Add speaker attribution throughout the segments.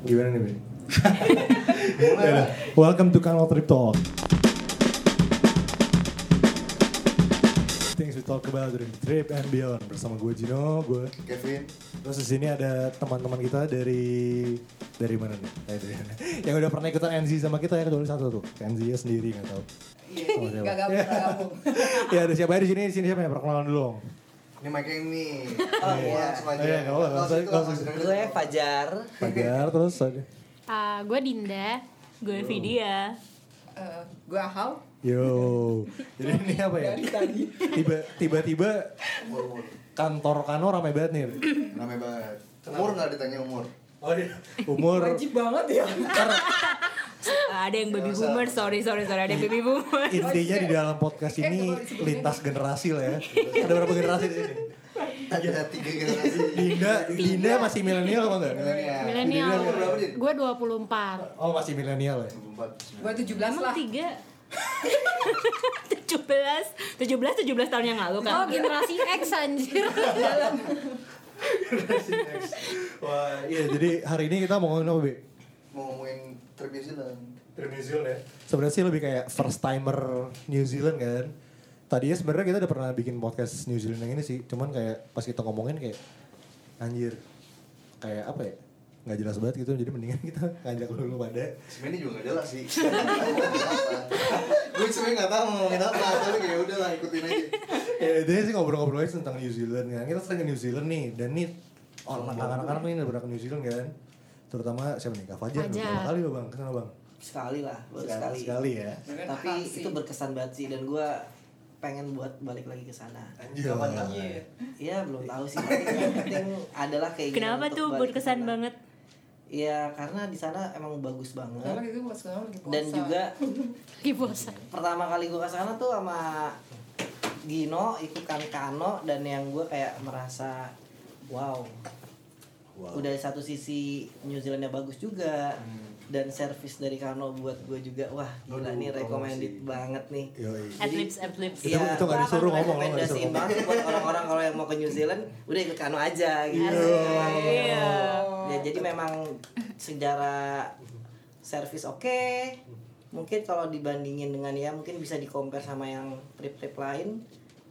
Speaker 1: Gimana nih, Be? Yaudah, Welcome to Kanal Trip Talk. Things we talk about during the trip and beyond. Bersama gue Gino, gue
Speaker 2: Kevin
Speaker 1: Terus di sini ada teman-teman kita dari dari mana nih? Eh, dari mana? Yang udah pernah ikutan NZ sama kita ya kecuali satu tuh. NZ nya sendiri nggak tahu. Sama siapa.
Speaker 3: Gak gabung, gak gabung.
Speaker 1: ya ada siapa aja di sini? Di sini siapa ya? Perkenalan dulu. dong.
Speaker 2: ini mic-nya yang ini
Speaker 3: Oh, iya.
Speaker 2: langsung aja
Speaker 1: Iya, nggak apa-apa, langsung-
Speaker 2: itu,
Speaker 1: langsung.
Speaker 2: langsung.
Speaker 3: Gue Fajar.
Speaker 1: Pagar terus ada.
Speaker 4: Ah, gue Dinda, gue Vidya.
Speaker 5: Eh, gue Ahau
Speaker 1: Yo. Jadi ini apa ya? Tiba tiba-tiba
Speaker 2: Umur-umur.
Speaker 1: kantor Kano ramai banget nih.
Speaker 2: rame banget umur nggak ditanya umur
Speaker 1: Oh iya. Umur
Speaker 5: banget ya
Speaker 4: Ah, ada yang baby boomer, sorry sorry sorry ada yang baby boomer.
Speaker 1: intinya di dalam podcast
Speaker 5: Eh,
Speaker 1: ini
Speaker 5: kemarin sebelumnya.
Speaker 1: lintas generasi lah ya. Ada berapa generasi di sini?
Speaker 2: ada tiga generasi
Speaker 1: Dinda, Dinda masih milenial apa enggak?
Speaker 2: milenial
Speaker 4: Milenial.
Speaker 2: Dinda umur berapa din
Speaker 4: Gue 24.
Speaker 1: Oh masih milenial ya.
Speaker 2: empat
Speaker 5: Gue 17
Speaker 4: Emang
Speaker 5: lah
Speaker 4: tiga 17 17 17 tahun yang lalu kan.
Speaker 6: Oh generasi X anjir
Speaker 1: Wah, iya jadi hari ini kita mau ngomongin apa, Bi?
Speaker 2: mau ngomongin trip New Zealand
Speaker 1: New Zealand ya. Sebenarnya sih lebih kayak first timer New Zealand kan. Tadinya sebenarnya kita udah pernah bikin podcast New Zealand yang ini sih, cuman kayak pas kita ngomongin kayak anjir. Kayak apa ya? nggak jelas banget gitu jadi mendingan kita ngajak lu pada
Speaker 2: sebenarnya juga nggak jelas sih gue sebenarnya nggak tahu mau ngomongin apa tapi kayak udah lah ikutin aja
Speaker 1: ya dia sih ngobrol-ngobrol aja tentang New Zealand kan kita sering ke New Zealand nih dan nih orang anak-anak nih udah pernah ke New Zealand kan terutama siapa nih Kak Fajar udah
Speaker 4: Fajar.
Speaker 1: berapa kali lo bang kesana bang
Speaker 3: Sekali lah, baru
Speaker 1: sekali,
Speaker 3: sekali.
Speaker 1: sekali ya
Speaker 3: Tapi itu berkesan banget sih dan gue pengen buat balik lagi ke sana.
Speaker 1: Anjir.
Speaker 3: Iya belum tahu sih. tapi Yang penting adalah keinginan.
Speaker 4: Kenapa
Speaker 3: untuk
Speaker 4: tuh
Speaker 3: balik ke
Speaker 4: berkesan
Speaker 3: sana.
Speaker 4: banget?
Speaker 3: Iya karena di sana emang bagus
Speaker 5: Karena
Speaker 3: banget.
Speaker 5: itu gue sekarang lagi puasa
Speaker 3: Dan juga
Speaker 6: Lagi bosan
Speaker 3: pertama kali gue kesana tuh sama Gino ikutan Kano dan yang gue kayak merasa wow. Udah di satu sisi New Zealandnya bagus juga
Speaker 2: Hmm.
Speaker 3: dan servis dari Kano buat gue juga wah gila
Speaker 2: Aduh,
Speaker 3: nih recommended
Speaker 2: promosi.
Speaker 3: banget nih.
Speaker 1: Yoi.
Speaker 4: Adlibs adlibs.
Speaker 3: Iya.
Speaker 1: Itu- itu nggak disuruh
Speaker 3: gua
Speaker 1: ngomong, lo nggak disuruh
Speaker 3: rekomendasiin
Speaker 1: ngomong.
Speaker 3: banget buat orang-orang kalau yang mau ke New Zealand udah ikut Kano aja gitu.
Speaker 4: Iya.
Speaker 3: Ya jadi memang secara service oke. Mungkin kalau dibandingin dengan ya mungkin bisa di-compare sama yang trip-trip lain.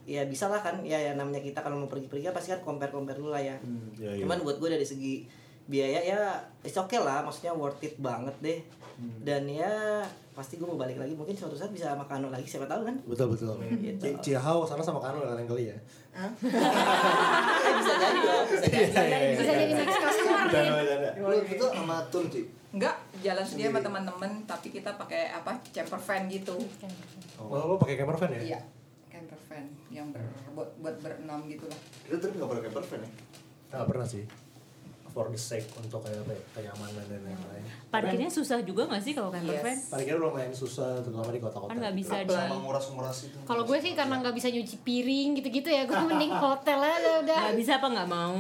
Speaker 3: Ya bisa lah kan. Ya, ya namanya kita kalau mau pergi-pergi kan pasti kan compare-compare dulu lah ya.
Speaker 1: ya, iya.
Speaker 3: Cuman buat gue dari segi biaya ya it's okay lah maksudnya worth it banget deh
Speaker 1: Hmm.
Speaker 3: dan ya pasti gue mau balik lagi mungkin suatu saat bisa sama Kano lagi siapa tahu kan
Speaker 1: betul betul Ci- Cihao sana sama Kano kalian kali ya
Speaker 3: bisa jadi ya, bisa jadi
Speaker 4: Iya.
Speaker 1: Iya,
Speaker 6: Bisa jadi next customer
Speaker 1: Bercanda,
Speaker 6: nih
Speaker 1: bercanda.
Speaker 2: lu itu sama Tun sih
Speaker 5: Enggak, jalan sendiri sama teman-teman Tapi kita pakai apa, camper van gitu
Speaker 1: oh lo pakai camper van ya
Speaker 5: Iya, camper van Yang ber- buat, buat berenam gitu lah
Speaker 2: kita trip nggak pernah camper van ya
Speaker 1: nggak Ah, pernah sih for the sake untuk kayak apa ya kenyamanan dan lain-lain
Speaker 4: Parkirnya susah juga gak sih kalau camper
Speaker 5: Yes.
Speaker 4: van?
Speaker 1: parkir lumayan susah terutama di kota-kota
Speaker 4: Kan nggak bisa di
Speaker 2: sama nguras-nguras itu
Speaker 6: Kalau gue sih karena nggak bisa nyuci piring gitu-gitu ya Gue mending hotel aja udah
Speaker 4: Gak bisa apa gak mau?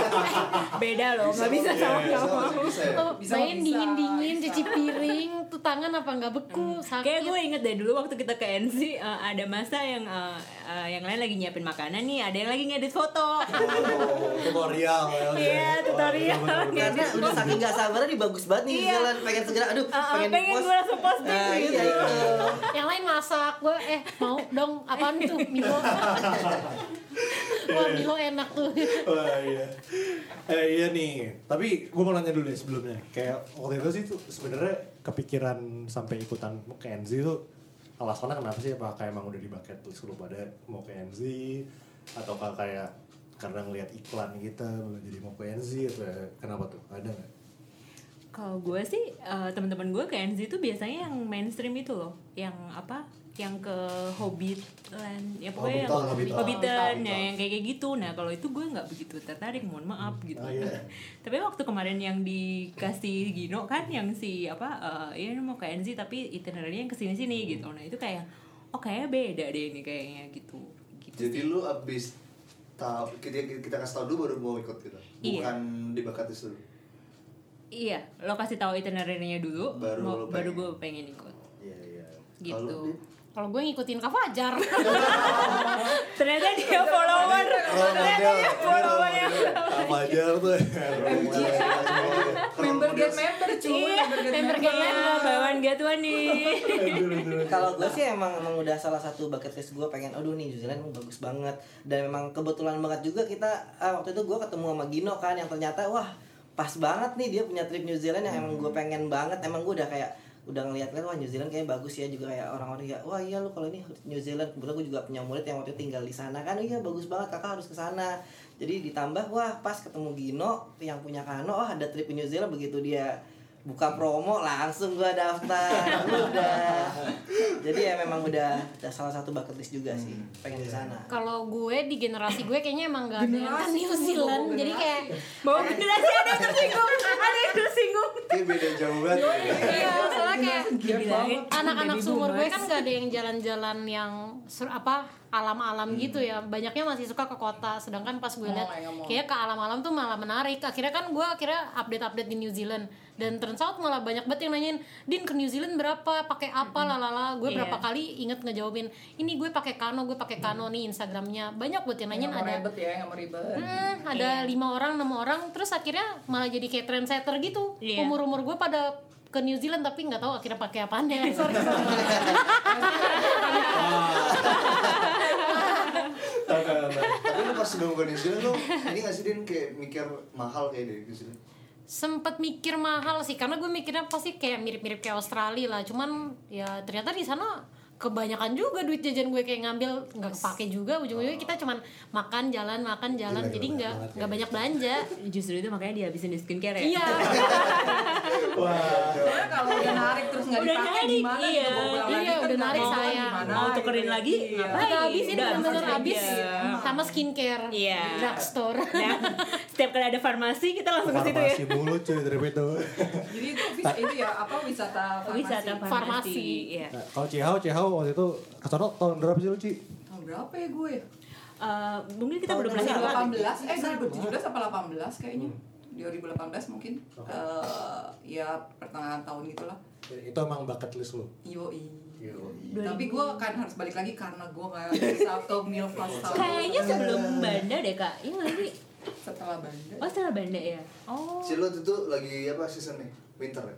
Speaker 4: Beda loh, gak bisa sama
Speaker 2: Iya,
Speaker 4: gak
Speaker 2: bisa,
Speaker 4: mau.
Speaker 2: masih bisa ya?
Speaker 6: Oh,
Speaker 5: Bisa,
Speaker 6: main
Speaker 5: bisa,
Speaker 6: dingin-dingin
Speaker 5: bisa.
Speaker 6: cuci piring tuh tangan apa nggak beku
Speaker 4: Kayak
Speaker 6: sakit
Speaker 4: gue inget dari dulu waktu kita ke NC eh, ada masa yang eh, eh, yang lain lagi nyiapin makanan nih, ada yang lagi ngedit foto.
Speaker 3: Nah,
Speaker 1: Oh, tutorial ya.
Speaker 4: Iya, tutorial.
Speaker 1: Bener-bener.
Speaker 3: karena udah saking gak sabarnya nih bagus banget nih
Speaker 4: Iya.
Speaker 3: jalan pengen segera aduh
Speaker 4: Ah,
Speaker 3: pengen,
Speaker 4: pengen
Speaker 3: di-post.
Speaker 4: gue langsung posting
Speaker 3: Nah,
Speaker 4: gitu.
Speaker 3: iya, itu.
Speaker 6: yang lain masak gue eh mau dong apaan tuh Milo wah Milo enak tuh
Speaker 1: Wah iya. Eh, iya nih. Tapi gue mau nanya dulu deh sebelumnya. Kayak waktu itu sih tuh sebenarnya kepikiran sampai ikutan ke NZ itu alasannya kenapa sih? Apa kayak emang udah di bucket list lu pada mau ke NZ atau kayak karena ngelihat iklan kita jadi mau ke NZ atau ya? kenapa tuh? Ada nggak?
Speaker 4: Kalau gue sih eh, teman-teman gue ke NZ itu biasanya yang mainstream itu loh, yang apa? yang ke Hobbitland,
Speaker 2: Oh,
Speaker 4: ya pokoknya
Speaker 1: Hobbiton,
Speaker 4: yang
Speaker 1: Hobbiton.
Speaker 4: Hobbiton, ya, yang kayak kayak gitu. Nah kalau itu gue nggak begitu tertarik, mohon maaf
Speaker 2: Hmm.
Speaker 4: gitu.
Speaker 1: Oh, iya.
Speaker 4: tapi waktu kemarin yang dikasih Gino kan, yang si apa, eh, ya mau ke NZ tapi itinerary yang
Speaker 2: Hmm.
Speaker 4: kesini-sini gitu. Nah itu kayak, oh kayaknya beda deh ini kayaknya gitu. gitu
Speaker 2: Jadi
Speaker 4: sih.
Speaker 2: lu abis tahu kita kita kasih tahu dulu baru mau ikut gitu.
Speaker 4: Iya.
Speaker 2: Bukan di bakat itu dulu.
Speaker 4: Iya, lo kasih tahu itinerary-nya dulu,
Speaker 2: Baru
Speaker 4: mau-
Speaker 2: lo pengen.
Speaker 4: baru gue pengen ikut.
Speaker 2: Iya iya.
Speaker 4: Gitu.
Speaker 2: Kalau lu, Din?
Speaker 6: kalau gue ngikutin Kak Fajar
Speaker 4: Ternyata dia
Speaker 2: Oh,
Speaker 4: follower.
Speaker 1: Role model.
Speaker 4: Ternyata dia follower yang
Speaker 1: Apa aja tuh? Role model.
Speaker 2: Kalau
Speaker 5: Member
Speaker 2: model
Speaker 5: Iya, member get
Speaker 6: Member get
Speaker 5: member.
Speaker 4: Wah, Bawan Gatuan nih.
Speaker 3: Kalau gue sih emang emang udah salah satu bucket list gue pengen aduh nih New Zealand bagus banget dan memang kebetulan banget juga kita ah, waktu itu gue ketemu sama Gino kan yang ternyata wah pas banget nih dia punya trip New Zealand yang emang gue pengen banget emang gue udah kayak udah ngeliat-ngeliat wah New Zealand kayaknya bagus ya juga kayak orang-orang ya wah iya lu kalau ini New Zealand kebetulan gue juga punya murid yang waktu itu tinggal di sana kan iya bagus banget kakak harus ke sana jadi ditambah wah pas ketemu Gino yang punya Kano wah ada trip New Zealand begitu dia buka promo langsung gua daftar udah jadi ya memang udah, udah salah satu bucket list juga sih
Speaker 1: Hmm.
Speaker 3: pengen
Speaker 1: Iya.
Speaker 3: ke sana
Speaker 6: Kalau gue di generasi gue kayaknya emang gak ada yang ke
Speaker 5: Generasi,
Speaker 6: New Zealand Jadi kayak
Speaker 4: Bawa generasi ada yang tersinggung, ada yang tersinggung.
Speaker 2: Ini beda jauh banget.
Speaker 6: Iya soalnya kayak
Speaker 4: Dibilangin
Speaker 6: anak-anak
Speaker 4: baby
Speaker 6: seumur gue
Speaker 4: boomers.
Speaker 6: kan gak ada yang jalan-jalan yang ser- apa alam-alam gitu ya banyaknya masih suka ke kota sedangkan pas gue lihat
Speaker 5: Hmm. Ngomong ya, ngomong.
Speaker 6: kayak ke alam-alam tuh malah menarik akhirnya kan gue akhirnya update-update di New Zealand dan turns out malah banyak banget yang nanyain din ke New Zealand berapa pakai apa
Speaker 5: Hmm.
Speaker 6: lalala gue
Speaker 4: Iya.
Speaker 6: berapa kali inget ngejawabin ini gue pakai kano gue pakai kano nih Instagramnya banyak banget yang nanyain
Speaker 5: Nggak mau
Speaker 6: ada
Speaker 5: ribet ya, nggak mau ribet.
Speaker 6: Hmm, ada
Speaker 5: Iya.
Speaker 6: lima orang enam orang terus akhirnya malah jadi kayak trendsetter gitu
Speaker 4: Iya.
Speaker 6: umur umur gue pada ke New Zealand tapi nggak tahu akhirnya pakai apaan deh sorry sorry
Speaker 2: Iya. Tapi lu pas sebelum ke New Zealand lu ini nggak sih Din kayak mikir mahal kayak dari New Zealand.
Speaker 6: sempet mikir mahal sih karena gue mikirnya pasti kayak mirip mirip kayak Australia lah cuman ya ternyata di sana kebanyakan juga duit jajan gue kayak ngambil nggak kepake juga ujung-ujungnya kita cuman makan jalan makan jalan jadi nggak nggak banyak belanja
Speaker 4: Justru itu makanya dihabisin di skincare ya.
Speaker 6: iya
Speaker 1: Wah,
Speaker 5: Soalnya kalau udah narik terus nggak
Speaker 4: Udah
Speaker 5: dipakai
Speaker 4: narik,
Speaker 5: gimana
Speaker 4: iya.
Speaker 5: gitu, bawa
Speaker 6: Iya,
Speaker 5: pulang lagi kan
Speaker 6: udah
Speaker 5: nggak
Speaker 6: narik,
Speaker 5: tahu kan
Speaker 6: sayang.
Speaker 5: gimana
Speaker 4: Mau tukerin
Speaker 5: gitu.
Speaker 4: lagi,
Speaker 5: Iya.
Speaker 4: ngapain?
Speaker 6: kita habisin
Speaker 4: Udah,
Speaker 6: bener-bener
Speaker 4: langsung
Speaker 6: habis
Speaker 4: aja.
Speaker 6: sama skincare
Speaker 4: Iya.
Speaker 6: drugstore
Speaker 4: Dan Nah, setiap kali ada farmasi kita langsung ke situ ya.
Speaker 1: farmasi mulu cuy dari itu.
Speaker 5: Jadi itu vis- itu ya apa wisata farmasi.
Speaker 4: Wisata farmasi.
Speaker 6: Farmasi.
Speaker 4: Iya.
Speaker 1: Nah, kalau Cihao, Cihao waktu itu ke sono tahun berapa sih lu, Ci?
Speaker 5: Tahun berapa ya gue?
Speaker 4: Eh, mungkin kita
Speaker 3: Tahun
Speaker 4: belum
Speaker 3: berapa?
Speaker 4: lahir banget.
Speaker 5: 18 eh 2017 apa 18 kayaknya. 2018 mungkin eh ya pertengahan tahun gitulah.
Speaker 1: Itu emang bucket list lu.
Speaker 5: Yoi.
Speaker 1: Iya.
Speaker 5: Tapi gue kan harus balik lagi karena gue gak bisa ke meal first tahun
Speaker 4: Kayaknya sebelum Banda deh kak. Iya nggak sih?
Speaker 5: setelah bandar.
Speaker 4: Oh setelah Banda ya. Oh.
Speaker 2: Si lu waktu itu lagi apa season nih? Winter ya?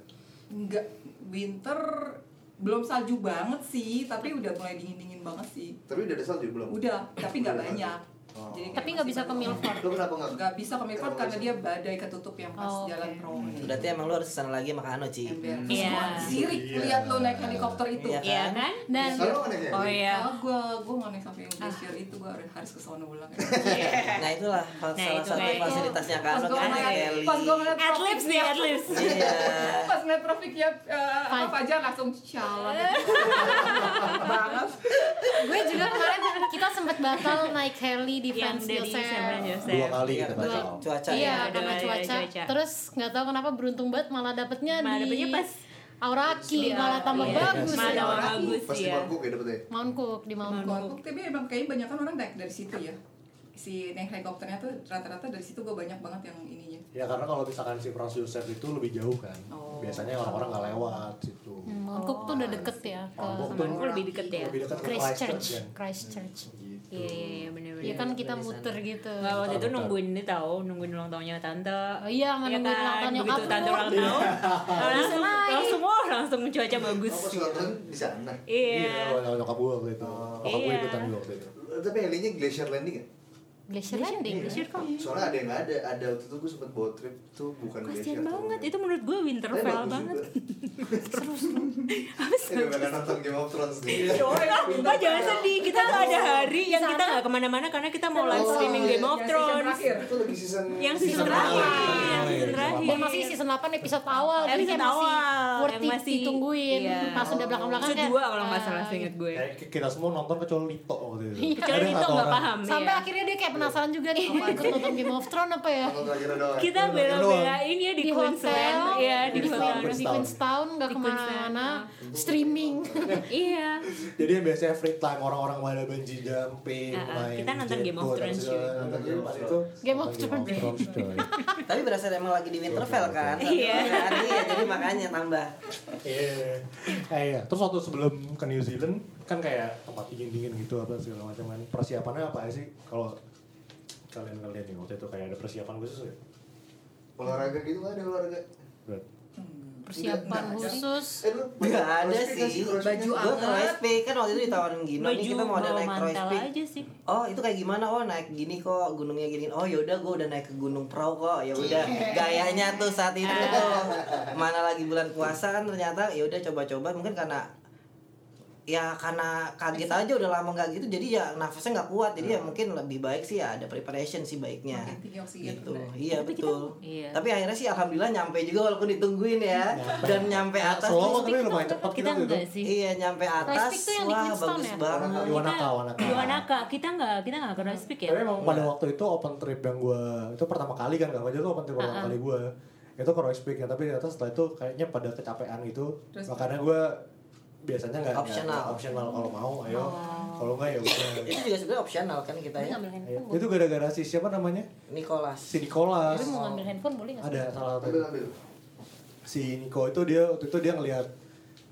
Speaker 5: Enggak, winter belum salju banget sih, tapi udah mulai dingin-dingin banget sih.
Speaker 2: Tapi udah ada salju belum?
Speaker 5: Udah, tapi nggak banyak.
Speaker 2: Oh.
Speaker 5: Jadi
Speaker 6: tapi nggak bisa ke Milford
Speaker 2: Lu kenapa nggak?
Speaker 5: Gak bisa ke Milford karena dia badai ketutup yang pas
Speaker 6: Oh,
Speaker 5: jalan
Speaker 6: oke. Hmm.
Speaker 5: promo.
Speaker 3: berarti emang lu harus kesana lagi sama Kano Ci Hmm.
Speaker 5: Ember.
Speaker 4: Iya.
Speaker 5: Semua sirik lihat lo naik helikopter itu.
Speaker 3: Iya.
Speaker 4: Iya kan?
Speaker 6: dan
Speaker 2: Selalu aneh ya?
Speaker 4: Oh
Speaker 5: Kalau
Speaker 4: iya. Ah.
Speaker 5: gue gue mau naik sampai yang glacier itu gue harus ke sono ulang.
Speaker 4: Iya,
Speaker 1: Iya,
Speaker 3: nah itulah salah
Speaker 4: Nah, itu
Speaker 3: satu
Speaker 4: kayak-
Speaker 3: fasilitasnya Kano
Speaker 5: Pas gue
Speaker 3: kan
Speaker 5: ngeliat,
Speaker 3: Kelly
Speaker 5: pas gue ngeliat
Speaker 4: At least Nah, nih, at least.
Speaker 3: iya
Speaker 5: pas ngeliat profiknya eh, apa
Speaker 6: Faj-
Speaker 5: Fajar langsung shalat banget
Speaker 6: gue juga kemarin kita sempat batal naik heli di
Speaker 4: Yang
Speaker 6: Vans
Speaker 4: dari Samuel
Speaker 6: Joseph
Speaker 4: Joseph.
Speaker 1: Dua kali
Speaker 3: Iya,
Speaker 1: kita
Speaker 3: betul.
Speaker 1: baca.
Speaker 3: cuaca
Speaker 6: iya
Speaker 4: ya,
Speaker 6: karena
Speaker 4: dua-
Speaker 6: cuaca.
Speaker 4: cuaca.
Speaker 6: terus nggak tahu kenapa beruntung banget malah dapetnya di
Speaker 4: Malah dapetnya pas.
Speaker 6: Auraki malah tambah
Speaker 4: Iya.
Speaker 6: bagus
Speaker 4: Malah
Speaker 6: ya.
Speaker 4: tambah bagus
Speaker 2: Pasti
Speaker 4: ya.
Speaker 2: mabuk ya dapetnya.
Speaker 6: Mount Cook di Mount Cook.
Speaker 5: Bangkok tapi emang kayaknya banyak kan orang naik dari situ ya si naik helikopternya tuh rata-rata dari situ gue banyak banget yang ininya
Speaker 1: Ya karena kalau misalkan si Franz Joseph itu lebih jauh kan.
Speaker 5: Oh.
Speaker 1: Biasanya orang-orang nggak lewat situ.
Speaker 6: Hmm, Mount Cook tuh udah deket ya ke
Speaker 1: Mount Cook
Speaker 6: sama
Speaker 1: tuh
Speaker 4: Aku lebih deket ya.
Speaker 1: Lebih dekat ke
Speaker 6: Christchurch.
Speaker 1: Christchurch kan.
Speaker 6: Christchurch.
Speaker 1: Gitu.
Speaker 4: Iya iya Hmm. iya Nah, benar-benar.
Speaker 6: Iya kan kita muter gitu.
Speaker 4: Nggak, waktu itu
Speaker 1: Bentar,
Speaker 4: nungguin ini tau, nungguin ulang tahunnya tante.
Speaker 6: Oh iya,
Speaker 4: Iya
Speaker 6: menungguin ulang tahun nyokap
Speaker 4: begitu
Speaker 6: lu.
Speaker 4: tante ulang tahun. langsung
Speaker 6: naik.
Speaker 4: langsung wah, langsung cuaca bagus.
Speaker 2: Apa surat tahun di sana?
Speaker 4: Iya.
Speaker 1: Iya, nyokap gue waktu itu. Kakak gue
Speaker 4: Iya.
Speaker 1: ikutan juga waktu itu.
Speaker 2: Tapi helinya glacier landing ya?
Speaker 6: Glacier Landing.
Speaker 4: Glacier kok.
Speaker 2: Soalnya ada yang nggak ada, ada waktu itu gue sempet bawa trip tuh bukan tuh.
Speaker 4: Kasian banget, itu menurut gue
Speaker 2: Tapi
Speaker 4: Winterfell
Speaker 2: bagus
Speaker 4: banget.
Speaker 2: juga. Ini beneran nonton Game of Thrones nih.
Speaker 4: Oh jangan sedih, kita nggak ada hari yang kita nggak kemana-mana karena kita mau live
Speaker 2: Oh,
Speaker 4: streaming
Speaker 2: iya.
Speaker 4: Game of
Speaker 5: Yang season
Speaker 4: Thrones.
Speaker 5: terakhir
Speaker 2: Itu lagi season
Speaker 4: Yang season
Speaker 2: awal.
Speaker 4: terakhir, yang season terakhir.
Speaker 6: Dan masih season 8 episode awal jadi
Speaker 4: Iya. Episode
Speaker 6: kayak masih
Speaker 4: awal,
Speaker 6: worth
Speaker 4: yang
Speaker 6: it
Speaker 4: masih-
Speaker 6: ditungguin
Speaker 4: iya.
Speaker 6: pas udah belakang-belakang
Speaker 4: Episode
Speaker 6: kayak,
Speaker 4: dua kalau nggak
Speaker 6: eh,
Speaker 4: salah seinget gue.
Speaker 1: Kayak kita semua nonton kecuali Lito waktu itu.
Speaker 4: Iya, Kecuali
Speaker 1: Ada
Speaker 4: itu
Speaker 1: satu
Speaker 4: nggak
Speaker 1: orang.
Speaker 4: paham.
Speaker 6: sampai
Speaker 4: iya.
Speaker 6: akhirnya dia kayak penasaran juga nih apa ikut nonton Game of Thrones apa ya
Speaker 2: Nonton terakhir doang.
Speaker 4: Kita
Speaker 1: Nonton
Speaker 4: bela-belain ya di,
Speaker 6: di hotel
Speaker 4: Queensland, ya di
Speaker 1: Queensland.
Speaker 4: hotel.
Speaker 6: di Queenstown nggak
Speaker 4: Di
Speaker 6: kemana-mana streaming
Speaker 4: Iya.
Speaker 1: Jadi yang biasanya free time orang-orang pada bungee jumping,
Speaker 4: Ah, ah,
Speaker 1: main
Speaker 4: kita nonton
Speaker 1: jet
Speaker 4: Game of
Speaker 1: boat,
Speaker 4: Thrones,
Speaker 1: terus segala-
Speaker 2: cuy.
Speaker 1: nonton Game of Thrones.
Speaker 6: Game of
Speaker 1: Nonton Thrones, coy.
Speaker 3: tapi berasa emang lagi di Winterfell kan
Speaker 4: Iya.
Speaker 3: Kan, iya jadi makanya tambah
Speaker 1: Iya. Eh, iya. Terus waktu sebelum ke New Zealand kan kayak tempat dingin-dingin gitu apa segala macam kan. Persiapannya apa aja sih kalau kalian-kalian nih waktu itu kayak ada persiapan khusus ya?
Speaker 2: Olahraga gitu nggak ada olahraga.
Speaker 1: Berat.
Speaker 6: persiapan
Speaker 4: Iya.
Speaker 5: Nggak ada.
Speaker 6: khusus
Speaker 2: Eh, lu
Speaker 3: Nggak ada
Speaker 2: crossfit nggak
Speaker 3: sih.
Speaker 2: crossfit?
Speaker 5: Baju
Speaker 3: Gue
Speaker 5: anget.
Speaker 3: cross pick kan waktu itu ditawarin Gino nih
Speaker 4: baju
Speaker 3: kita mau ada
Speaker 4: bawa
Speaker 3: naik cross
Speaker 4: mantel
Speaker 3: pick.
Speaker 4: aja sih
Speaker 3: Oh itu kayak gimana? Oh naik gini kok gunungnya gini. Oh yaudah gue udah naik ke Gunung Prau kok. Ya udah gayanya tuh saat itu tuh. Mana lagi bulan puasa kan ternyata ya udah coba-coba mungkin karena ya karena kaget aja udah lama nggak gitu jadi ya nafasnya nggak kuat jadi ya mungkin lebih baik sih ya ada preparation sih baiknya
Speaker 5: Makin tinggi oksigen
Speaker 3: gitu
Speaker 5: bener.
Speaker 3: iya
Speaker 4: Tapi kita-
Speaker 3: betul
Speaker 4: iya.
Speaker 3: tapi akhirnya sih alhamdulillah nyampe juga walaupun ditungguin ya dan nyampe atas
Speaker 1: Slow
Speaker 3: tuh-
Speaker 1: tapi lumayan cepat
Speaker 4: kita
Speaker 1: gitu.
Speaker 4: enggak sih
Speaker 3: iya nyampe
Speaker 6: Rice
Speaker 3: atas
Speaker 6: pick tuh yang di
Speaker 3: wah
Speaker 6: Queenstown
Speaker 3: bagus
Speaker 6: ya?
Speaker 1: Wanaka,
Speaker 3: banget
Speaker 1: Wanaka, Wanaka.
Speaker 4: Wanaka kita nggak kita nggak cross pick ya
Speaker 1: Tapi emang pada waktu itu open trip yang gue itu pertama kali kan gak wajar tuh open trip pertama kali gue itu ke Royce Peak ya tapi ternyata setelah itu kayaknya pada kecapean gitu
Speaker 5: Terus?
Speaker 1: makanya gue biasanya nggak
Speaker 3: Optional.
Speaker 1: nggak- optional kalau mau ayo kalau nggak ya udah
Speaker 3: itu juga sebenarnya opsional kan kita ya
Speaker 6: ngambil
Speaker 1: Ayo.
Speaker 6: handphone
Speaker 1: itu gara-gara si siapa namanya
Speaker 3: Nicholas
Speaker 1: si Nicholas
Speaker 6: Tapi mau ngambil handphone boleh nggak
Speaker 1: ada salah satu
Speaker 2: Ambil, ambil.
Speaker 1: si Niko itu dia waktu itu dia ngelihat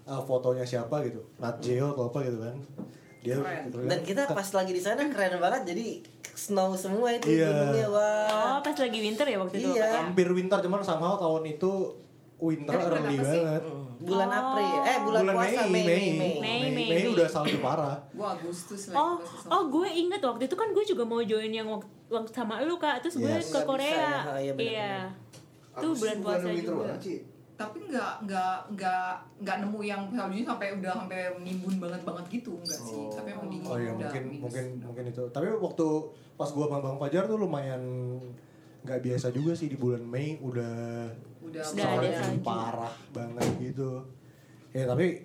Speaker 1: uh, fotonya siapa gitu Nat Geo atau apa gitu kan dia gitu kan.
Speaker 5: Keren.
Speaker 3: dan kita pas lagi di sana keren banget jadi snow semua itu
Speaker 1: Iya.
Speaker 3: gunungnya wah
Speaker 4: oh pas lagi winter ya waktu itu
Speaker 3: Iya.
Speaker 4: Pak, ya?
Speaker 1: hampir winter cuman sama tahun itu winter
Speaker 5: Tapi
Speaker 1: early
Speaker 5: kenapa sih?
Speaker 1: banget
Speaker 6: Oh.
Speaker 3: bulan April Hmm. eh bulan, puasa Mei Mei, Mei.
Speaker 4: Mei. Mei,
Speaker 1: Mei
Speaker 4: Mei.
Speaker 1: udah salju parah
Speaker 5: Gua Agustus lagi
Speaker 4: Oh,
Speaker 5: pas kesel.
Speaker 4: oh gue inget waktu itu kan gue juga mau join yang waktu, waktu sama lu kak, terus gue
Speaker 1: Yes.
Speaker 3: Nggak
Speaker 4: ke
Speaker 3: bisa ya,
Speaker 4: Korea,
Speaker 3: ha, iya benar-benar.
Speaker 2: Aku
Speaker 4: Tuh
Speaker 2: sih
Speaker 4: bulan
Speaker 2: bukan
Speaker 4: puasa
Speaker 2: winter
Speaker 4: juga.
Speaker 2: banget, Ci.
Speaker 5: tapi nggak nggak nggak nggak nemu yang saljunya sampai udah sampai menimbun banget banget gitu nggak sih tapi emang dingin
Speaker 1: oh iya
Speaker 5: udah
Speaker 1: mungkin
Speaker 5: minus.
Speaker 1: mungkin mungkin itu tapi waktu pas gua sama Bang Fajar tuh lumayan nggak biasa juga sih di bulan Mei udah
Speaker 5: udah
Speaker 4: Udah ada
Speaker 1: salju
Speaker 4: salju.
Speaker 1: parah banget gitu ya tapi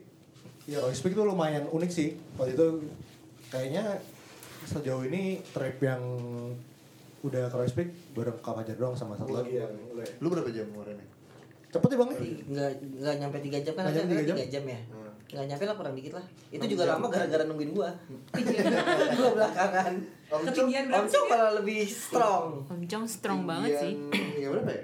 Speaker 1: ya Royce Peak tuh lumayan unik sih waktu itu kayaknya sejauh ini trip yang udah ke Royce Peak bareng Kak Fajar doang sama
Speaker 2: Iya,
Speaker 1: satu lagi ya
Speaker 2: Lu berapa jam kemarin?
Speaker 1: cepet ya bang ya?
Speaker 3: nggak nggak nyampe tiga jam kan
Speaker 1: Nggak
Speaker 3: harusnya
Speaker 1: nyampe tiga
Speaker 3: tiga
Speaker 1: jam?
Speaker 3: jam ya
Speaker 2: Hmm.
Speaker 3: nggak nyampe lah kurang dikit lah itu
Speaker 2: Enam
Speaker 3: juga
Speaker 2: jam.
Speaker 3: lama gara-gara nungguin gua
Speaker 5: Iya.
Speaker 3: gua belakangan
Speaker 2: Om Cuk,
Speaker 5: ketinggian
Speaker 3: Om
Speaker 5: berapa sih
Speaker 3: Cuk
Speaker 5: dia?
Speaker 3: malah lebih strong
Speaker 4: Om Jong
Speaker 2: Iya.
Speaker 4: strong banget sih.
Speaker 2: ketinggian- Ya berapa ya?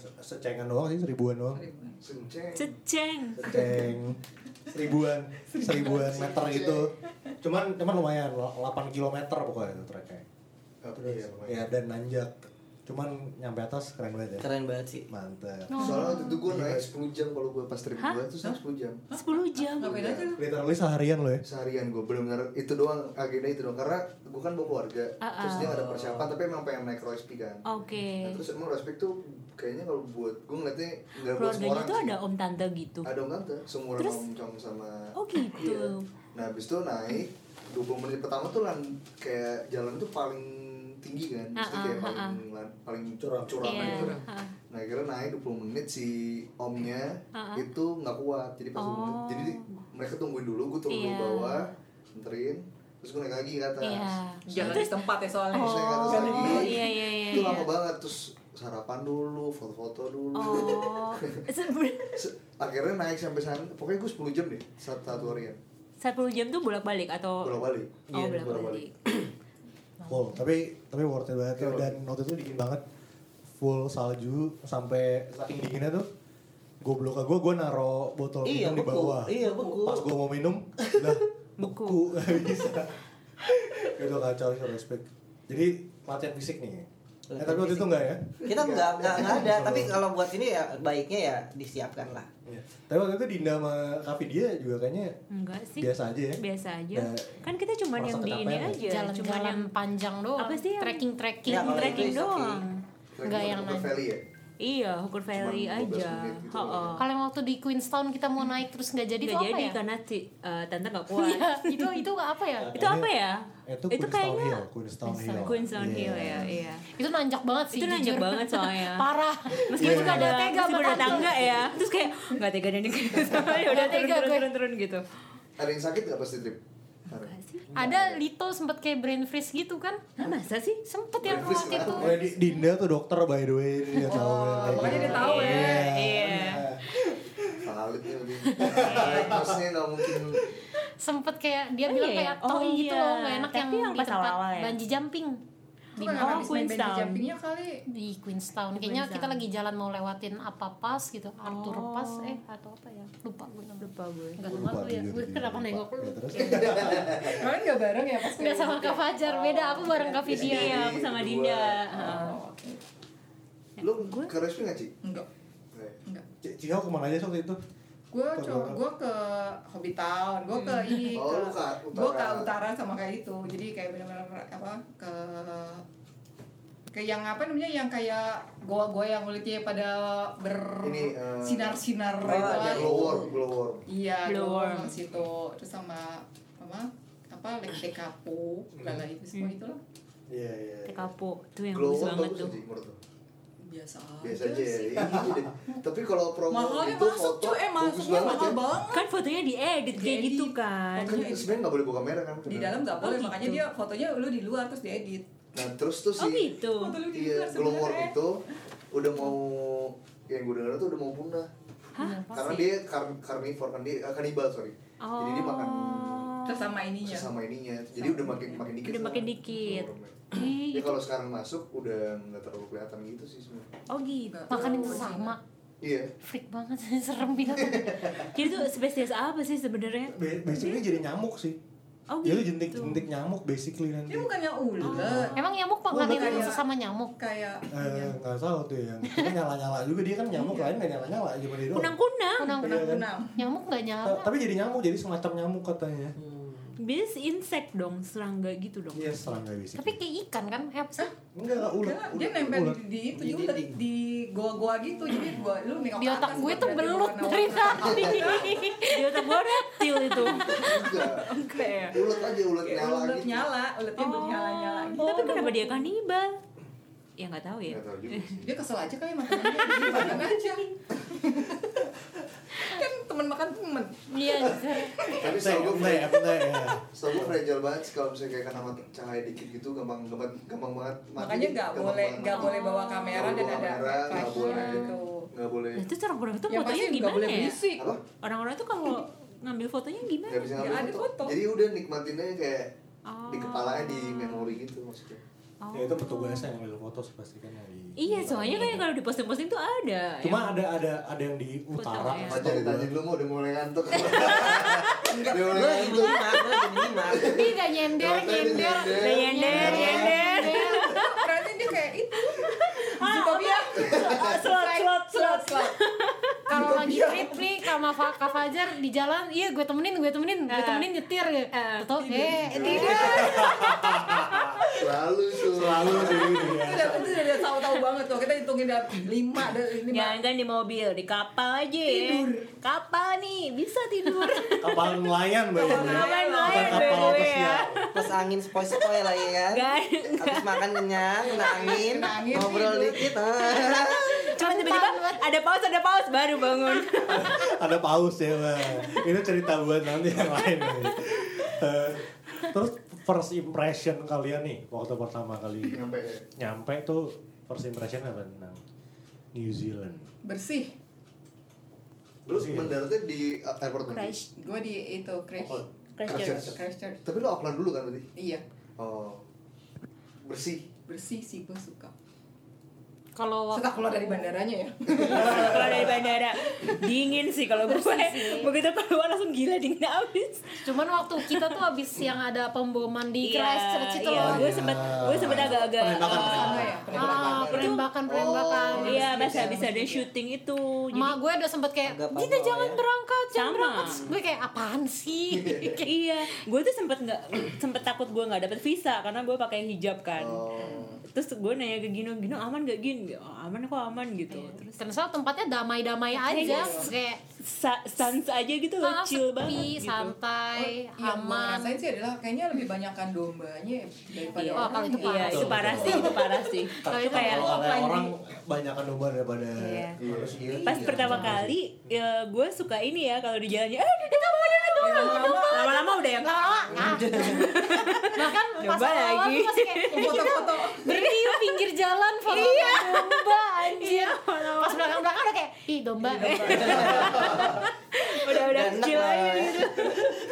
Speaker 1: Se- secengan doang sih seribuan doang
Speaker 2: Senceng.
Speaker 4: Ceceng.
Speaker 1: Ceng seribuan seribuan meter gitu cuman cuman lumayan 8 km pokoknya itu treknya
Speaker 2: Apa
Speaker 1: Terus,
Speaker 2: ya, lumayan.
Speaker 1: ya dan nanjak cuman nyampe atas keren banget ya
Speaker 3: keren banget sih
Speaker 1: mantap
Speaker 2: Soalnya waktu itu gue
Speaker 1: Iya.
Speaker 2: naik 10 jam kalau gue pas trip
Speaker 4: Hah?
Speaker 2: gue itu naik 10 jam
Speaker 4: 10 jam.
Speaker 5: ngapain Ah, aja lu
Speaker 1: literally seharian lo ya
Speaker 2: seharian gue benar-benar itu doang agenda itu doang karena gue kan bawa keluarga
Speaker 4: Ah,
Speaker 2: terus
Speaker 4: ah. Oh,
Speaker 2: dia ada persiapan tapi emang pengen naik Royce Peak kan
Speaker 4: Oke.
Speaker 2: Nah, terus emang Royce Peak tuh kayaknya kalau buat gue ngeliatnya nggak buat semua
Speaker 4: Keluarganya
Speaker 2: orang
Speaker 4: tuh
Speaker 2: sih.
Speaker 4: ada om tante gitu.
Speaker 2: ada orang tante seumuran
Speaker 4: Terus?
Speaker 2: Om Chong sama
Speaker 4: Oh, gitu.
Speaker 2: Iya. nah habis itu naik 20 menit pertama tuh lan kayak jalan tuh paling tinggi kan Maksudnya
Speaker 4: Ah,
Speaker 2: kayak
Speaker 4: ah,
Speaker 2: paling lan- paling curam curam
Speaker 4: Iya.
Speaker 2: gitu kan.
Speaker 4: ah.
Speaker 2: nah akhirnya naik 20 menit si omnya itu nggak kuat jadi pas 20 menit-
Speaker 4: Oh.
Speaker 2: jadi mereka tungguin dulu gue turun dulu
Speaker 4: Iya.
Speaker 2: bawah nterin terus gue naik lagi ke atas
Speaker 4: Iya.
Speaker 5: jalan di tempat ya soalnya
Speaker 2: Terus naik ke atas
Speaker 4: Oh,
Speaker 2: lagi
Speaker 4: iya, iya, iya,
Speaker 2: itu
Speaker 4: iya.
Speaker 2: lama banget terus sarapan dulu foto-foto dulu
Speaker 4: Oh.
Speaker 2: Se- akhirnya naik sampai sana pokoknya gue 10 jam deh satu, satu harian
Speaker 4: 10 jam tuh bolak-balik atau
Speaker 2: bolak balik
Speaker 4: Oh, bolak-balik.
Speaker 1: Wow, tapi tapi worth it banget ya.
Speaker 3: Iya,
Speaker 1: dan waktu itu dingin banget full salju sampai saking dinginnya tuh gue blok gue gue naro botol
Speaker 3: Iya,
Speaker 1: minum di
Speaker 3: beku.
Speaker 1: bawah
Speaker 3: Iya, beku.
Speaker 1: pas gue mau minum lah beku nggak bisa itu kacau sih respect jadi latihan fisik nih Eh, tapi waktu itu enggak ya?
Speaker 3: kita nggak nggak nggak ada tapi kalau buat ini ya baiknya ya disiapkan lah
Speaker 1: Iya. Tapi waktu itu Dinda sama Kavi dia juga kayaknya
Speaker 4: Enggak sih.
Speaker 1: biasa aja ya.
Speaker 4: Biasa aja.
Speaker 1: Nah,
Speaker 4: Kan kita cuman
Speaker 1: merasa
Speaker 4: yang di ini
Speaker 1: kecapean ya?
Speaker 4: aja, Iya, cuman yang
Speaker 6: jalan-jalan panjang doang
Speaker 4: Apa sih yang-
Speaker 6: trekking-trekking
Speaker 3: Ya,
Speaker 4: trekking
Speaker 3: kalau itu
Speaker 4: trekking
Speaker 3: is okay.
Speaker 4: doang.
Speaker 6: Nggak yang
Speaker 2: naik
Speaker 6: naik.
Speaker 2: Valley ya
Speaker 4: Iya, Hukur Valley
Speaker 2: Cuman 12
Speaker 4: aja.
Speaker 2: menit gitu
Speaker 4: Ha-ha.
Speaker 2: loh.
Speaker 6: kalau yang waktu di Queenstown kita mau naik terus nggak jadi
Speaker 4: Nggak
Speaker 6: itu apa
Speaker 4: jadi
Speaker 6: ya
Speaker 4: karena si, eh, tante nggak
Speaker 6: Iya,
Speaker 4: kuat.
Speaker 6: itu itu apa ya
Speaker 4: Itu apa ya?
Speaker 1: Itu,
Speaker 4: Itu
Speaker 1: Queenstown
Speaker 4: kayaknya-
Speaker 1: Hill, Queenstown Hill.
Speaker 4: Queenstown Hill
Speaker 1: Iya.
Speaker 4: ya, iya.
Speaker 6: itu nanjak banget sih
Speaker 4: Itu nanjak
Speaker 6: jujur.
Speaker 4: banget soalnya.
Speaker 6: parah
Speaker 4: Meskipun
Speaker 6: Itu nggak
Speaker 4: ada
Speaker 6: tega
Speaker 4: meskipun
Speaker 6: sama
Speaker 4: ada
Speaker 6: tante.
Speaker 4: tangga ya, terus kayak nggak tega dan sama ya udah
Speaker 6: Nggak
Speaker 4: turun
Speaker 6: tega
Speaker 4: turun,
Speaker 6: gue.
Speaker 4: turun turun gitu.
Speaker 2: ada yang sakit nggak pasti trip
Speaker 6: ada Lito sempet kayak brain freeze gitu kan
Speaker 4: Nah, masa sih?
Speaker 6: sempet yang
Speaker 2: Brain freeze
Speaker 6: waktu itu
Speaker 1: Oh, ya, Di- Dinda tuh dokter by the way, dia tahu. gitu.
Speaker 5: Oh, makanya dia tahu ya.
Speaker 4: Iya.
Speaker 2: valid ya, nih lebih diagnosnya nggak mungkin
Speaker 6: sempet kayak dia
Speaker 4: Oh,
Speaker 6: bilang
Speaker 4: iya ya?
Speaker 6: kayak
Speaker 4: Oh,
Speaker 6: tong gitu
Speaker 4: iya.
Speaker 6: loh nggak enak
Speaker 4: Tapi
Speaker 6: yang,
Speaker 4: yang
Speaker 6: di
Speaker 4: pas
Speaker 6: tempat
Speaker 4: awal-awal ya?
Speaker 6: banji jumping
Speaker 5: di
Speaker 4: Di
Speaker 5: mana
Speaker 4: bawah Queenstown.
Speaker 5: jumpingnya kali
Speaker 6: di Queenstown
Speaker 4: Di
Speaker 6: kayaknya
Speaker 4: Queenstown.
Speaker 6: kita lagi jalan mau lewatin apa pas gitu Arthur
Speaker 4: Oh.
Speaker 6: pas eh atau apa ya lupa gue nama
Speaker 4: Lupa gue.
Speaker 6: Enggak
Speaker 1: Gue
Speaker 6: sama
Speaker 1: lupa
Speaker 6: gue ya,
Speaker 1: jujur,
Speaker 6: gue
Speaker 1: jujur,
Speaker 6: kenapa
Speaker 1: lupa.
Speaker 6: nengok lu
Speaker 1: Ya, terus?
Speaker 5: kalian nggak bareng ya pas
Speaker 6: Enggak sama Kak Fajar, beda aku bareng Kak
Speaker 2: Jadi,
Speaker 6: Vidya
Speaker 4: Iya, aku sama
Speaker 2: kedua.
Speaker 4: Dinda.
Speaker 5: oh, oke
Speaker 2: lu ke Respi nggak Ci?
Speaker 5: enggak
Speaker 2: Nggak ya?
Speaker 5: enggak
Speaker 2: C-
Speaker 1: Cio kemana aja sih waktu itu?
Speaker 5: gue coba gue ke Hobbit Town gue ke ini
Speaker 2: Oh, lu
Speaker 5: ke
Speaker 2: ke
Speaker 5: gue ke
Speaker 2: utara.
Speaker 5: utara sama kayak itu jadi kayak benar-benar apa ke ke yang apa namanya yang kayak goa-goa yang kulitnya pada
Speaker 2: Ini, eh,
Speaker 5: bersinar-sinar gitu
Speaker 2: Oh,
Speaker 5: itu
Speaker 2: ada
Speaker 5: lah.
Speaker 2: glowworm, glowworm.
Speaker 5: iya
Speaker 4: Blowworm.
Speaker 5: glowworm situ terus sama apa apa Lake Tekapo lala itu semua
Speaker 4: Hmm.
Speaker 5: itulah
Speaker 2: Iya, iya. iya.
Speaker 4: Tekapo tuh yang bagus
Speaker 2: Glowworm
Speaker 4: banget
Speaker 2: bagus
Speaker 4: tuh.
Speaker 2: sih menurut lu.
Speaker 5: biasa
Speaker 2: Biasa aja ya. iya, iya. Tapi kalau promo
Speaker 5: mahalnya
Speaker 2: itu
Speaker 5: masuk
Speaker 2: foto
Speaker 5: cuy eh
Speaker 2: bagus
Speaker 5: masuknya
Speaker 2: banget
Speaker 5: mahal
Speaker 2: ya.
Speaker 5: banget
Speaker 4: Kan fotonya diedit kayak
Speaker 5: Diedit.
Speaker 4: gitu kan.
Speaker 5: Fotonya
Speaker 2: Kan sebenarnya nggak boleh buka kamera kan?
Speaker 5: di dalam nggak
Speaker 4: Oh,
Speaker 5: boleh
Speaker 4: gitu.
Speaker 5: makanya dia fotonya lu di luar terus diedit
Speaker 2: Nah terus tuh
Speaker 4: Oh
Speaker 2: si
Speaker 4: gitu.
Speaker 5: foto lu di
Speaker 2: iya
Speaker 5: luar
Speaker 2: glowworm
Speaker 5: sebenarnya.
Speaker 2: itu udah mau yang gue dengar tuh udah mau punah.
Speaker 4: Hah?
Speaker 2: Karena dia kar carnivore kan dia ah, kanibal sorry. Jadi dia makan
Speaker 4: Oh.
Speaker 5: terus sama ininya
Speaker 2: sesama ininya. Jadi
Speaker 5: Sama
Speaker 2: udah makin makin dikit.
Speaker 4: Udah
Speaker 2: sama
Speaker 4: makin dikit.
Speaker 2: glowwormnya.
Speaker 6: iya.
Speaker 5: Iya,
Speaker 4: Ih,
Speaker 2: Jadi
Speaker 4: itu-
Speaker 2: Ya,
Speaker 5: gitu.
Speaker 2: kalau sekarang masuk udah nggak terlalu kelihatan gitu sih sebenarnya.
Speaker 4: Oh gitu.
Speaker 6: Makan itu sama.
Speaker 2: Iya.
Speaker 6: Freak banget, serem banget.
Speaker 4: Jadi tuh spesies apa sih sebenarnya?
Speaker 1: Ba- Basicnya jadi nyamuk sih.
Speaker 4: Oh
Speaker 1: Jadi
Speaker 4: gitu.
Speaker 1: jentik jentik nyamuk basically nanti.
Speaker 5: dia bukannya ulet
Speaker 6: Emang nyamuk makan itu
Speaker 5: makanya-
Speaker 6: sesama nyamuk?
Speaker 5: kayak
Speaker 1: Eh nggak tahu tuh yang cuma nyala nyala juga dia kan nyamuk lain nggak nyala nyala cuma dia doang.
Speaker 4: Kunang-kunang.
Speaker 6: Kunang
Speaker 5: kunang-kunang
Speaker 6: nyamuk nggak nyala.
Speaker 1: Ta- Tapi jadi nyamuk jadi semacam nyamuk katanya.
Speaker 6: Hmm.
Speaker 4: Bias insect dong, serangga gitu dong.
Speaker 1: Iya serangga basically.
Speaker 6: Tapi kayak ikan kan, apa sih?
Speaker 1: enggak enggak ulet.
Speaker 5: Enggak, dia
Speaker 1: ulet,
Speaker 5: nempel
Speaker 1: ulet.
Speaker 5: di, di itu di
Speaker 3: Jadi
Speaker 5: ulet
Speaker 3: di-
Speaker 5: di goa-goa gitu jadi gua lu nengok
Speaker 6: Di
Speaker 5: ke
Speaker 6: otak
Speaker 5: atas,
Speaker 6: gue
Speaker 5: lihat
Speaker 6: tuh
Speaker 5: dia
Speaker 6: belut
Speaker 5: warna-warna.
Speaker 6: dari tadi.
Speaker 4: Dia otak gua reptil itu. ya?
Speaker 2: Enggak.
Speaker 4: Oke.
Speaker 2: Ulet aja ulet
Speaker 5: Kayak
Speaker 2: nyala
Speaker 5: ulet
Speaker 2: gitu.
Speaker 5: nyala uletnya belum nyala nyala gitu
Speaker 4: Oh. Tapi kenapa dia kanibal? Ya nggak tahu ya.
Speaker 2: Nggak tahu juga sih.
Speaker 5: dia kesel aja kayak makan dia makan aja kan teman makan teman
Speaker 6: Iya, anjir.
Speaker 2: Tapi
Speaker 1: Bentar
Speaker 2: setahu
Speaker 1: ya,
Speaker 2: gue
Speaker 1: bentar ya, bentar ya.
Speaker 2: Setahu gue fragile banget sih kalau misalnya kayak kena mat- cahaya dikit gitu gampang gampang gampang banget mati.
Speaker 5: makanya nggak
Speaker 2: Gampang
Speaker 5: boleh
Speaker 2: banget
Speaker 5: nggak
Speaker 2: mati.
Speaker 5: boleh bawa kamera
Speaker 2: Nggak
Speaker 5: dan
Speaker 2: boleh
Speaker 5: ada
Speaker 2: kamera, nggak
Speaker 5: flash
Speaker 2: boleh.
Speaker 5: gitu
Speaker 2: nggak boleh
Speaker 4: Nah, itu orang-orang tuh
Speaker 5: yang pasti
Speaker 4: fotonya
Speaker 5: nggak
Speaker 4: gimana
Speaker 5: boleh
Speaker 4: ya?
Speaker 5: berisik
Speaker 2: apa
Speaker 4: Orang-orang tuh kalau ngambil fotonya gimana?
Speaker 2: nggak bisa
Speaker 5: Nggak
Speaker 2: ngambil
Speaker 5: ada
Speaker 2: foto.
Speaker 5: foto.
Speaker 2: jadi udah nikmatin aja kayak di
Speaker 4: Oh.
Speaker 2: kepalanya di memori gitu maksudnya
Speaker 4: Oh.
Speaker 1: Ya itu petugasnya yang ngambil foto sih pasti kan yang di.
Speaker 4: Iya, soalnya kayak kalau di posting-posting tuh ada.
Speaker 1: Cuma ada ada ada yang di utara.
Speaker 4: Fotonya.
Speaker 2: Apa ceritanya lu mau udah mulai ngantuk udah mulai ngantuk
Speaker 3: Gue nyimak, gue nyimak.
Speaker 6: Tapi udah nyender,
Speaker 2: Ternyata ini
Speaker 6: nyender.
Speaker 2: nyender.
Speaker 4: Udah nyender, nyender.
Speaker 5: berarti dia kayak itu Zootopia
Speaker 4: Ah, oh, slot, slot, slot.
Speaker 5: slot
Speaker 6: Kalau lagi trip nih sama Fa- Kak Fajar di jalan, iya gue temenin, gue temenin, gue
Speaker 4: Ah.
Speaker 6: temenin nyetir ya.
Speaker 4: Ah.
Speaker 6: Betul? Eh, tidak.
Speaker 2: selalu tuh
Speaker 1: Selalu sih. iya.
Speaker 5: itu udah itu udah tahu-tahu banget tuh kita hitungin dari lima dari lima
Speaker 4: Jangan kan di mobil, di kapal aja. Kapal nih, bisa tidur.
Speaker 1: Kapal nelayan by the way.
Speaker 4: Kapal
Speaker 1: Bukan
Speaker 4: nelayan by
Speaker 1: kapal
Speaker 4: the way ya.
Speaker 1: pesiar.
Speaker 3: Pas angin sepoi-sepoi lagi kan.
Speaker 4: Guys,
Speaker 3: Habis makan kenyang, kena angin,
Speaker 5: Kena angin,
Speaker 3: ngobrol
Speaker 5: tidur.
Speaker 3: dikit. ah.
Speaker 4: cuma tiba-tiba ada paus, ada paus baru bangun.
Speaker 1: ada paus ya Bang. itu cerita buat nanti yang lain nih. Eh, terus first impression kalian nih waktu pertama kali
Speaker 2: nyampe ya.
Speaker 1: nyampe tuh first impression apa tentang New Zealand
Speaker 5: bersih
Speaker 2: lu mendaratnya di uh, airport mana?
Speaker 4: Christ-
Speaker 5: gue di itu crash
Speaker 2: Auckland.
Speaker 4: Christchurch.
Speaker 5: Christchurch.
Speaker 2: tapi lu Auckland dulu kan berarti
Speaker 5: iya
Speaker 2: oh bersih
Speaker 5: bersih sih gue suka
Speaker 6: Kalau
Speaker 5: setelah keluar dari bandaranya ya
Speaker 4: Kalau dari bandara dingin sih kalau gue. Begitu keluar langsung gila dingin abis.
Speaker 6: cuman waktu kita tuh habis yang ada pemboman di
Speaker 4: Iya,
Speaker 6: Christchurch itu
Speaker 4: iya,
Speaker 6: loh.
Speaker 4: Gue sempet, gue sempet agak-agak.
Speaker 1: Ah, Penembakan,
Speaker 4: eh,
Speaker 5: Sama ya,
Speaker 6: Ah, penembakan, penembakan.
Speaker 2: Oh,
Speaker 4: Iya,
Speaker 5: Masjid
Speaker 4: pas
Speaker 5: ya,
Speaker 4: habis ada
Speaker 5: masjid ya.
Speaker 4: syuting itu.
Speaker 6: Ma gue udah sempet kayak,
Speaker 3: Agak
Speaker 6: kita
Speaker 3: parno
Speaker 6: jangan
Speaker 3: ya."
Speaker 6: berangkat, jangan
Speaker 4: Sama.
Speaker 6: berangkat. Terus Gue kayak apaan sih?
Speaker 4: iya, gue tuh sempet nggak sempet takut gue nggak dapet visa karena gue pakai hijab kan.
Speaker 2: Oh.
Speaker 4: Terus gue nanya ke Gino, Gino aman gak Gin? "Oh, aman kok aman gitu.
Speaker 6: Iya.
Speaker 4: Terus
Speaker 6: Ternyata tempatnya damai-damai aja, kayak
Speaker 4: sa- sans aja gitu loh,
Speaker 6: ah, sepi,
Speaker 4: chill gitu. banget Oh, gitu.
Speaker 6: santai,
Speaker 5: yang gue
Speaker 6: aman.
Speaker 5: rasain sih adalah kayaknya lebih banyakkan dombanya daripada
Speaker 4: Iya,
Speaker 6: Wah, Oh, kalau itu
Speaker 4: iya,
Speaker 6: parah.
Speaker 4: itu parah sih, itu parah sih.
Speaker 1: tapi
Speaker 4: Itu iya,
Speaker 6: gitu.
Speaker 4: kayak
Speaker 1: kalau kata
Speaker 5: offline
Speaker 1: orang banyak kan domba daripada
Speaker 4: Iya.
Speaker 1: manusia
Speaker 4: pas pertama kali ya, gue suka ini ya kalau di jalannya eh ada domba ada domba ada domba." lama-lama udah yang
Speaker 6: Lama-lama, ah. Bahkan Nah, kan pas
Speaker 4: Coba
Speaker 6: awal-awal
Speaker 4: lagi.
Speaker 6: tuh masih kayak
Speaker 5: foto-foto
Speaker 6: berdiri pinggir jalan foto
Speaker 4: Iya.
Speaker 6: domba anjir. Pas belakang-belakang udah kayak, ih domba.
Speaker 4: udah udah
Speaker 3: Enak
Speaker 4: kecil
Speaker 3: lah,
Speaker 4: aja
Speaker 3: ya.
Speaker 4: gitu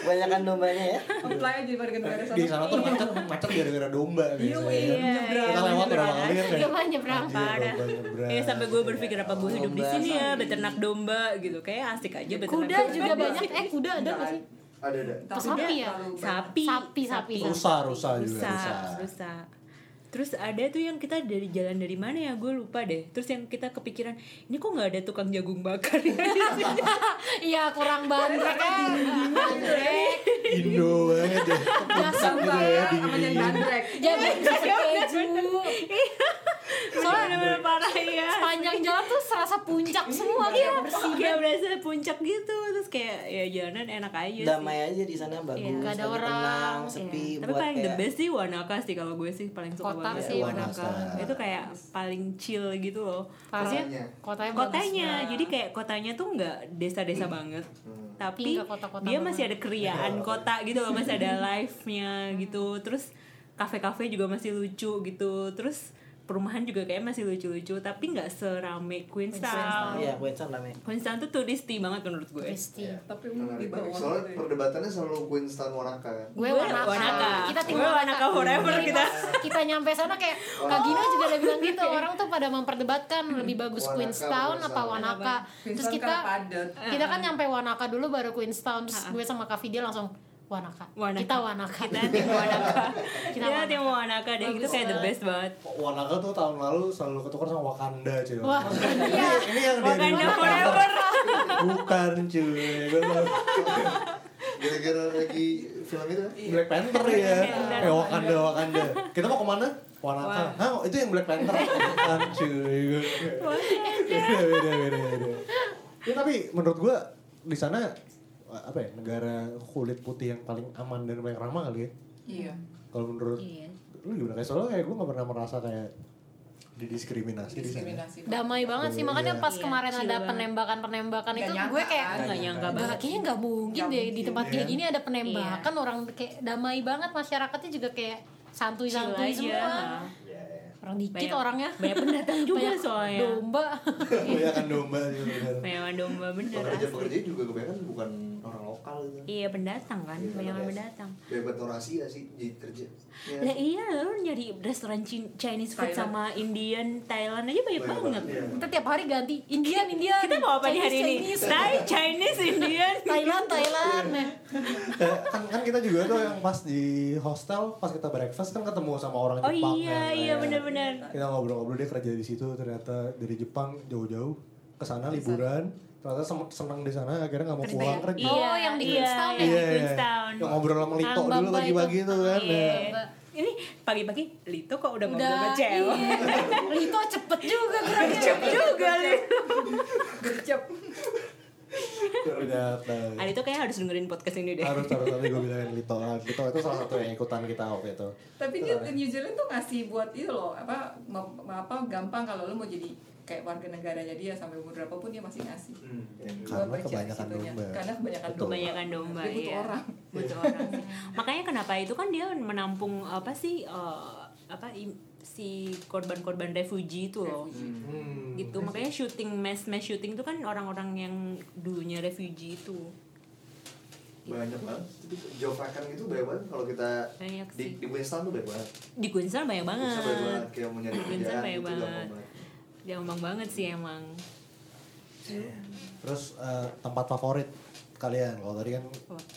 Speaker 3: Banyakan dombanya ya.
Speaker 6: Iya
Speaker 5: apply aja daripada ke negara
Speaker 1: di sana
Speaker 5: sana
Speaker 1: tuh macet macet gara-gara domba biasanya
Speaker 4: iya,
Speaker 1: kan. kita lewat udah ngalir kayak,
Speaker 6: Domba nyebrang.
Speaker 1: anjir,
Speaker 4: parah
Speaker 1: Iya, domba nyebrang.
Speaker 4: ya sampai gue berpikir apa gue hidup di
Speaker 3: Domba,
Speaker 4: sini ya beternak domba gitu kayak asik aja beternak
Speaker 6: Kuda
Speaker 4: domba.
Speaker 5: Iya.
Speaker 6: juga banyak, eh kuda ada nggak sih?
Speaker 2: ada ada
Speaker 6: Pas sapi ya?
Speaker 4: sapi Iya.
Speaker 6: Sapi, sapi.
Speaker 1: rusa rusa juga
Speaker 4: rusa
Speaker 1: rusa
Speaker 4: rusa Terus ada tuh yang kita dari jalan dari mana ya gue lupa deh. Terus yang kita kepikiran ini kok nggak ada tukang jagung bakar ya di sini?
Speaker 6: Iya kurang bandrek kan. Bandrek.
Speaker 1: Indo banget ya. deh.
Speaker 5: Dasar
Speaker 1: Gitu ya,
Speaker 5: banget sama yang
Speaker 1: dingin-dingin.
Speaker 5: bandrek.
Speaker 6: Jadi
Speaker 4: Iya,
Speaker 6: keju.
Speaker 4: Soalnya bener parah
Speaker 6: iya.
Speaker 4: ya.
Speaker 6: Panjang jalan tuh serasa puncak semua kayak bersih.
Speaker 4: Iya berasa puncak gitu terus kayak ya jalanan enak aja.
Speaker 3: damai aja di sana bagus
Speaker 4: Iya,
Speaker 6: nggak ada
Speaker 3: lagi
Speaker 6: orang.
Speaker 3: tenang
Speaker 6: Iya.
Speaker 3: sepi
Speaker 4: sih. Tapi
Speaker 3: buat
Speaker 4: paling the
Speaker 3: kayak
Speaker 4: best sih Wanaka sih kalau gue sih paling suka
Speaker 6: Kota
Speaker 4: banget
Speaker 6: sih
Speaker 4: Wanaka.
Speaker 1: Wanaka.
Speaker 4: Itu kayak paling chill gitu loh.
Speaker 6: Parah.
Speaker 4: Maksudnya
Speaker 6: Kotanya bagus
Speaker 4: kotanya
Speaker 6: banget.
Speaker 4: jadi kayak kotanya tuh nggak desa-desa
Speaker 3: Hmm.
Speaker 4: banget tapi
Speaker 6: Tapi nggak kota-kota
Speaker 4: dia
Speaker 6: banget.
Speaker 4: masih ada keriaan
Speaker 3: Iya.
Speaker 4: kota gitu loh masih ada live-nya gitu terus kafe-kafe juga masih lucu gitu terus perumahan juga kayak masih lucu-lucu tapi nggak serame Queenstown
Speaker 3: iya Queenstown rame
Speaker 4: Queenstown tuh touristy banget menurut gue iya.
Speaker 6: Pasti.
Speaker 5: Tapi umum di
Speaker 2: Menarik, menarik.
Speaker 5: bawah.
Speaker 2: Soalnya
Speaker 5: gitu ya.
Speaker 2: perdebatannya selalu Winston Waraka kan.
Speaker 6: Gue
Speaker 4: Gue
Speaker 6: wanaka.
Speaker 4: Wanaka.
Speaker 6: Kita tim
Speaker 4: Gue Wanaka forever
Speaker 6: Jadi
Speaker 4: kita. Oh.
Speaker 6: pas kita nyampe sana kayak Kak Gina juga ada bilang gitu. Orang tuh pada memperdebatkan lebih bagus
Speaker 2: Wanaka,
Speaker 6: Queenstown apa
Speaker 2: Wanaka.
Speaker 6: Wanaka. Terus
Speaker 5: Queenstown
Speaker 6: kita
Speaker 5: kan padat.
Speaker 6: kita kan nyampe Wanaka dulu baru Queenstown. Terus gue sama Kak Vidya langsung Wanaka.
Speaker 4: Wanaka.
Speaker 6: Kita Wanaka.
Speaker 4: kita tim Wanaka
Speaker 6: Kita
Speaker 4: kita tim Wanaka deh
Speaker 6: Bagus
Speaker 4: itu kayak the
Speaker 6: banget.
Speaker 4: best banget
Speaker 1: Wanaka tuh tahun lalu selalu ketukar sama Wakanda cuy.
Speaker 6: Wah,
Speaker 1: ini, ini yang dari
Speaker 4: iya. Wakanda forever
Speaker 1: Bukan cuy. Gua tahu.
Speaker 2: Gara-gara lagi film itu kan.
Speaker 1: Black Panther ya.
Speaker 4: Panther.
Speaker 1: Eh Wakanda Wakanda. Kita mau kemana? Wanaka.
Speaker 4: Wah.
Speaker 1: Hah itu yang Black Panther. Bukan cuy. Beda beda beda beda. Ya tapi menurut gua di sana apa ya negara kulit putih yang paling aman dan paling ramah kali ya.
Speaker 5: Iya.
Speaker 1: Kalau menurut
Speaker 4: Iya.
Speaker 1: lu gimana kayak soalnya kayak gue gak pernah merasa kayak didiskriminasi di sana.
Speaker 5: Diskriminasi.
Speaker 6: damai banget sih. Makanya
Speaker 1: Iya.
Speaker 6: pas kemarin
Speaker 4: Gitu. Iya,
Speaker 6: ada
Speaker 4: chill
Speaker 6: penembakan-penembakan
Speaker 5: Nggak
Speaker 6: itu
Speaker 5: nyangka
Speaker 6: gue kayak
Speaker 5: kan?
Speaker 4: nggak nyangka kan?
Speaker 6: Nggak,
Speaker 4: banget
Speaker 6: kayaknya nggak mungkin
Speaker 5: Nggak
Speaker 6: deh di
Speaker 5: mungkin,
Speaker 6: tempat kayak
Speaker 1: ya.
Speaker 6: gini ada penembakan
Speaker 4: Iya.
Speaker 6: orang kayak damai banget masyarakatnya juga kayak santuy-santuy
Speaker 4: Chill aja.
Speaker 6: semua.
Speaker 2: Iya, iya.
Speaker 6: Orang dikit
Speaker 4: Banyak-
Speaker 6: orangnya.
Speaker 4: banyak pendatang juga soalnya.
Speaker 6: Domba.
Speaker 1: Kebanyakan domba juga.
Speaker 4: Memang domba bener asli.
Speaker 2: Pekerja-pekerja juga kebanyakan bukan orang lokal gitu.
Speaker 4: Iya pendatang kan,
Speaker 2: Iya,
Speaker 4: banyak
Speaker 2: orang
Speaker 4: pendatang.
Speaker 2: Bebas orang Asia sih jadi kerja. Iya.
Speaker 4: Lah iya lu nyari restoran Chin- Chinese food
Speaker 5: Thailand.
Speaker 4: sama Indian Thailand aja banyak
Speaker 2: Banyak
Speaker 4: banget.
Speaker 2: banget, iya.
Speaker 6: Kita tiap hari ganti Indian, Indian.
Speaker 4: Kita mau apa nih hari ini?
Speaker 6: Chinese,
Speaker 4: Thai, Chinese, Indian.
Speaker 6: Chinese, Thailand, Thailand.
Speaker 4: Iya.
Speaker 1: Eh, kan, kan kita juga tuh yang pas di hostel pas kita breakfast kan ketemu sama orang
Speaker 4: Oh
Speaker 1: Jepang
Speaker 4: iya,
Speaker 1: kan,
Speaker 4: iya
Speaker 1: kayak
Speaker 4: benar-benar.
Speaker 1: kita ngobrol-ngobrol dia kerja di situ ternyata dari Jepang jauh-jauh ke sana liburan ternyata sem- senang di sana akhirnya nggak mau pulang kerja
Speaker 6: Oh, yang di Queenstown
Speaker 1: Iya,
Speaker 6: ya?
Speaker 4: iya, Yang
Speaker 1: iya.
Speaker 4: di Queenstown.
Speaker 1: Yang ngobrol sama Lito
Speaker 6: Kang
Speaker 1: dulu
Speaker 6: Bamba
Speaker 1: pagi-pagi
Speaker 6: itu.
Speaker 1: tuh kan
Speaker 4: Iya.
Speaker 1: nah.
Speaker 4: Ini pagi-pagi Lito kok udah mau
Speaker 6: Udah.
Speaker 4: berubah cewek.
Speaker 6: iya. Lito cepet juga geraknya.
Speaker 4: Juga Lito.
Speaker 5: Gercep.
Speaker 1: ternyata
Speaker 4: Ah, Lito kayaknya harus dengerin podcast ini deh.
Speaker 1: harus harus nanti gue bilangin Lito Ah, Lito itu salah satu yang ikutan kita waktu itu
Speaker 5: Tapi dia di New Zealand tuh ngasih buat itu loh apa me- me- apa gampang kalau lu mau jadi kayak warga negaranya dia sampai umur berapapun dia masih ngasih.
Speaker 2: Hmm.
Speaker 5: Gua
Speaker 1: Karena
Speaker 5: baca di
Speaker 1: kebanyakan
Speaker 5: situnya.
Speaker 1: domba.
Speaker 5: Karena kebanyakan
Speaker 1: Betul.
Speaker 5: domba.
Speaker 4: kebanyakan domba
Speaker 5: Dia butuh
Speaker 4: iya.
Speaker 5: orang.
Speaker 4: butuh orang sih. makanya kenapa itu kan dia menampung apa sih eh, apa im- si korban-korban refugee itu loh
Speaker 1: Hmm.
Speaker 4: gitu makanya shooting mass mass shooting itu kan orang-orang yang dulunya refugee itu
Speaker 2: Banyak banget. Itu job akan gitu banyak banget kalau kita
Speaker 4: Banyak
Speaker 2: di
Speaker 4: sih.
Speaker 2: di Winston tuh banyak banget.
Speaker 4: di Queenstown banyak banget
Speaker 2: Bisa banyak banget kayak mau nyari
Speaker 4: Di Queenstown
Speaker 2: kerjaan gitu
Speaker 4: banyak
Speaker 2: gampang
Speaker 4: banget
Speaker 2: banget.
Speaker 4: gampang banget sih emang
Speaker 1: terus eh, tempat favorit kalian kalau tadi kan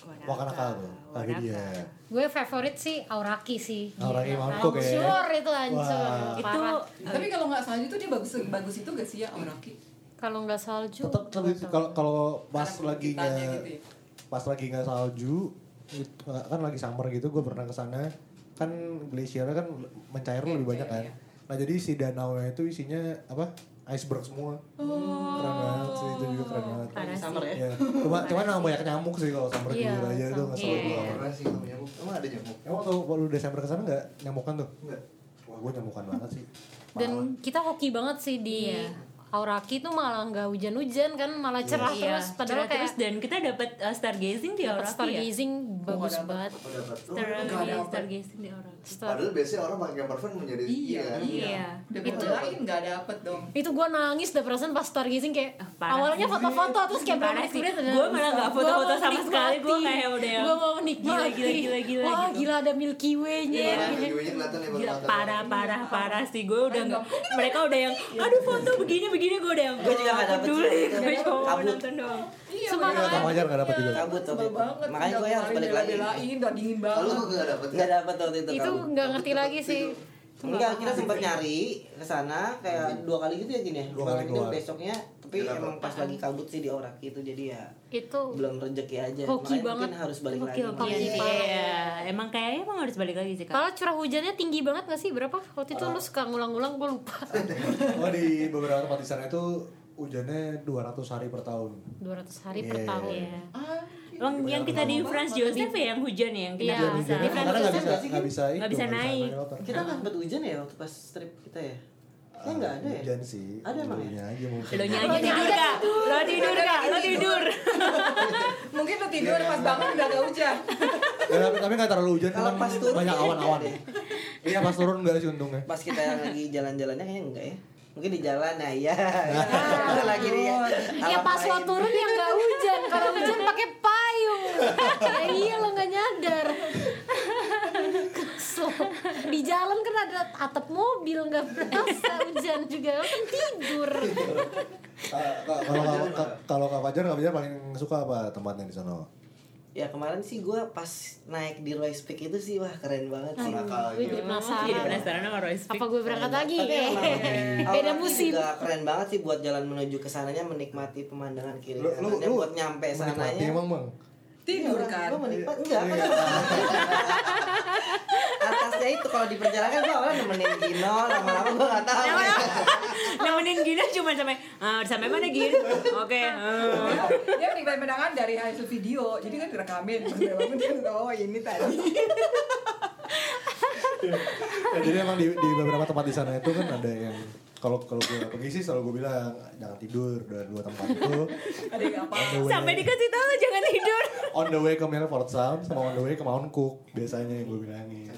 Speaker 4: Wanaka.
Speaker 1: Wakanaka tuh lagi
Speaker 4: Wanaka.
Speaker 1: dia
Speaker 6: Gue favorit sih Auraki sih.
Speaker 1: Auraki
Speaker 6: Gila,
Speaker 1: mangkok ya.
Speaker 6: Hancur itu hancur.
Speaker 1: Wah.
Speaker 4: itu
Speaker 6: Parah.
Speaker 5: Tapi kalau nggak salju tuh dia bagus bagus itu gak sih ya Auraki?
Speaker 6: Kalau nggak salju.
Speaker 1: tetap lebih kalau kalau pas
Speaker 5: Karena
Speaker 1: lagi
Speaker 5: perbukitannya
Speaker 1: nggak
Speaker 5: gitu ya.
Speaker 1: pas lagi nggak salju it- kan lagi summer gitu gue pernah ke sana kan glasiernya kan mencair lebih banyak kan
Speaker 5: Iya.
Speaker 1: nah jadi si danau nya itu isinya apa iceberg semua keren banget sih itu juga keren banget
Speaker 4: Parah sih.
Speaker 3: summer ya
Speaker 1: ya cuma cuma nggak banyak nyamuk sih kalau summer
Speaker 6: Iya,
Speaker 1: jujur aja tuh nggak seru
Speaker 2: Gua
Speaker 6: sama- Iya.
Speaker 1: banget
Speaker 2: nggak pernah sih sama nyamuk. Emang ada nyamuk?
Speaker 1: emang waktu waktu Desember kesana nggak nyamukan tuh
Speaker 2: Enggak.
Speaker 1: wah gue nyamukan banget sih
Speaker 6: Dan kita hoki banget sih di
Speaker 4: Iya.
Speaker 6: Auraki tuh malah nggak hujan-hujan kan malah cerah
Speaker 4: Iya,
Speaker 6: terus padahal
Speaker 4: cerah
Speaker 6: kayak
Speaker 4: terus dan kita dapat uh, stargazing di
Speaker 6: dapat
Speaker 4: Auraki ya.
Speaker 6: stargazing bagus
Speaker 5: nggak dapet.
Speaker 6: banget.
Speaker 2: Apa dapat? Oh, nggak
Speaker 4: Stargazing,
Speaker 2: dapat.
Speaker 4: stargazing di Auraki.
Speaker 6: Star-
Speaker 2: Padahal biasanya orang pakai camper van menjadi
Speaker 5: Iya.
Speaker 2: kan?
Speaker 4: Iya.
Speaker 5: Udah
Speaker 6: Itu-
Speaker 5: itu lain nggak dapet dong.
Speaker 6: itu gua nangis dah perasaan pas stargazing kayak
Speaker 4: Ah, parah
Speaker 6: awalnya
Speaker 4: sih.
Speaker 6: foto-foto terus kayak
Speaker 4: Parah
Speaker 6: berapa
Speaker 4: sih.
Speaker 6: menit udah-
Speaker 4: Gua malah nggak
Speaker 6: Gua
Speaker 4: foto-foto
Speaker 6: mau
Speaker 4: sama sekali. Gua
Speaker 6: menikmati.
Speaker 4: kayak udah yang
Speaker 6: Gua mau menikmati
Speaker 4: gila, gila, gila,
Speaker 6: wah
Speaker 4: gitu.
Speaker 6: gila ada Milky Way-nya Gitu.
Speaker 2: Parah, videonya kelihatan ya
Speaker 4: Iya. Gila,
Speaker 2: mata.
Speaker 4: parah parah parah sih gue udah nggak mereka udah yang aduh foto begini begini gue udah yang
Speaker 3: Gua juga nggak dapet
Speaker 4: peduli
Speaker 3: sih.
Speaker 4: gue cuma mau
Speaker 3: Kabut.
Speaker 4: nonton doang
Speaker 1: Iya,
Speaker 6: semangat
Speaker 1: sama aja nggak dapat juga
Speaker 3: Kabut
Speaker 5: Sebel
Speaker 3: waktu itu.
Speaker 5: banget.
Speaker 3: Makanya
Speaker 5: udah
Speaker 3: gue harus
Speaker 5: kemarin
Speaker 3: balik lagi.
Speaker 5: bela-belain, udah dingin
Speaker 2: Kalau
Speaker 5: banget.
Speaker 2: kok nggak dapat?
Speaker 3: Nggak dapet waktu itu
Speaker 6: itu
Speaker 3: kabut.
Speaker 6: nggak ngerti lagi sih
Speaker 3: Iya. Enggak, kita sempat nyari ke sana kayak dua kali gitu ya gini ya.
Speaker 1: Dua kali
Speaker 3: gitu
Speaker 1: keluar.
Speaker 3: besoknya tapi
Speaker 2: Kenapa?
Speaker 3: emang pas lagi kabut sih di orak gitu jadi ya
Speaker 6: itu
Speaker 3: belum rezeki aja.
Speaker 6: Oh.
Speaker 3: Makanya
Speaker 6: Hoki banget.
Speaker 3: mungkin harus balik
Speaker 6: Hoki,
Speaker 3: lagi.
Speaker 6: hoki.
Speaker 3: Makanya-
Speaker 6: Iya.
Speaker 4: Iya, emang kayaknya emang harus balik lagi sih kak.
Speaker 6: Malah curah hujannya tinggi banget gak sih? Berapa? Waktu itu lu suka ngulang-ngulang, gue lupa
Speaker 1: Oh di beberapa tempat di sana itu hujannya 200 hari per tahun.
Speaker 6: 200 hari
Speaker 1: Iya.
Speaker 6: per tahun
Speaker 4: Iya.
Speaker 5: Ah,
Speaker 4: Yang, yang kita di France Joseph ya yang hujan ya yang kita
Speaker 6: Iya,
Speaker 4: nggak bisa.
Speaker 1: Hujan-hujan.
Speaker 6: di
Speaker 1: Karena
Speaker 6: Francis
Speaker 1: nggak bisa,
Speaker 6: nggak sih,
Speaker 1: nggak bisa,
Speaker 4: Nggak
Speaker 1: itu,
Speaker 4: bisa naik.
Speaker 1: motor.
Speaker 3: Kita nggak sempet hujan ya waktu pas trip kita ya? Kayaknya nggak ada ya?
Speaker 1: Hujan sih.
Speaker 3: Ada emang ya?
Speaker 1: Dulunya aja mungkin.
Speaker 4: Lo nyanyi
Speaker 6: Iya.
Speaker 4: tidur kak, lo tidur kak, lo tidur.
Speaker 5: Mungkin lu tidur
Speaker 1: Iya,
Speaker 5: pas bangun udah gak hujan.
Speaker 1: Ya, tapi, tapi nggak terlalu hujan.
Speaker 3: Kalau
Speaker 1: cuman
Speaker 3: pas turun
Speaker 1: banyak
Speaker 3: kayaknya
Speaker 1: awan-awan.
Speaker 3: nggak
Speaker 1: Iya pas turun nggak sih untungnya.
Speaker 3: Pas kita lagi jalan-jalannya kayaknya enggak ya? Mungkin di jalan nah iya. Kalau lagi di
Speaker 6: Ya
Speaker 3: alam
Speaker 6: pas lo
Speaker 3: lain.
Speaker 6: turun ya gak hujan Kalau hujan pakai payung Ya iya lo gak nyadar Kesel Di jalan kan ada atap mobil Gak berasa hujan juga Lo kan tidur
Speaker 1: Kalau kalau kalau Kak Fajar, Kak Fajar paling suka apa tempatnya di sana? Iya,
Speaker 3: Ya kemarin sih gue pas naik di Royce Peak itu sih wah keren banget sih.
Speaker 6: Gue
Speaker 2: gitu.
Speaker 6: jadi
Speaker 4: Jadi
Speaker 6: penasaran
Speaker 4: Iya, penasaran sama Royce
Speaker 6: Apa gue berangkat lagi?
Speaker 3: Tapi emang awalnya
Speaker 6: Iya. Beda musim
Speaker 3: juga keren banget sih buat jalan menuju ke sananya menikmati pemandangan kiri
Speaker 1: Lu- lu-
Speaker 3: kanannya
Speaker 1: lu
Speaker 3: buat nyampe
Speaker 1: Menikmati
Speaker 3: sananya.
Speaker 1: emang Iya. bang.
Speaker 5: Tidur
Speaker 3: Iya,
Speaker 5: kan.
Speaker 3: Lu menikmati enggak? kan? Atasnya itu kalau di perjalanan gue awalnya nemenin Gino lama-lama gue gak tahu.
Speaker 4: Nemenin Gina cuma sampai "Ah, udah sampai mana Gina? Oke. ah."
Speaker 5: Dia- Dia menikmati pemandangan dari hasil video. Jadi kan direkamin. Pas dia bangun dia udah, oh ini tadi.
Speaker 1: Ya, jadi emang di, di beberapa tempat di sana itu kan ada yang kalau kalau gue pergi sih selalu gue bilang jangan tidur dan dua tempat itu
Speaker 5: Ada yang apa?
Speaker 1: on the way,
Speaker 4: Sampai dikasih tahu jangan tidur.
Speaker 1: on the way ke Milford Sound sama on the way ke Mount Cook biasanya yang gue bilangin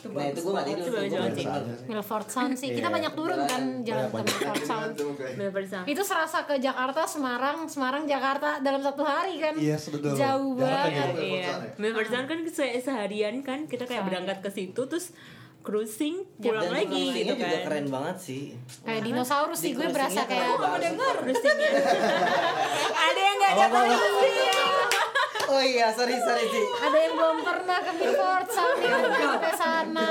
Speaker 3: Nah itu gue gak tidur.
Speaker 4: Coba-
Speaker 3: tuh, gua
Speaker 4: coba
Speaker 3: nggak
Speaker 1: cek.
Speaker 3: tidur.
Speaker 6: Milford Sound sih Kita banyak turun kan jalan ke Milford Sound
Speaker 4: Bener bersama.
Speaker 6: itu serasa ke Jakarta, Semarang, Semarang, Jakarta dalam satu hari kan?
Speaker 1: Iya, betul.
Speaker 6: Jauh
Speaker 1: Jakarta
Speaker 6: banget.
Speaker 1: jauh.
Speaker 4: Iya. Memperjalan kan se- seharian kan kita kayak berangkat ke situ terus cruising
Speaker 3: Dan
Speaker 4: pulang lagi
Speaker 3: cruisingnya
Speaker 4: gitu
Speaker 3: juga
Speaker 4: kan.
Speaker 3: keren banget sih.
Speaker 6: Kayak dinosaurus sih gue berasa kayak
Speaker 3: kan.
Speaker 4: Dengar cruisingnya. Ada yang nggak ada
Speaker 3: Oh iya, sorry sorry sih.
Speaker 6: ada yang belum pernah ke Milford Sound yang udah sampai sana.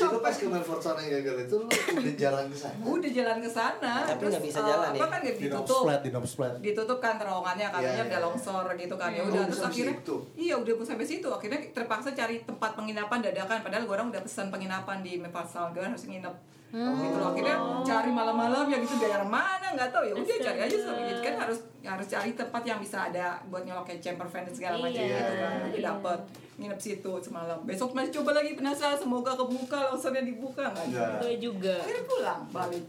Speaker 2: Coba pas ke Melfort sana ya gara itu lu udah jalan ke sana.
Speaker 5: Udah jalan ke sana.
Speaker 3: Tapi nggak bisa
Speaker 5: eh,
Speaker 3: jalan ya?
Speaker 5: Apa kan nggak
Speaker 1: di Knob
Speaker 5: ditutup.
Speaker 1: Flat di Knob Flat
Speaker 5: ditutup kan terowongannya katanya
Speaker 2: Iya, iya.
Speaker 5: udah longsor gitu kan ya
Speaker 2: Oh,
Speaker 5: udah
Speaker 2: udah
Speaker 5: terus
Speaker 2: sampai
Speaker 5: akhirnya
Speaker 2: situ.
Speaker 5: iya udah sampai situ akhirnya terpaksa cari tempat penginapan dadakan padahal gue orang udah pesan penginapan di Maple Sound gue harus nginep
Speaker 6: Hmm.
Speaker 5: gitu loh akhirnya cari malam-malam yang itu daerah mana nggak tahu ya udah cari aja sampai gitu kan harus harus cari tempat yang bisa ada buat nyolok kayak chamber fan dan segala macam
Speaker 6: Iya.
Speaker 5: gitu kan tapi dapet nginep situ semalam besok masih coba lagi penasaran semoga kebuka longsornya dibuka nggak
Speaker 2: Enggak.
Speaker 4: Gue juga. Iya.
Speaker 5: akhirnya pulang balik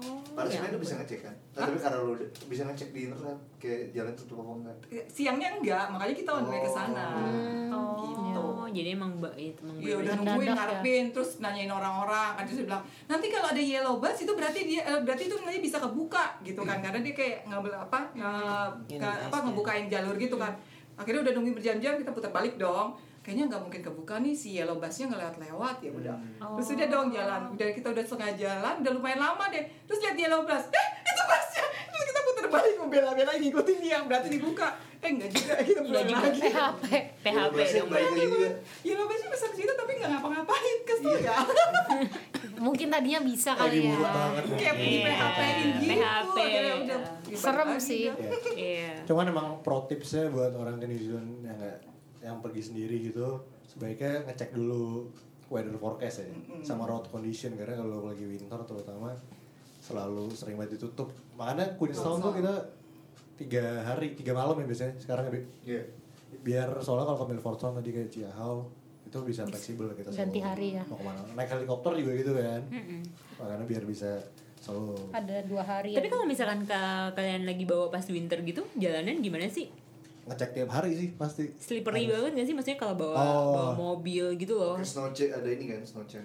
Speaker 6: Iya,
Speaker 2: Padahal sebenarnya lu bisa ngecek kan. Nah, tapi karena lu udah- bisa ngecek di internet kayak jalan tutup apa enggak.
Speaker 5: siangnya enggak makanya kita on the way ke sana
Speaker 6: Hmm.
Speaker 5: gitu
Speaker 4: Oh, jadi emang mbak itu emang
Speaker 5: Iya udah
Speaker 4: bener-bener.
Speaker 5: nungguin
Speaker 6: Mendadak ya.
Speaker 5: ngarepin terus nanyain orang-orang kan terus dia bilang nanti kalau ada yellow bus itu berarti dia eh, berarti itu nanti bisa kebuka gitu kan karena dia kayak ngambil apa nge-
Speaker 3: Ini
Speaker 5: ke- apa
Speaker 3: guys,
Speaker 5: ngebukain jalur gitu kan akhirnya udah nungguin berjam-jam kita putar balik dong kayaknya nggak mungkin kebuka nih si yellow busnya nggak lewat-lewat ya udah terus udah dong
Speaker 6: Oh.
Speaker 5: jalan udah kita udah setengah jalan udah lumayan lama deh terus lihat yellow bus eh itu busnya terus kita putar balik membela-bela ngikutin dia berarti dibuka eh enggak juga gitu." kita pulang lagi
Speaker 6: PHP.
Speaker 2: Iya,
Speaker 4: PHP
Speaker 2: Bahasnya
Speaker 4: dong.
Speaker 2: balik lagi juga.
Speaker 5: Ya lo pasti pesan situ tapi nggak ngapa-ngapain kesel ya.
Speaker 6: Mungkin tadinya bisa
Speaker 1: lagi
Speaker 6: kali ya.
Speaker 1: buruk banget
Speaker 5: Kayak di
Speaker 4: Iya.
Speaker 5: PHP-in gitu.
Speaker 4: PHP.
Speaker 5: akhirnya udah gitu.
Speaker 6: Serem
Speaker 5: dibalik lagi
Speaker 6: sih.
Speaker 5: dah.
Speaker 1: Ya.
Speaker 4: Iya.
Speaker 1: cuman emang pro tipsnya buat orang ke New Zealand yang nggak yang pergi sendiri gitu sebaiknya ngecek dulu weather forecast ya sama road condition karena kalau lagi winter terutama selalu sering banget ditutup makanya Queenstown tuh kita tiga hari tiga malam ya biasanya sekarang ya Bi?
Speaker 2: Iya.
Speaker 1: biar soalnya kalau ke Milford Sound tadi kayak Ciahau itu bisa fleksibel kita
Speaker 6: Ganti
Speaker 1: selalu
Speaker 6: hari ya.
Speaker 1: mau kemana naik helikopter juga gitu kan makanya biar bisa selalu
Speaker 6: Ada dua hari.
Speaker 4: Tapi kalau misalkan ka- kalian lagi bawa pas winter gitu, jalanan gimana sih?
Speaker 1: ngecek tiap hari sih pasti Kan
Speaker 4: Slippery banget gak sih? Maksudnya kalau bawa
Speaker 1: Oh.
Speaker 4: bawa mobil gitu
Speaker 6: Oh.
Speaker 4: loh.
Speaker 2: Ke snow check ada ini kan snow check.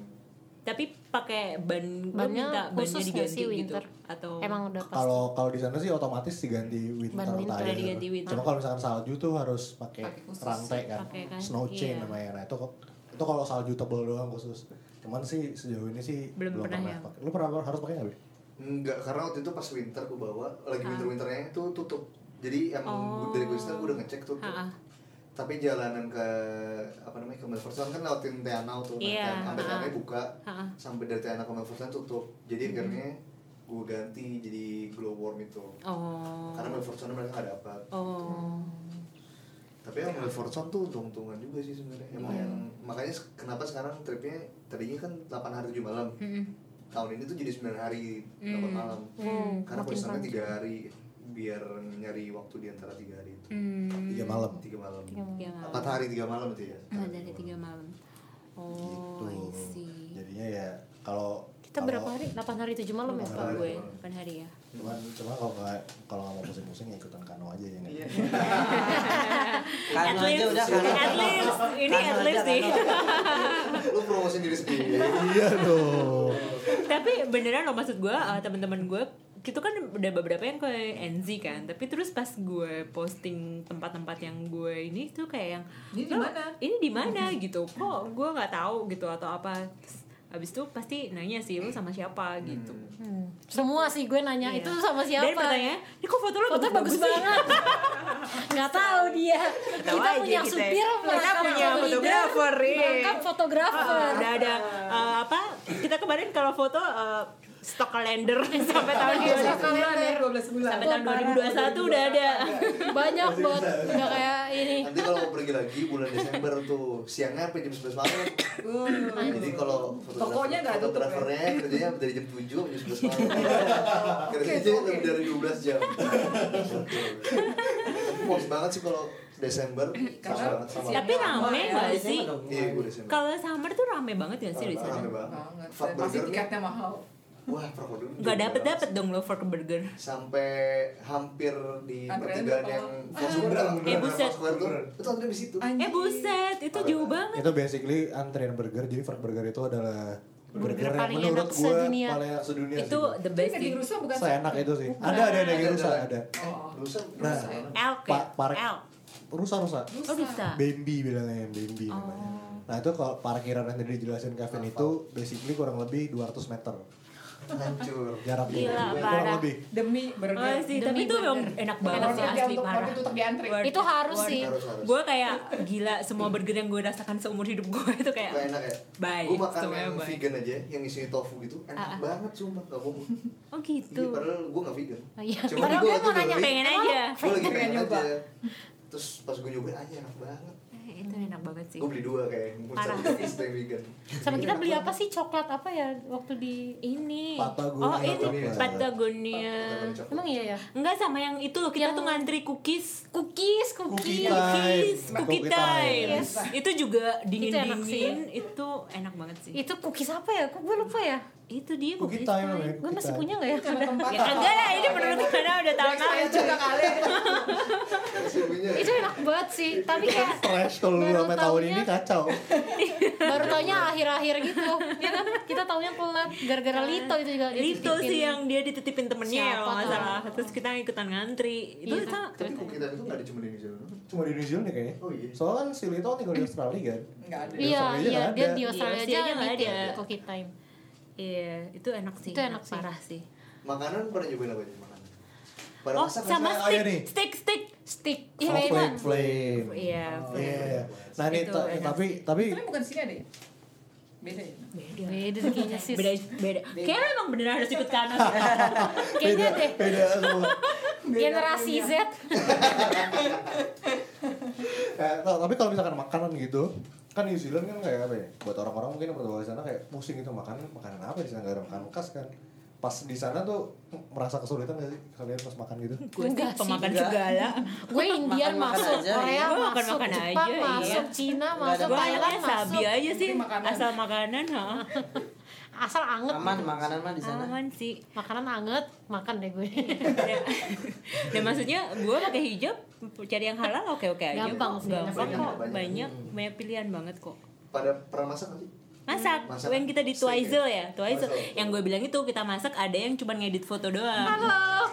Speaker 4: Tapi pakai ban, gue
Speaker 6: Bannya
Speaker 4: minta bannya
Speaker 6: khusus nggak
Speaker 4: diganti
Speaker 6: sih
Speaker 4: gitu
Speaker 6: winter?
Speaker 4: atau
Speaker 6: Emang udah pasti.
Speaker 1: Kalau kalau di sana sih otomatis diganti winter,
Speaker 6: Ban winter.
Speaker 1: tire.
Speaker 4: Diganti winter.
Speaker 1: gitu. Cuma kalau misalkan salju tuh harus pakai
Speaker 5: Pakai khusus
Speaker 1: rantai
Speaker 4: sih,
Speaker 1: kan,
Speaker 4: pakai kan,
Speaker 1: snow chain
Speaker 4: iya.
Speaker 1: namanya. Nah, itu itu kalau salju tebal doang khusus. Cuman sih sejauh ini sih
Speaker 4: Belum pernah ya.
Speaker 1: pakai. Lu pernah harus pakai nggak? Bi?
Speaker 2: Enggak, karena waktu itu pas winter gue
Speaker 6: Ah. Oh.
Speaker 2: bawa, lagi winter-winternya itu tutup. Jadi yang dari gue sendiri gue udah ngecek tutup.
Speaker 4: Ah, ah.
Speaker 2: tapi jalanan ke apa namanya ke Melfordstown kan lewatin Teanau tuh nah,
Speaker 6: Iya,
Speaker 2: Teanau- sampai
Speaker 6: ha-ha.
Speaker 2: Teanau buka
Speaker 6: Ha-ha. Mm-hmm.
Speaker 2: sampai dari Teanau ke Melfordstown tutup jadi akhirnya gue ganti jadi glowworm itu
Speaker 4: Oh.
Speaker 2: karena Melfordstown mereka nggak dapat
Speaker 4: Oh.
Speaker 2: tapi yang Melfordstown tuh untung-untungan juga sih sebenarnya emang
Speaker 4: Hmm.
Speaker 2: yang makanya se- kenapa sekarang tripnya tadinya kan 8 hari 7 malam
Speaker 4: Hmm.
Speaker 2: tahun ini tuh jadi 9 hari 8 malam
Speaker 6: Hmm,
Speaker 2: karena pesannya 3 hari biar nyari waktu di antara 3 hari itu
Speaker 1: tiga malam
Speaker 2: 3 malam
Speaker 4: Hmm. Tiga malam.
Speaker 2: 4 hari 3 malam itu ya
Speaker 4: Nggak dari tiga malam. Oh,
Speaker 1: gitu
Speaker 4: I see.
Speaker 1: jadinya ya kalau
Speaker 6: Kita
Speaker 1: kalau-
Speaker 6: berapa hari? 8 hari 7 malam ya,
Speaker 2: Delapan
Speaker 6: Pak
Speaker 2: hari,
Speaker 6: gue.
Speaker 2: delapan.
Speaker 6: 8 hari ya.
Speaker 1: cuman cuma kalau nggak kalau nggak mau pusing-pusing ya ikutan kano aja ya nggak?
Speaker 5: Iya.
Speaker 3: Kano aja udah kano.
Speaker 4: at least, ini
Speaker 3: Kano
Speaker 4: at
Speaker 3: aja,
Speaker 4: least sih.
Speaker 2: lu promosi diri sendiri
Speaker 1: iya dong
Speaker 4: tapi beneran loh maksud gue eh, teman-teman gue itu kan udah beberapa yang ke NZ kan tapi terus pas gue posting tempat-tempat yang gue ini tuh kayak yang
Speaker 5: Ini di
Speaker 4: "Lo,
Speaker 5: mana?"
Speaker 4: ini di mana gitu kok gue nggak tahu gitu atau apa Terus abis itu pasti nanya sih lo sama siapa gitu
Speaker 6: Hmm. Semua sih gue nanya
Speaker 4: Iya.
Speaker 6: itu sama siapa.
Speaker 4: dan pertanyaannya ini kok foto lo
Speaker 6: Foto bagus
Speaker 4: sih?"
Speaker 6: banget. Nggak tahu dia.
Speaker 4: Tahu
Speaker 6: kita
Speaker 4: aja
Speaker 6: punya
Speaker 4: kita. ya.
Speaker 6: supir,
Speaker 4: Kita punya
Speaker 6: leader,
Speaker 4: fotografer, iya.
Speaker 6: merangkap fotografer.
Speaker 4: ah. udah ada
Speaker 5: Ah.
Speaker 4: eh, apa kita kemarin kalau foto eh, stok kalender sampai tahun
Speaker 5: Dua
Speaker 4: 2021
Speaker 5: bulan ya, 12 bulan. Iya.
Speaker 4: sampai tahun 2021 udah ada
Speaker 6: Banyak buat udah kayak ini.
Speaker 2: nanti kalau mau pergi lagi bulan Desember tuh siangnya sampai jam 11 malam
Speaker 5: Uh,
Speaker 2: Iya. jadi kalau fotografer-
Speaker 5: Tokonya nggak tutup, ya?
Speaker 2: fotografernya kerjanya dari jam 7 sampai jam 11 malam kerjanya
Speaker 5: Oke, oke.
Speaker 2: lebih dari 12 jam Tapi puas banget sih kalau Desember sama
Speaker 5: Karena Iya.
Speaker 2: banget sama
Speaker 4: tapi rame nggak
Speaker 3: Desember
Speaker 4: sih
Speaker 3: dong.
Speaker 2: iya gue Desember
Speaker 4: Kalau summer tuh rame banget ya sih di sana.
Speaker 2: rame banget
Speaker 5: banget.
Speaker 2: Fat
Speaker 5: Dan Pasti
Speaker 2: burger nih
Speaker 5: tiketnya mahal.
Speaker 2: wah Fat burger
Speaker 4: Gak
Speaker 2: juga
Speaker 4: dapet
Speaker 2: banget.
Speaker 4: dapet dong lo for ke burger.
Speaker 2: sampai hampir di
Speaker 5: Antrean
Speaker 2: pertigaan
Speaker 5: berapa?
Speaker 2: yang
Speaker 5: Ah.
Speaker 2: Fort Sumedang,
Speaker 4: Eh, buset.
Speaker 2: Fort Square tuh itu antrean di situ
Speaker 5: Anjing.
Speaker 4: Eh buset, itu jauh banget.
Speaker 1: itu basically antrian burger jadi Frank burger itu adalah burger, yang
Speaker 6: paling
Speaker 1: menurut
Speaker 6: enak
Speaker 1: gue
Speaker 6: sedunia.
Speaker 1: paling enak
Speaker 2: Iya
Speaker 1: sedunia
Speaker 4: Itu
Speaker 1: sih.
Speaker 4: the
Speaker 5: Itu
Speaker 4: best
Speaker 5: yang di
Speaker 4: sih.
Speaker 5: Rusa bukan?
Speaker 1: saya enak itu sih ada ada ada yang rusak ada
Speaker 5: Oh.
Speaker 2: Rusa
Speaker 1: nah
Speaker 2: Rusa.
Speaker 4: Elk ya?
Speaker 1: Pak Parek
Speaker 4: Elk.
Speaker 1: rusak rusak
Speaker 4: Oh bisa.
Speaker 1: Bambi bilangnya Bambi
Speaker 6: Oh.
Speaker 1: namanya. Nah itu kalau parkiran yang tadi dijelasin Kevin itu basically kurang lebih 200 meter
Speaker 2: hancur
Speaker 1: jaraknya.
Speaker 6: Gila,
Speaker 1: kurang
Speaker 6: parah.
Speaker 1: lebih.
Speaker 5: Demi
Speaker 4: Oh
Speaker 5: burger.
Speaker 4: sih,
Speaker 6: Demi
Speaker 4: tapi itu
Speaker 6: burger.
Speaker 4: memang enak banget
Speaker 5: Enak
Speaker 4: sih
Speaker 5: banget.
Speaker 4: asli
Speaker 5: Untuk-
Speaker 4: parah.
Speaker 5: tapi untuk diantri.
Speaker 4: Worth
Speaker 6: Itu
Speaker 4: it,
Speaker 6: harus
Speaker 4: worth
Speaker 6: sih.
Speaker 4: it.
Speaker 2: Harus, harus.
Speaker 4: Gue kayak gila semua burger yang gue rasakan seumur hidup gue itu kayak
Speaker 2: Gak enak ya?
Speaker 4: Baik,
Speaker 2: Gue makan
Speaker 4: semuanya
Speaker 2: yang
Speaker 4: baik.
Speaker 2: vegan aja, yang isinya tofu gitu Enak banget sumpah, gak bohong
Speaker 4: Oh
Speaker 2: Iya,
Speaker 4: gitu.
Speaker 2: Padahal gue gak vegan
Speaker 6: Oh, iya.
Speaker 2: Cuma
Speaker 6: Padahal
Speaker 2: gua
Speaker 6: gue
Speaker 2: waktu
Speaker 6: mau
Speaker 2: itu
Speaker 6: nanya
Speaker 2: beli,
Speaker 4: Pengen aja.
Speaker 2: Gue lagi pengen
Speaker 5: Pengen
Speaker 2: aja
Speaker 5: nyoba.
Speaker 2: Terus pas gue nyobain aja iya, enak banget
Speaker 4: Eh, Itu enak banget sih.
Speaker 2: Gue beli dua kayak Mau
Speaker 4: Parah.
Speaker 2: satu istri yang vegan
Speaker 6: Sama kita
Speaker 1: Iya.
Speaker 6: beli apa sih coklat apa ya waktu di
Speaker 4: Ini.
Speaker 1: Patagonia
Speaker 4: Oh ini
Speaker 1: coklat.
Speaker 4: Patagonia.
Speaker 6: Emang iya ya?
Speaker 4: Enggak sama yang itu loh, kita
Speaker 6: Yang-
Speaker 4: tuh ngantri cookies.
Speaker 6: Cookies,
Speaker 1: Cookie
Speaker 6: cookies.
Speaker 1: time.
Speaker 4: Cookies, cookie time.
Speaker 6: Yes.
Speaker 4: Itu juga
Speaker 6: enak
Speaker 4: dingin-dingin,
Speaker 6: sih.
Speaker 4: itu, enak banget sih.
Speaker 6: Itu cookies apa ya? Kok gue lupa ya?
Speaker 4: Itu dia
Speaker 1: Cookie
Speaker 4: cookies
Speaker 1: time
Speaker 4: time.
Speaker 1: namanya. Oh,
Speaker 6: Gue
Speaker 1: iya, cookie
Speaker 6: masih
Speaker 1: time.
Speaker 6: punya gak ya?
Speaker 5: Sama tempat.
Speaker 4: Ya kagak lah, ini menurut karena udah tahun lalu.
Speaker 5: Saya juga kali.
Speaker 2: Suaminya
Speaker 6: Itu enak banget sih, tapi kayak
Speaker 1: Trash kalau lu
Speaker 6: Baru
Speaker 1: sampai tahun
Speaker 6: taunya-
Speaker 1: ini kacau.
Speaker 6: baru taunya akhir-akhir gitu ya kan kita taunya telat gara-gara Lito itu juga dia
Speaker 4: Iya. Lito
Speaker 6: titipin.
Speaker 4: sih yang dia dititipin temennya ya
Speaker 6: Siapa
Speaker 4: kalau nggak
Speaker 6: tuh?
Speaker 4: salah Terus kita ikutan ngantri Itu
Speaker 6: Iya,
Speaker 4: sama-
Speaker 2: Tapi kok kita itu gak ada cuma di Indonesia doang.
Speaker 1: Cuma di New Zealand ya kayaknya.
Speaker 2: Oh iya.
Speaker 1: Soalnya kan si Lito tinggal di Australia kan.
Speaker 5: Enggak ada.
Speaker 6: iya
Speaker 1: Australia
Speaker 6: iya
Speaker 1: nggak
Speaker 6: dia
Speaker 1: ada.
Speaker 6: di
Speaker 1: Di
Speaker 6: Australia
Speaker 4: Australia
Speaker 6: aja
Speaker 4: nggak
Speaker 6: nitip
Speaker 4: ada.
Speaker 6: cookie time
Speaker 4: Iya, itu enak sih
Speaker 6: Itu enak sih.
Speaker 4: Parah sih
Speaker 2: Makanan pernah nyobain apa aja makanan? Pada
Speaker 4: Oh,
Speaker 2: masak nggak
Speaker 4: sama
Speaker 1: saya- oh, iya nih.
Speaker 4: stick, stick, stick
Speaker 6: stick
Speaker 1: Oh,
Speaker 6: iya enak
Speaker 1: flame, flame.
Speaker 4: Iya,
Speaker 1: Iya. Nah ini
Speaker 4: Itu
Speaker 1: ta-
Speaker 4: enak
Speaker 1: tapi tapi
Speaker 5: Tapi bukan di sini ada ya? Beda ya?
Speaker 6: beda kayaknya sih
Speaker 4: beda, beda. Kayaknya emang beneran harus ikut kanan
Speaker 6: kayaknya
Speaker 1: beda
Speaker 6: deh
Speaker 1: beda semua.
Speaker 6: generasi Z
Speaker 1: Eh, tau, tapi kalau misalkan makanan gitu kan New Zealand kan kayak apa ya buat orang-orang mungkin yang pertama di sana kayak pusing itu makanan makanan apa di sana nggak ada makanan khas kan pas di sana tuh merasa kesulitan gak sih kalian pas makan gitu
Speaker 4: Gue sih
Speaker 6: Enggak sih,
Speaker 4: pemakan
Speaker 3: enggak.
Speaker 4: segala
Speaker 6: gue Indian
Speaker 3: Makan-makan
Speaker 6: masuk
Speaker 3: aja,
Speaker 6: Korea
Speaker 4: iya. Gue
Speaker 6: masuk
Speaker 4: makan-makan
Speaker 6: Jepang
Speaker 4: aja,
Speaker 6: masuk
Speaker 4: iya.
Speaker 6: Cina
Speaker 3: Nggak ada
Speaker 6: masuk
Speaker 4: Gue
Speaker 6: Thailand
Speaker 4: anaknya sabi
Speaker 6: masuk
Speaker 4: aja sih
Speaker 5: Ini makanan.
Speaker 4: Asal makanan ha.
Speaker 6: asal anget
Speaker 3: Aman makanan mah di sana.
Speaker 4: Aman sih
Speaker 6: makanan anget makan deh gue
Speaker 4: dan, dan maksudnya gue pakai hijab cari yang halal oke oke aja
Speaker 6: Gampang
Speaker 4: kok.
Speaker 6: sih,
Speaker 4: gampang
Speaker 2: banyak,
Speaker 4: kok
Speaker 2: banyak. Hmm.
Speaker 4: banyak banyak pilihan banget kok
Speaker 2: Pada pernah masak nggak sih?
Speaker 4: masak
Speaker 2: Masak.
Speaker 4: when kita di Twizel ya
Speaker 2: Twizel.
Speaker 4: Twizel yang gue bilang itu kita masak ada yang cuma ngedit foto doang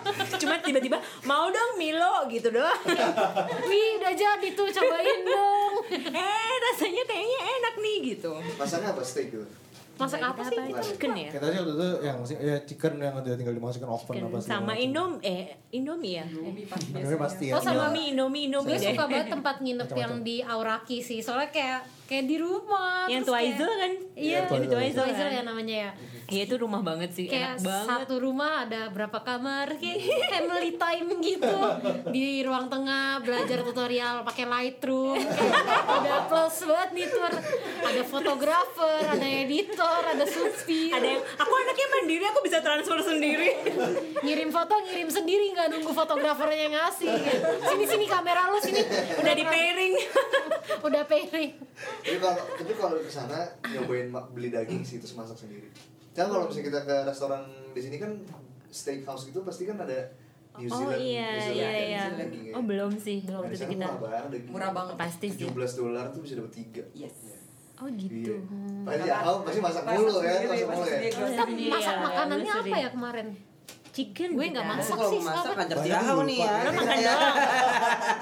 Speaker 4: cuma tiba-tiba mau dong Milo gitu doang
Speaker 6: wih udah jadi tuh cobain dong
Speaker 4: eh rasanya kayaknya enak nih gitu
Speaker 2: Masaknya apa? Steak gitu?
Speaker 6: Masak apa sih?
Speaker 4: Apa? Chicken ya?
Speaker 7: Kita sih waktu itu yang masih ya chicken yang udah tinggal dimasukin oven
Speaker 4: Chicken.
Speaker 7: apa segala
Speaker 4: Sama
Speaker 7: macam.
Speaker 4: Indom eh Indomie ya.
Speaker 5: Indomie pasti
Speaker 7: Sebenarnya
Speaker 5: biasanya.
Speaker 7: pasti ya.
Speaker 6: Oh, sama
Speaker 7: Iya.
Speaker 4: Indomie, Indomie, Indomie
Speaker 6: Gue
Speaker 4: deh.
Speaker 6: suka banget tempat nginep yang di Auraki sih. Soalnya kayak kayak di rumah.
Speaker 4: Yang
Speaker 6: terus kayak-
Speaker 4: Twizel kan?
Speaker 6: Iya,
Speaker 4: yang di Twizel
Speaker 6: Twizel
Speaker 4: kan?
Speaker 6: ya namanya ya.
Speaker 4: Iya itu rumah banget sih,
Speaker 6: Kayak
Speaker 4: enak banget.
Speaker 6: satu rumah ada berapa kamar kayak family time gitu di ruang tengah belajar tutorial pakai Lightroom kayak udah plus banget nih tuh ada fotografer ada editor ada supir
Speaker 4: Ada yang aku anaknya mandiri, aku bisa transfer sendiri.
Speaker 6: ngirim foto ngirim sendiri nggak nunggu fotografernya ngasih sini sini kamera lu sini
Speaker 4: Udah di pairing.
Speaker 6: udah pairing
Speaker 2: tapi kalau tapi kalau ke sana nyobain ma- beli daging sih terus masak sendiri kan kalau misalnya kita ke restoran di sini kan steakhouse gitu pasti kan ada New
Speaker 4: Oh
Speaker 2: Zealand
Speaker 4: iya, iya, iya.
Speaker 2: dagingnya.
Speaker 4: Oh belum sih,
Speaker 2: Nah,
Speaker 4: belum
Speaker 2: di
Speaker 4: itu
Speaker 2: sana
Speaker 4: kita.
Speaker 2: murah banget dagingnya.
Speaker 5: Murah banget.
Speaker 4: Pasti sih.
Speaker 2: 17 dolar tuh bisa dapat tiga
Speaker 5: Yes.
Speaker 4: Oh
Speaker 3: Iya.
Speaker 4: gitu.
Speaker 2: Pasti ya, kamu pasti masak mulu ya, masak mulu ya.
Speaker 6: Kita masak
Speaker 4: Iya,
Speaker 6: makanannya
Speaker 4: lu
Speaker 6: apa
Speaker 4: sering.
Speaker 6: ya kemarin
Speaker 4: Chicken.
Speaker 6: gue
Speaker 4: kita.
Speaker 6: nggak masak
Speaker 3: kalau
Speaker 6: sih
Speaker 3: masak
Speaker 6: apa
Speaker 3: ngajak
Speaker 7: Banyak
Speaker 3: si Ahau nih
Speaker 7: lupa.
Speaker 3: ya.
Speaker 7: Lu
Speaker 3: makan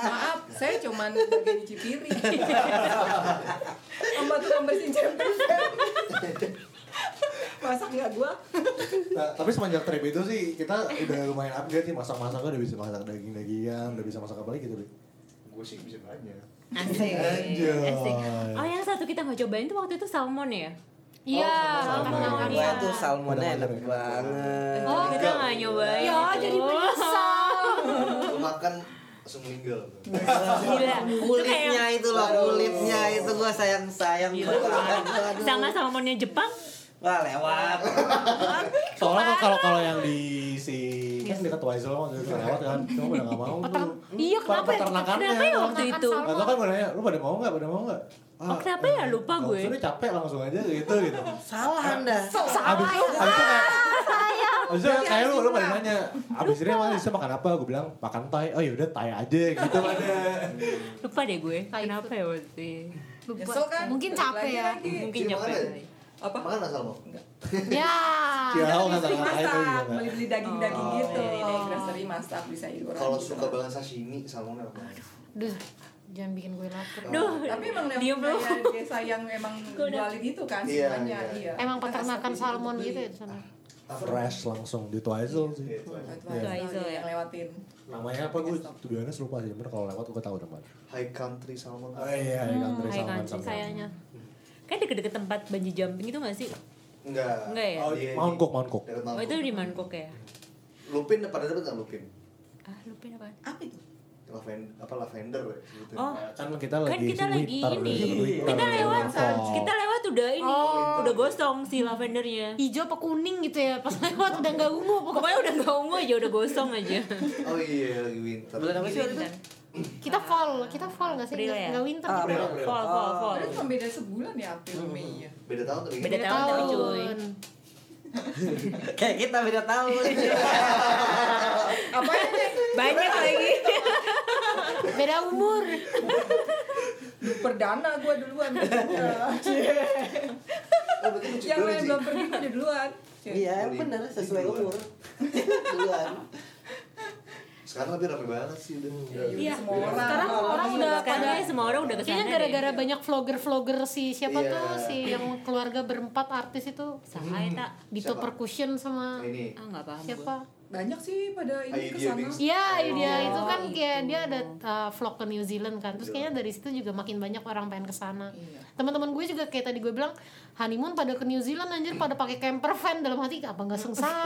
Speaker 5: Maaf, saya cuman bagian nyuci piring. Sama tukang bersihin cemperan. Masak nggak gua?
Speaker 7: Nah, tapi semenjak trip itu sih kita udah lumayan update sih masak-masaknya udah bisa masak daging-dagian, udah bisa masak apa lagi gitu. Bi?
Speaker 2: Gue sih bisa banyak.
Speaker 4: Asik.
Speaker 7: Anjay.
Speaker 4: Asik. Oh yang satu kita nggak cobain tuh waktu itu salmon ya?
Speaker 6: iya
Speaker 7: sama-sama.
Speaker 6: makan-makan
Speaker 3: Oh, Gua
Speaker 6: ya.
Speaker 3: tuh salmonnya
Speaker 7: Ada
Speaker 3: enak
Speaker 7: macam ya.
Speaker 3: banget.
Speaker 6: Oh,
Speaker 4: kita nggak nyobain.
Speaker 6: ya jadi menyesal
Speaker 2: Lu makan langsung meninggal.
Speaker 4: Gila.
Speaker 3: Kulitnya itu loh,
Speaker 2: Aduh.
Speaker 3: kulitnya itu gua sayang-sayang
Speaker 4: Iya.
Speaker 3: banget. Aduh.
Speaker 4: Sama salmonnya Jepang.
Speaker 3: Wah, lewat.
Speaker 7: Soalnya kalau kalau yang di si kan dekat Twizel waktu itu lewat kan, cuma udah nggak mau tuh.
Speaker 6: iya kenapa ya?
Speaker 7: Peternakannya.
Speaker 6: kenapa ya waktu
Speaker 4: Makan
Speaker 6: itu
Speaker 7: Nah, itu kan gue nanya, lu pada mau nggak, pada mau nggak?
Speaker 4: Oh, kenapa ya? Lupa
Speaker 7: nggak
Speaker 4: gue.
Speaker 7: usah deh, capek langsung aja gitu gitu.
Speaker 3: Salah Anda.
Speaker 7: Abis, abis itu kayak, abis itu kayak- kayak lu, lu pada nanya, abis ini emang bisa makan apa? Gue bilang makan Thai. Oh yaudah Thai aja gitu kan.
Speaker 4: Lupa deh gue.
Speaker 6: Thai
Speaker 4: Kenapa ya waktu itu?
Speaker 6: Lupa.
Speaker 5: Nyesel kan?
Speaker 6: mungkin capek ya
Speaker 5: Lagi-lagi.
Speaker 4: Mungkin
Speaker 2: Jadi
Speaker 4: capek.
Speaker 2: makan
Speaker 4: kali.
Speaker 2: ya?
Speaker 5: Apa?
Speaker 2: Makan asal mau?
Speaker 6: ya
Speaker 7: Iya,
Speaker 5: Kita
Speaker 7: oh, nggak
Speaker 5: beli
Speaker 7: tahu ngapain tuh kan.
Speaker 5: masak,
Speaker 7: juga.
Speaker 5: beli beli daging-daging
Speaker 4: Oh.
Speaker 5: gitu. Di grocery masak bisa iuran.
Speaker 2: Kalau
Speaker 5: gitu.
Speaker 2: suka banget sashimi, salmonnya apa?
Speaker 6: duh jangan bikin gue lapar
Speaker 4: Duh.
Speaker 5: Tapi emang lewat
Speaker 4: Diem lu.
Speaker 5: budaya desa yang emang Bali gitu kan
Speaker 2: Iya,
Speaker 5: semuanya.
Speaker 2: iya.
Speaker 5: Iya.
Speaker 6: emang peternakan salmon gitu ya di sana
Speaker 7: Fresh langsung di Twizel sih.
Speaker 2: Iya, itu aja.
Speaker 5: Itu aja yang lewatin.
Speaker 7: Namanya apa gue tujuannya lupa sih, bener kalau lewat gue tahu namanya.
Speaker 2: High country salmon.
Speaker 7: Oh iya, ya kan
Speaker 4: Kayak kanci Hmm, kayaknya. Kayak deket-deket tempat banji jumping itu gak sih?
Speaker 2: Enggak.
Speaker 4: Enggak ya?
Speaker 2: Oh, iya,
Speaker 7: Mount
Speaker 2: iya.
Speaker 7: Cook, Mount Cook.
Speaker 2: Deket
Speaker 4: Oh
Speaker 2: Mount
Speaker 4: itu
Speaker 2: Cook.
Speaker 4: di Mangkok ya?
Speaker 2: Lupin pada dapat nggak lupin?
Speaker 4: Ah lupa apa?
Speaker 5: Apa itu?
Speaker 2: Lavender apa lavender ya sebutin.
Speaker 4: Oh
Speaker 7: Kan kita lagi
Speaker 4: kan kita lagi
Speaker 7: winter,
Speaker 4: ini.
Speaker 7: winter,
Speaker 4: Kita lewat
Speaker 7: winter.
Speaker 1: Oh.
Speaker 4: kita lewat udah ini.
Speaker 6: Oh.
Speaker 4: Udah gosong si lavendernya.
Speaker 6: hijau apa kuning gitu ya pas lewat udah nggak ungu pokoknya
Speaker 4: Pokoknya udah gak ungu aja, udah gosong aja.
Speaker 2: Oh iya lagi winter.
Speaker 3: Bulan apa sih waktu itu?
Speaker 6: kita fall kita fall nggak sih
Speaker 4: April ya?
Speaker 6: nggak nggak winter
Speaker 3: Ah,
Speaker 6: gitu.
Speaker 3: April.
Speaker 4: Fall, fall, fall.
Speaker 5: Padahal cuma beda sebulan ya April Mei ya.
Speaker 2: Beda tahun tuh
Speaker 4: Beda tahun tapi cuy.
Speaker 3: Kayak kita beda tahun.
Speaker 5: Apa aja?
Speaker 4: Banyak lagi.
Speaker 6: beda umur
Speaker 5: Perdana gua duluan. Iya.
Speaker 2: Oh, berarti lucu
Speaker 5: yang
Speaker 2: dulu
Speaker 5: lain
Speaker 2: sih.
Speaker 5: belum pergi udah duluan.
Speaker 3: Iya, benar sesuai umur. Duluan.
Speaker 2: Sekarang lebih ramai banget sih udah.
Speaker 5: Iya, semua orang.
Speaker 6: sekarang orang udah
Speaker 4: Sekarang
Speaker 6: pada
Speaker 4: kayak semua orang udah kesana
Speaker 6: Kayaknya
Speaker 4: deh.
Speaker 6: gara-gara banyak vlogger-vlogger si siapa
Speaker 2: Iya.
Speaker 6: tuh si yang keluarga berempat artis itu
Speaker 4: Sama ya tak?
Speaker 6: Dito
Speaker 2: Siapa?
Speaker 6: Percussion sama
Speaker 2: Ini
Speaker 4: Ah nggak paham
Speaker 6: Hmm.
Speaker 4: gue.
Speaker 6: siapa?
Speaker 5: Banyak sih pada
Speaker 2: Ayo
Speaker 5: ini
Speaker 2: dia
Speaker 5: kesana.
Speaker 2: Bings.
Speaker 6: Iya, dia
Speaker 4: Oh,
Speaker 6: itu kan kayak
Speaker 4: itu.
Speaker 6: dia ada uh, vlog ke New Zealand kan. Terus kayaknya dari situ juga makin banyak orang pengen ke sana.
Speaker 5: Iya.
Speaker 6: Teman-teman gue juga kayak tadi gue bilang honeymoon pada ke New Zealand anjir pada pakai camper van dalam hati apa nggak sengsara.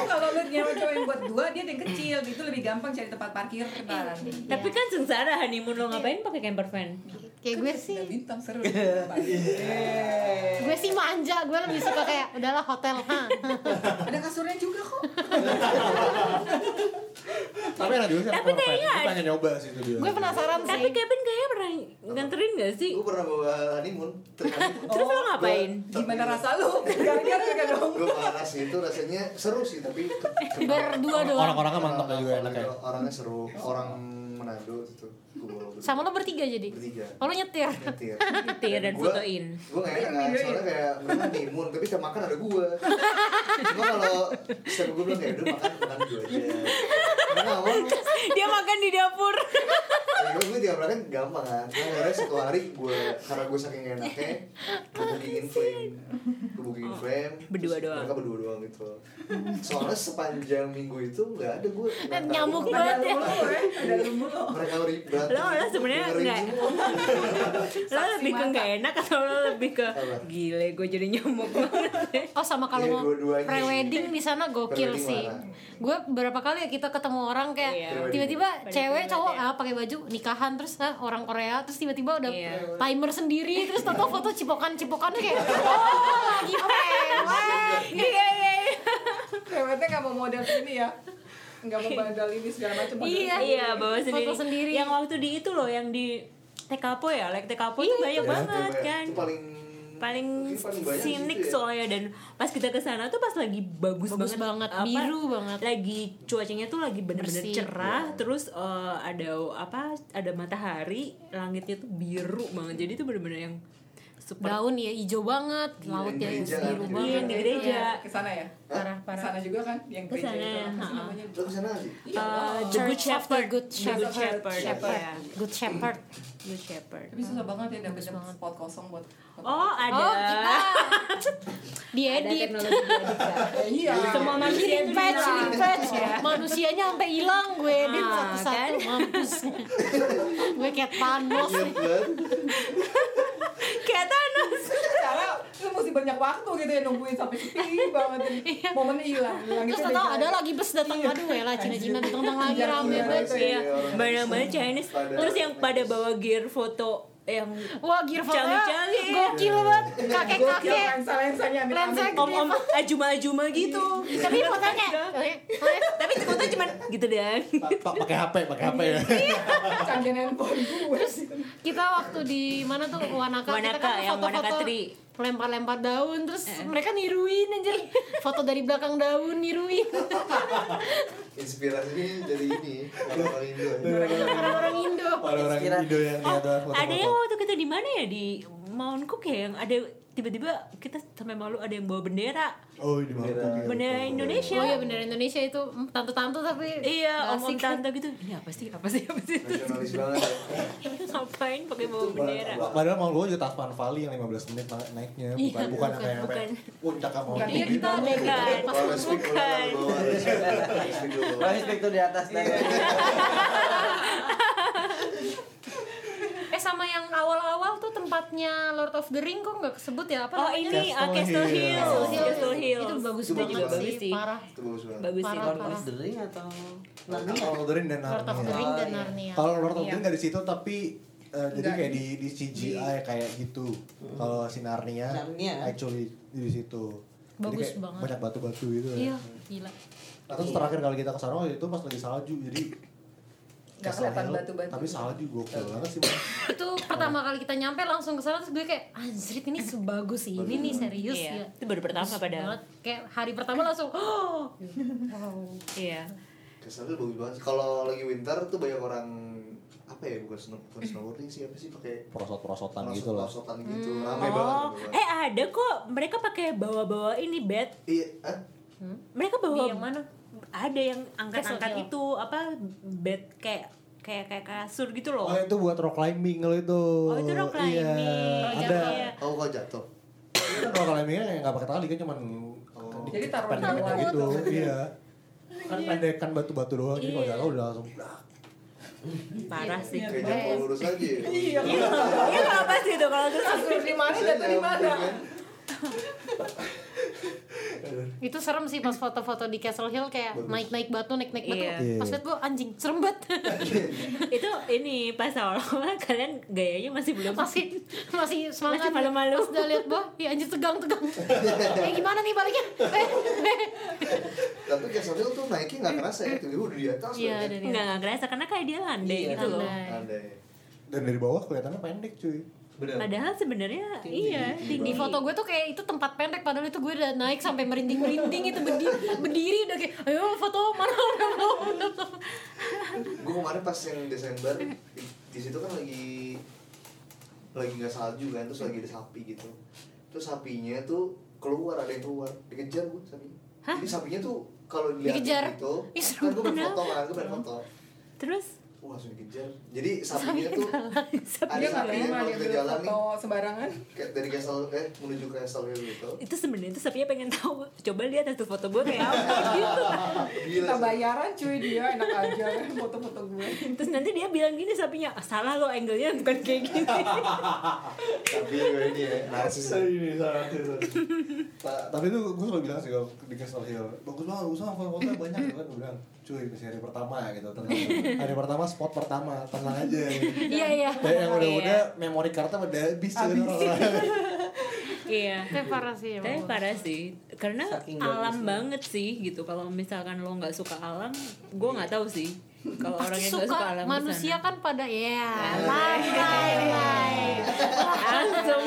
Speaker 5: Oh kalau lu nyawa cowok yang buat dua dia ada yang kecil gitu lebih gampang cari tempat parkir kan.
Speaker 6: Iya.
Speaker 4: Tapi kan sengsara honeymoon lo ngapain pakai camper van?
Speaker 6: kayak gue sih
Speaker 5: Ada Iya, bintang seru. Yeay.
Speaker 6: gue sih manja, gue lebih suka kayak udahlah hotel. ha.
Speaker 5: Ada kasurnya juga kok.
Speaker 7: Tapi enak juga sih.
Speaker 4: Tapi
Speaker 7: Marvel.
Speaker 4: kayaknya
Speaker 7: Gue pengen nyoba sih itu
Speaker 1: Iya.
Speaker 7: dia.
Speaker 6: gue penasaran sih.
Speaker 4: Tapi Kevin kayaknya pernah nganterin gak sih?
Speaker 2: Gue pernah bawa honeymoon.
Speaker 4: Terus lo ngapain?
Speaker 5: Gimana rasa lu? Gara-gara kagak dong.
Speaker 2: Gue panas sih itu rasanya seru sih tapi ke- ke-
Speaker 6: Berdua doang.
Speaker 7: Orang-orangnya mantap ya juga
Speaker 2: orang-
Speaker 7: enak ya.
Speaker 2: gitu, Orangnya seru. Orang Manado itu. Gue bawa berdua.
Speaker 6: Sama lo bertiga jadi?
Speaker 2: Bertiga.
Speaker 6: Oh lo nyetir?
Speaker 2: nyetir
Speaker 4: Nyetir dan fotoin.
Speaker 2: gue gak enak kan soalnya kayak mereka timun tapi setiap makan ada gue cuma kalau setiap gue bilang kayak udah makan makan gue aja Nggak mau
Speaker 4: Dia makan di dapur.
Speaker 2: Iya, terus gue tiap kan gampang kan Gue akhirnya satu hari gue Karena gue saking enaknya Gue bookingin frame Gue bookingin frame terus
Speaker 4: Oh. Berdua doang.
Speaker 2: Mereka berdua doang gitu Soalnya sepanjang minggu itu nggak ada gue
Speaker 6: Nyamuk banget
Speaker 5: Ada
Speaker 6: ya.
Speaker 5: lu ya, ada lu lo.
Speaker 2: Mereka ribet
Speaker 4: Lo- lo sebenarnya
Speaker 2: dengerin
Speaker 4: nggak-
Speaker 2: semua.
Speaker 4: lo lebih ke nggak enak atau lo lebih ke
Speaker 2: Apa?
Speaker 4: gile gue jadi nyamuk banget
Speaker 6: Oh sama kalau
Speaker 2: Iya,
Speaker 6: mau
Speaker 2: dua-duanya.
Speaker 6: pre-wedding di sana gokil
Speaker 2: Pre-wedding
Speaker 6: sih.
Speaker 2: marah.
Speaker 6: Gue berapa kali ya kita ketemu orang kayak
Speaker 4: Iya.
Speaker 2: Pre-wedding.
Speaker 6: tiba-tiba
Speaker 4: Pada
Speaker 6: cewek
Speaker 4: pre-wedding
Speaker 6: cowok
Speaker 4: ya.
Speaker 6: ah, pakai baju nikahan terus ah, orang Korea terus tiba-tiba udah
Speaker 4: Iya.
Speaker 6: timer sendiri terus tato foto cipokan-cipokannya kayak oh lagi prewed.
Speaker 4: iya iya iya
Speaker 5: Ceweknya nggak mau model ini ya. Nggak mau model ini segala macam. model
Speaker 6: Iya.
Speaker 5: ini.
Speaker 4: iya bawa
Speaker 6: Foto
Speaker 4: sendiri.
Speaker 6: sendiri.
Speaker 4: yang waktu di itu loh yang di Tekapo ya like Tekapo
Speaker 6: Iya,
Speaker 4: itu banyak
Speaker 2: Ya,
Speaker 4: banget
Speaker 2: itu
Speaker 4: kan
Speaker 2: Itu paling
Speaker 4: paling
Speaker 2: mungkin banyak di situ
Speaker 4: sinik
Speaker 2: ya.
Speaker 4: soalnya dan pas kita ke sana tuh pas lagi bagus,
Speaker 6: Bagus banget, biru banget.
Speaker 4: lagi cuacanya tuh lagi bener-bener
Speaker 6: Bersih.
Speaker 4: cerah
Speaker 2: Iya.
Speaker 4: terus eh, ada apa ada matahari langitnya tuh biru banget jadi tuh bener-bener yang super eh,
Speaker 6: Daun ya hijau banget, lautnya
Speaker 2: Iya, gereja, gereja.
Speaker 6: biru
Speaker 4: Iya,
Speaker 6: banget.
Speaker 4: di gereja
Speaker 5: Ke sana ya.
Speaker 4: parah
Speaker 5: Ke
Speaker 4: parah
Speaker 5: sana juga kan yang gereja
Speaker 4: Kesana,
Speaker 5: itu. Apa sih
Speaker 4: ha-ha.
Speaker 5: namanya?
Speaker 2: Lo kesana gak sih?
Speaker 5: Iya.
Speaker 4: Eh, the
Speaker 6: Church of
Speaker 4: good
Speaker 6: the
Speaker 4: shepherd
Speaker 6: Good
Speaker 4: the
Speaker 6: Shepherd.
Speaker 4: good shepherd,
Speaker 5: Shepherd.
Speaker 4: ya.
Speaker 6: Good Shepherd.
Speaker 4: good shepherd
Speaker 5: Tapi susah banget ya dapet spot kosong buat.
Speaker 4: oh ada
Speaker 6: Oh kita diedit.
Speaker 5: Iya.
Speaker 4: semua manusia itu
Speaker 6: Healing patch,
Speaker 4: hilang.
Speaker 6: healing patch. ya. Manusianya sampai hilang gue edit
Speaker 4: Iya. Ah,
Speaker 6: satu-satu mampus. gue kayak Thanos.
Speaker 2: Iya, banget.
Speaker 4: kayak
Speaker 2: Iya.
Speaker 4: Thanos
Speaker 5: Karena lu mesti banyak waktu gitu ya nungguin sampai sepi banget. ya. Momennya hilang. hilang
Speaker 6: Iya. Terus
Speaker 5: gitu
Speaker 6: tau
Speaker 5: deh.
Speaker 6: ada lagi bus datang aduh ya lah Cina-Cina datang lagi
Speaker 5: Iya,
Speaker 6: rame
Speaker 5: iya.
Speaker 6: banget.
Speaker 4: iya
Speaker 2: orang
Speaker 4: banyak-banyak Chinese
Speaker 2: Pada-
Speaker 4: terus yang pada bawa gear foto yang
Speaker 6: Wah Girvan
Speaker 4: Canggih-canggih.
Speaker 6: gokil banget
Speaker 5: Iya. Gokil,
Speaker 6: kakek-kakek.
Speaker 5: lensa-lensanya
Speaker 6: Lensa
Speaker 5: amit-amit.
Speaker 4: om-om ajuma-ajuma gitu
Speaker 2: Iya.
Speaker 6: Tapi fotonya
Speaker 4: tapi itu foto cuman gitu deh
Speaker 7: Pa- pakai HP, pakai HP ya.
Speaker 4: Iya.
Speaker 5: Canggih handphone gue.
Speaker 6: kita waktu di mana tuh Wanaka, kita
Speaker 4: Wanaka,
Speaker 6: kan
Speaker 4: yang Wanaka Eh.
Speaker 6: foto-foto
Speaker 4: Tree.
Speaker 6: lempar-lempar daun terus mereka niruin anjir foto dari belakang daun niruin
Speaker 2: Inspirasinya dari ini Orang-orang Indo ya.
Speaker 4: Iya.
Speaker 6: orang-orang Indo
Speaker 7: Orang-orang
Speaker 3: Kira-
Speaker 7: Indo yang lihat doang
Speaker 4: Oh, ada
Speaker 7: foto-foto.
Speaker 4: yang waktu kita di mana ya di Mount Cook ya yang ada tiba-tiba kita sampai malu ada yang bawa bendera
Speaker 7: Oh, di mana?
Speaker 4: bendera Indonesia
Speaker 6: Oh iya bener Indonesia itu hmm, tante-tante tapi
Speaker 4: iya om
Speaker 6: asik.
Speaker 4: tante gitu ini apa sih apa sih apa sih
Speaker 2: Nasionalis banget ya
Speaker 4: ngapain pakai bawa Oh, bendera
Speaker 7: Padahal mau gue aja Tasman Valley yang 15 menit naik- naiknya bukan
Speaker 6: Iya,
Speaker 7: bukan,
Speaker 6: bukan,
Speaker 7: kayak
Speaker 4: bukan.
Speaker 7: puncak mau
Speaker 6: Bukan, iya kita ada
Speaker 4: Bukan.
Speaker 2: Kalau respect lu
Speaker 4: Bukan.
Speaker 2: kalau bawa respect, respect lu bawa.
Speaker 3: Roy Speak tuh di atas dan
Speaker 6: Eh sama yang awal-awal tuh tempatnya Lord of the Ring kok nggak kesebut ya apa
Speaker 4: oh
Speaker 6: namanya?
Speaker 4: ini ah, Castle
Speaker 7: Castle
Speaker 4: Hill
Speaker 7: Hill.
Speaker 4: Castle Hill
Speaker 6: Itu bagus
Speaker 2: Itu bagus
Speaker 6: banget
Speaker 2: banget.
Speaker 6: sih,
Speaker 4: Bagus sih.
Speaker 6: parah.
Speaker 2: Itu bagus banget
Speaker 4: bagus sih
Speaker 6: Parah.
Speaker 3: Lord of the Ring atau Nah,
Speaker 7: Kalau Lord of the Ring dan
Speaker 6: Lord of the
Speaker 7: Narnia.
Speaker 6: Ring dan
Speaker 3: iya.
Speaker 6: Narnia.
Speaker 7: Kalau Lord of the Ring nggak di situ tapi eh, jadi
Speaker 5: Nggak
Speaker 7: kayak di di CGI kayak gitu. Kalau si Narnia,
Speaker 3: Narnia.
Speaker 7: actually di situ. Jadi
Speaker 6: Bagus
Speaker 7: kayak
Speaker 6: banget.
Speaker 7: Banyak batu-batu gitu. ya.
Speaker 6: Iya, gila.
Speaker 7: Nah, terus terakhir kali kita ke sana waktu itu pas lagi salju jadi
Speaker 5: Nggak
Speaker 7: Castle
Speaker 5: kelihatan
Speaker 7: Hill,
Speaker 5: batu-batu.
Speaker 7: Tapi salju gokil banget sih. Bang.
Speaker 6: Itu pertama kali kita nyampe langsung ke sana terus gue kayak anjrit ini sebagus ini nih serius
Speaker 4: Iya,
Speaker 6: ya.
Speaker 4: itu baru pertama
Speaker 6: Bagus
Speaker 4: padahal.
Speaker 6: banget. Kayak hari pertama langsung oh.
Speaker 4: iya
Speaker 2: Kesannya bagus banget Kalau lagi winter tuh banyak orang Apa ya bukan snow, bukan snowboarding sih Apa sih pakai
Speaker 7: Prosot-prosotan gitu lah.
Speaker 2: Prosotan gitu Rame banget
Speaker 4: oh
Speaker 2: rame banget.
Speaker 4: eh ada kok mereka pakai bawa-bawa ini bed
Speaker 2: Iya, eh?
Speaker 4: mereka bawa
Speaker 6: Di yang mana?
Speaker 4: ada yang angkat-angkat
Speaker 6: Castle iya. Hill.
Speaker 4: itu apa bed kayak kayak kayak kasur gitu loh
Speaker 7: Oh itu buat rock climbing kalau itu.
Speaker 4: Oh, itu rock climbing.
Speaker 7: Iya,
Speaker 4: Oh,
Speaker 7: ada.
Speaker 4: iya.
Speaker 2: Oh kok jatuh
Speaker 7: Kan rock climbingnya kayak nggak pakai tali kan cuman
Speaker 2: Oh.
Speaker 5: Jadi taruh di
Speaker 7: pendekan
Speaker 5: bawah
Speaker 7: gitu. Iya. Kan pendekan batu-batu doang. Jadi
Speaker 5: Iya.
Speaker 7: kalau jatuh udah langsung.
Speaker 4: parah sih
Speaker 6: Iya.
Speaker 2: Kayak jatuh lurus aja ya.
Speaker 5: Iya.
Speaker 4: Iya, iya kalau pas gitu kalau terus
Speaker 5: Kasur di mana jatuh di mana?
Speaker 2: ya kan?
Speaker 6: Itu serem sih pas foto-foto di Castle Hill kayak naik-naik batu, naik-naik batu.
Speaker 4: Iya.
Speaker 6: Pas liat gue anjing, serem banget.
Speaker 4: itu ini pas awal-awal kalian gayanya masih belum
Speaker 6: masih masih semangat
Speaker 4: Masih malu-malu.
Speaker 6: terus udah lihat bah ya anjir tegang-tegang eh gimana nih baliknya eh, eh.
Speaker 2: Tapi Castle Hill tuh naiknya nggak kerasa ya Tiba-tiba udah di atas
Speaker 6: iya
Speaker 2: banget.
Speaker 6: dari
Speaker 4: nggak nggak kerasa karena kayak dia landai
Speaker 3: Iya,
Speaker 4: gitu loh
Speaker 6: Nah,
Speaker 2: Andai
Speaker 7: Dan dari bawah kelihatannya pendek cuy.
Speaker 2: Bener
Speaker 4: padahal sebenarnya iya
Speaker 6: di
Speaker 4: tinggi
Speaker 6: foto gue tuh kayak itu tempat pendek padahal itu gue udah naik sampai merinding merinding itu berdiri, berdiri udah kayak ayo foto mana udah belum udah belum
Speaker 2: gue kemarin pas yang Desember di, di situ kan lagi lagi nggak salju kan terus lagi ada sapi gitu terus sapinya tuh keluar ada yang keluar dikejar gue sapinya jadi sapinya tuh kalau dilihat
Speaker 6: Dikejar?
Speaker 2: gitu
Speaker 6: Ih,
Speaker 2: kan
Speaker 6: serem
Speaker 2: gue pengen foto kan gue pengen foto
Speaker 4: terus
Speaker 2: wah langsung dikejar jadi sapinya tuh ada
Speaker 5: dia nggak
Speaker 2: sapinya
Speaker 5: terima
Speaker 2: kalau kita
Speaker 5: dia bilang
Speaker 2: jalan nih
Speaker 5: foto sembarangan
Speaker 2: kayak dari castle eh menuju castle hill gitu
Speaker 4: itu sebenarnya itu sapinya pengen tahu coba lihat status foto gue kayak apa gitu
Speaker 2: gila
Speaker 5: kita
Speaker 2: sih.
Speaker 5: bayaran cuy dia enak aja foto-foto gue
Speaker 4: terus nanti dia bilang gini sapinya "Ah, salah lo angle-nya bukan kayak gitu." gini
Speaker 2: tapi gue ini ya narsis
Speaker 1: ini salah
Speaker 2: Pak,
Speaker 1: tapi itu gue selalu bilang sih kalau di Castle Hill bagus banget bagus banget foto-fotonya banyak gitu kan gue bilang cuy masih hari pertama gitu tenang hari pertama spot pertama tenang aja
Speaker 6: Iya iya.
Speaker 1: Kayak yang udah-udah memori kartu udah habis tuh orang-orang.
Speaker 4: iya
Speaker 6: Tapi parah sih.
Speaker 4: tapi
Speaker 6: emang.
Speaker 4: parah sih karena
Speaker 3: Saking
Speaker 4: alam
Speaker 3: bagusnya.
Speaker 4: banget sih gitu kalau misalkan lo nggak suka alam gue nggak tahu sih kalau orang yang nggak
Speaker 6: suka
Speaker 4: suka alam
Speaker 6: manusia kan pada ya
Speaker 2: Eh.
Speaker 6: lantai
Speaker 4: kesana. langsung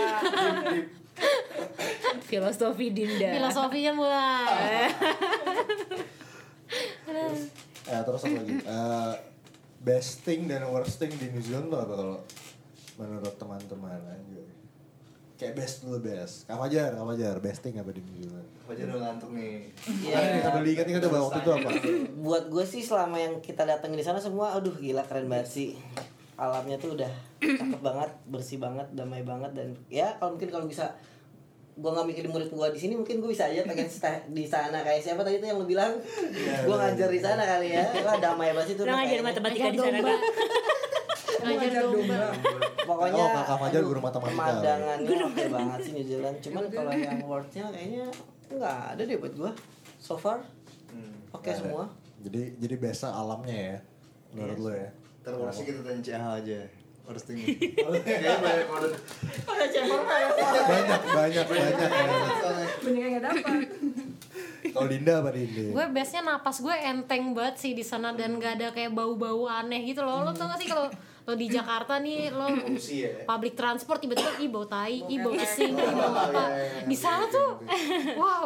Speaker 4: filosofi dinda
Speaker 6: filosofinya mulai
Speaker 1: Eh, terus apa lagi? Eh, best thing dan worst thing di New Zealand tuh apa kalau menurut teman-teman aja? Kayak best dulu best. Kak Fajar, Kak Fajar, best thing apa di New Zealand?
Speaker 2: wajah udah ngantuk nih
Speaker 1: Kan yang kita beli kan kita waktu itu apa?
Speaker 3: buat gue sih selama yang kita datengin di sana semua aduh gila keren banget sih alamnya tuh udah cakep banget bersih banget damai banget dan ya kalau mungkin kalau bisa gue nggak mikirin murid gue di sini mungkin gue bisa aja pengen sta- di sana kayak siapa tadi tuh yang lo bilang gue ngajar di sana kali ya wah damai banget itu
Speaker 4: lo ngajarin matematika
Speaker 6: Ngajar
Speaker 4: di sana
Speaker 6: domba.
Speaker 4: kan
Speaker 6: ngajar domba
Speaker 3: pokoknya
Speaker 1: Oh, Kak Fajar guru matematika.
Speaker 3: pemandangannya oke banget sih New Zealand cuman kalau yang worthnya kayaknya nggak ada deh buat gue so far
Speaker 2: hmm.
Speaker 3: oke
Speaker 1: Nggak ada.
Speaker 3: semua
Speaker 1: Jadi jadi biasa alamnya ya. Menurut lo ya.
Speaker 2: ntar worstnya kita tanya CH aja worsting kayaknya banyak order
Speaker 5: ada cebong kayak
Speaker 1: Banyak, banyak, banyak.
Speaker 5: banyak yang nggak dapat
Speaker 1: Kalau Dinda apa Dinda?
Speaker 6: gue biasanya napas gue enteng banget sih di sana dan gak ada kayak bau-bau aneh gitu loh lo tau gak sih kalau lo di Jakarta nih lo
Speaker 2: Polusi ya
Speaker 6: public transport tiba-tiba ih bau tai, ih bau
Speaker 5: Bau
Speaker 6: kesing,
Speaker 2: ketek.
Speaker 6: ih bau apa.
Speaker 2: Iya, iya, iya.
Speaker 6: Di sana tuh wow,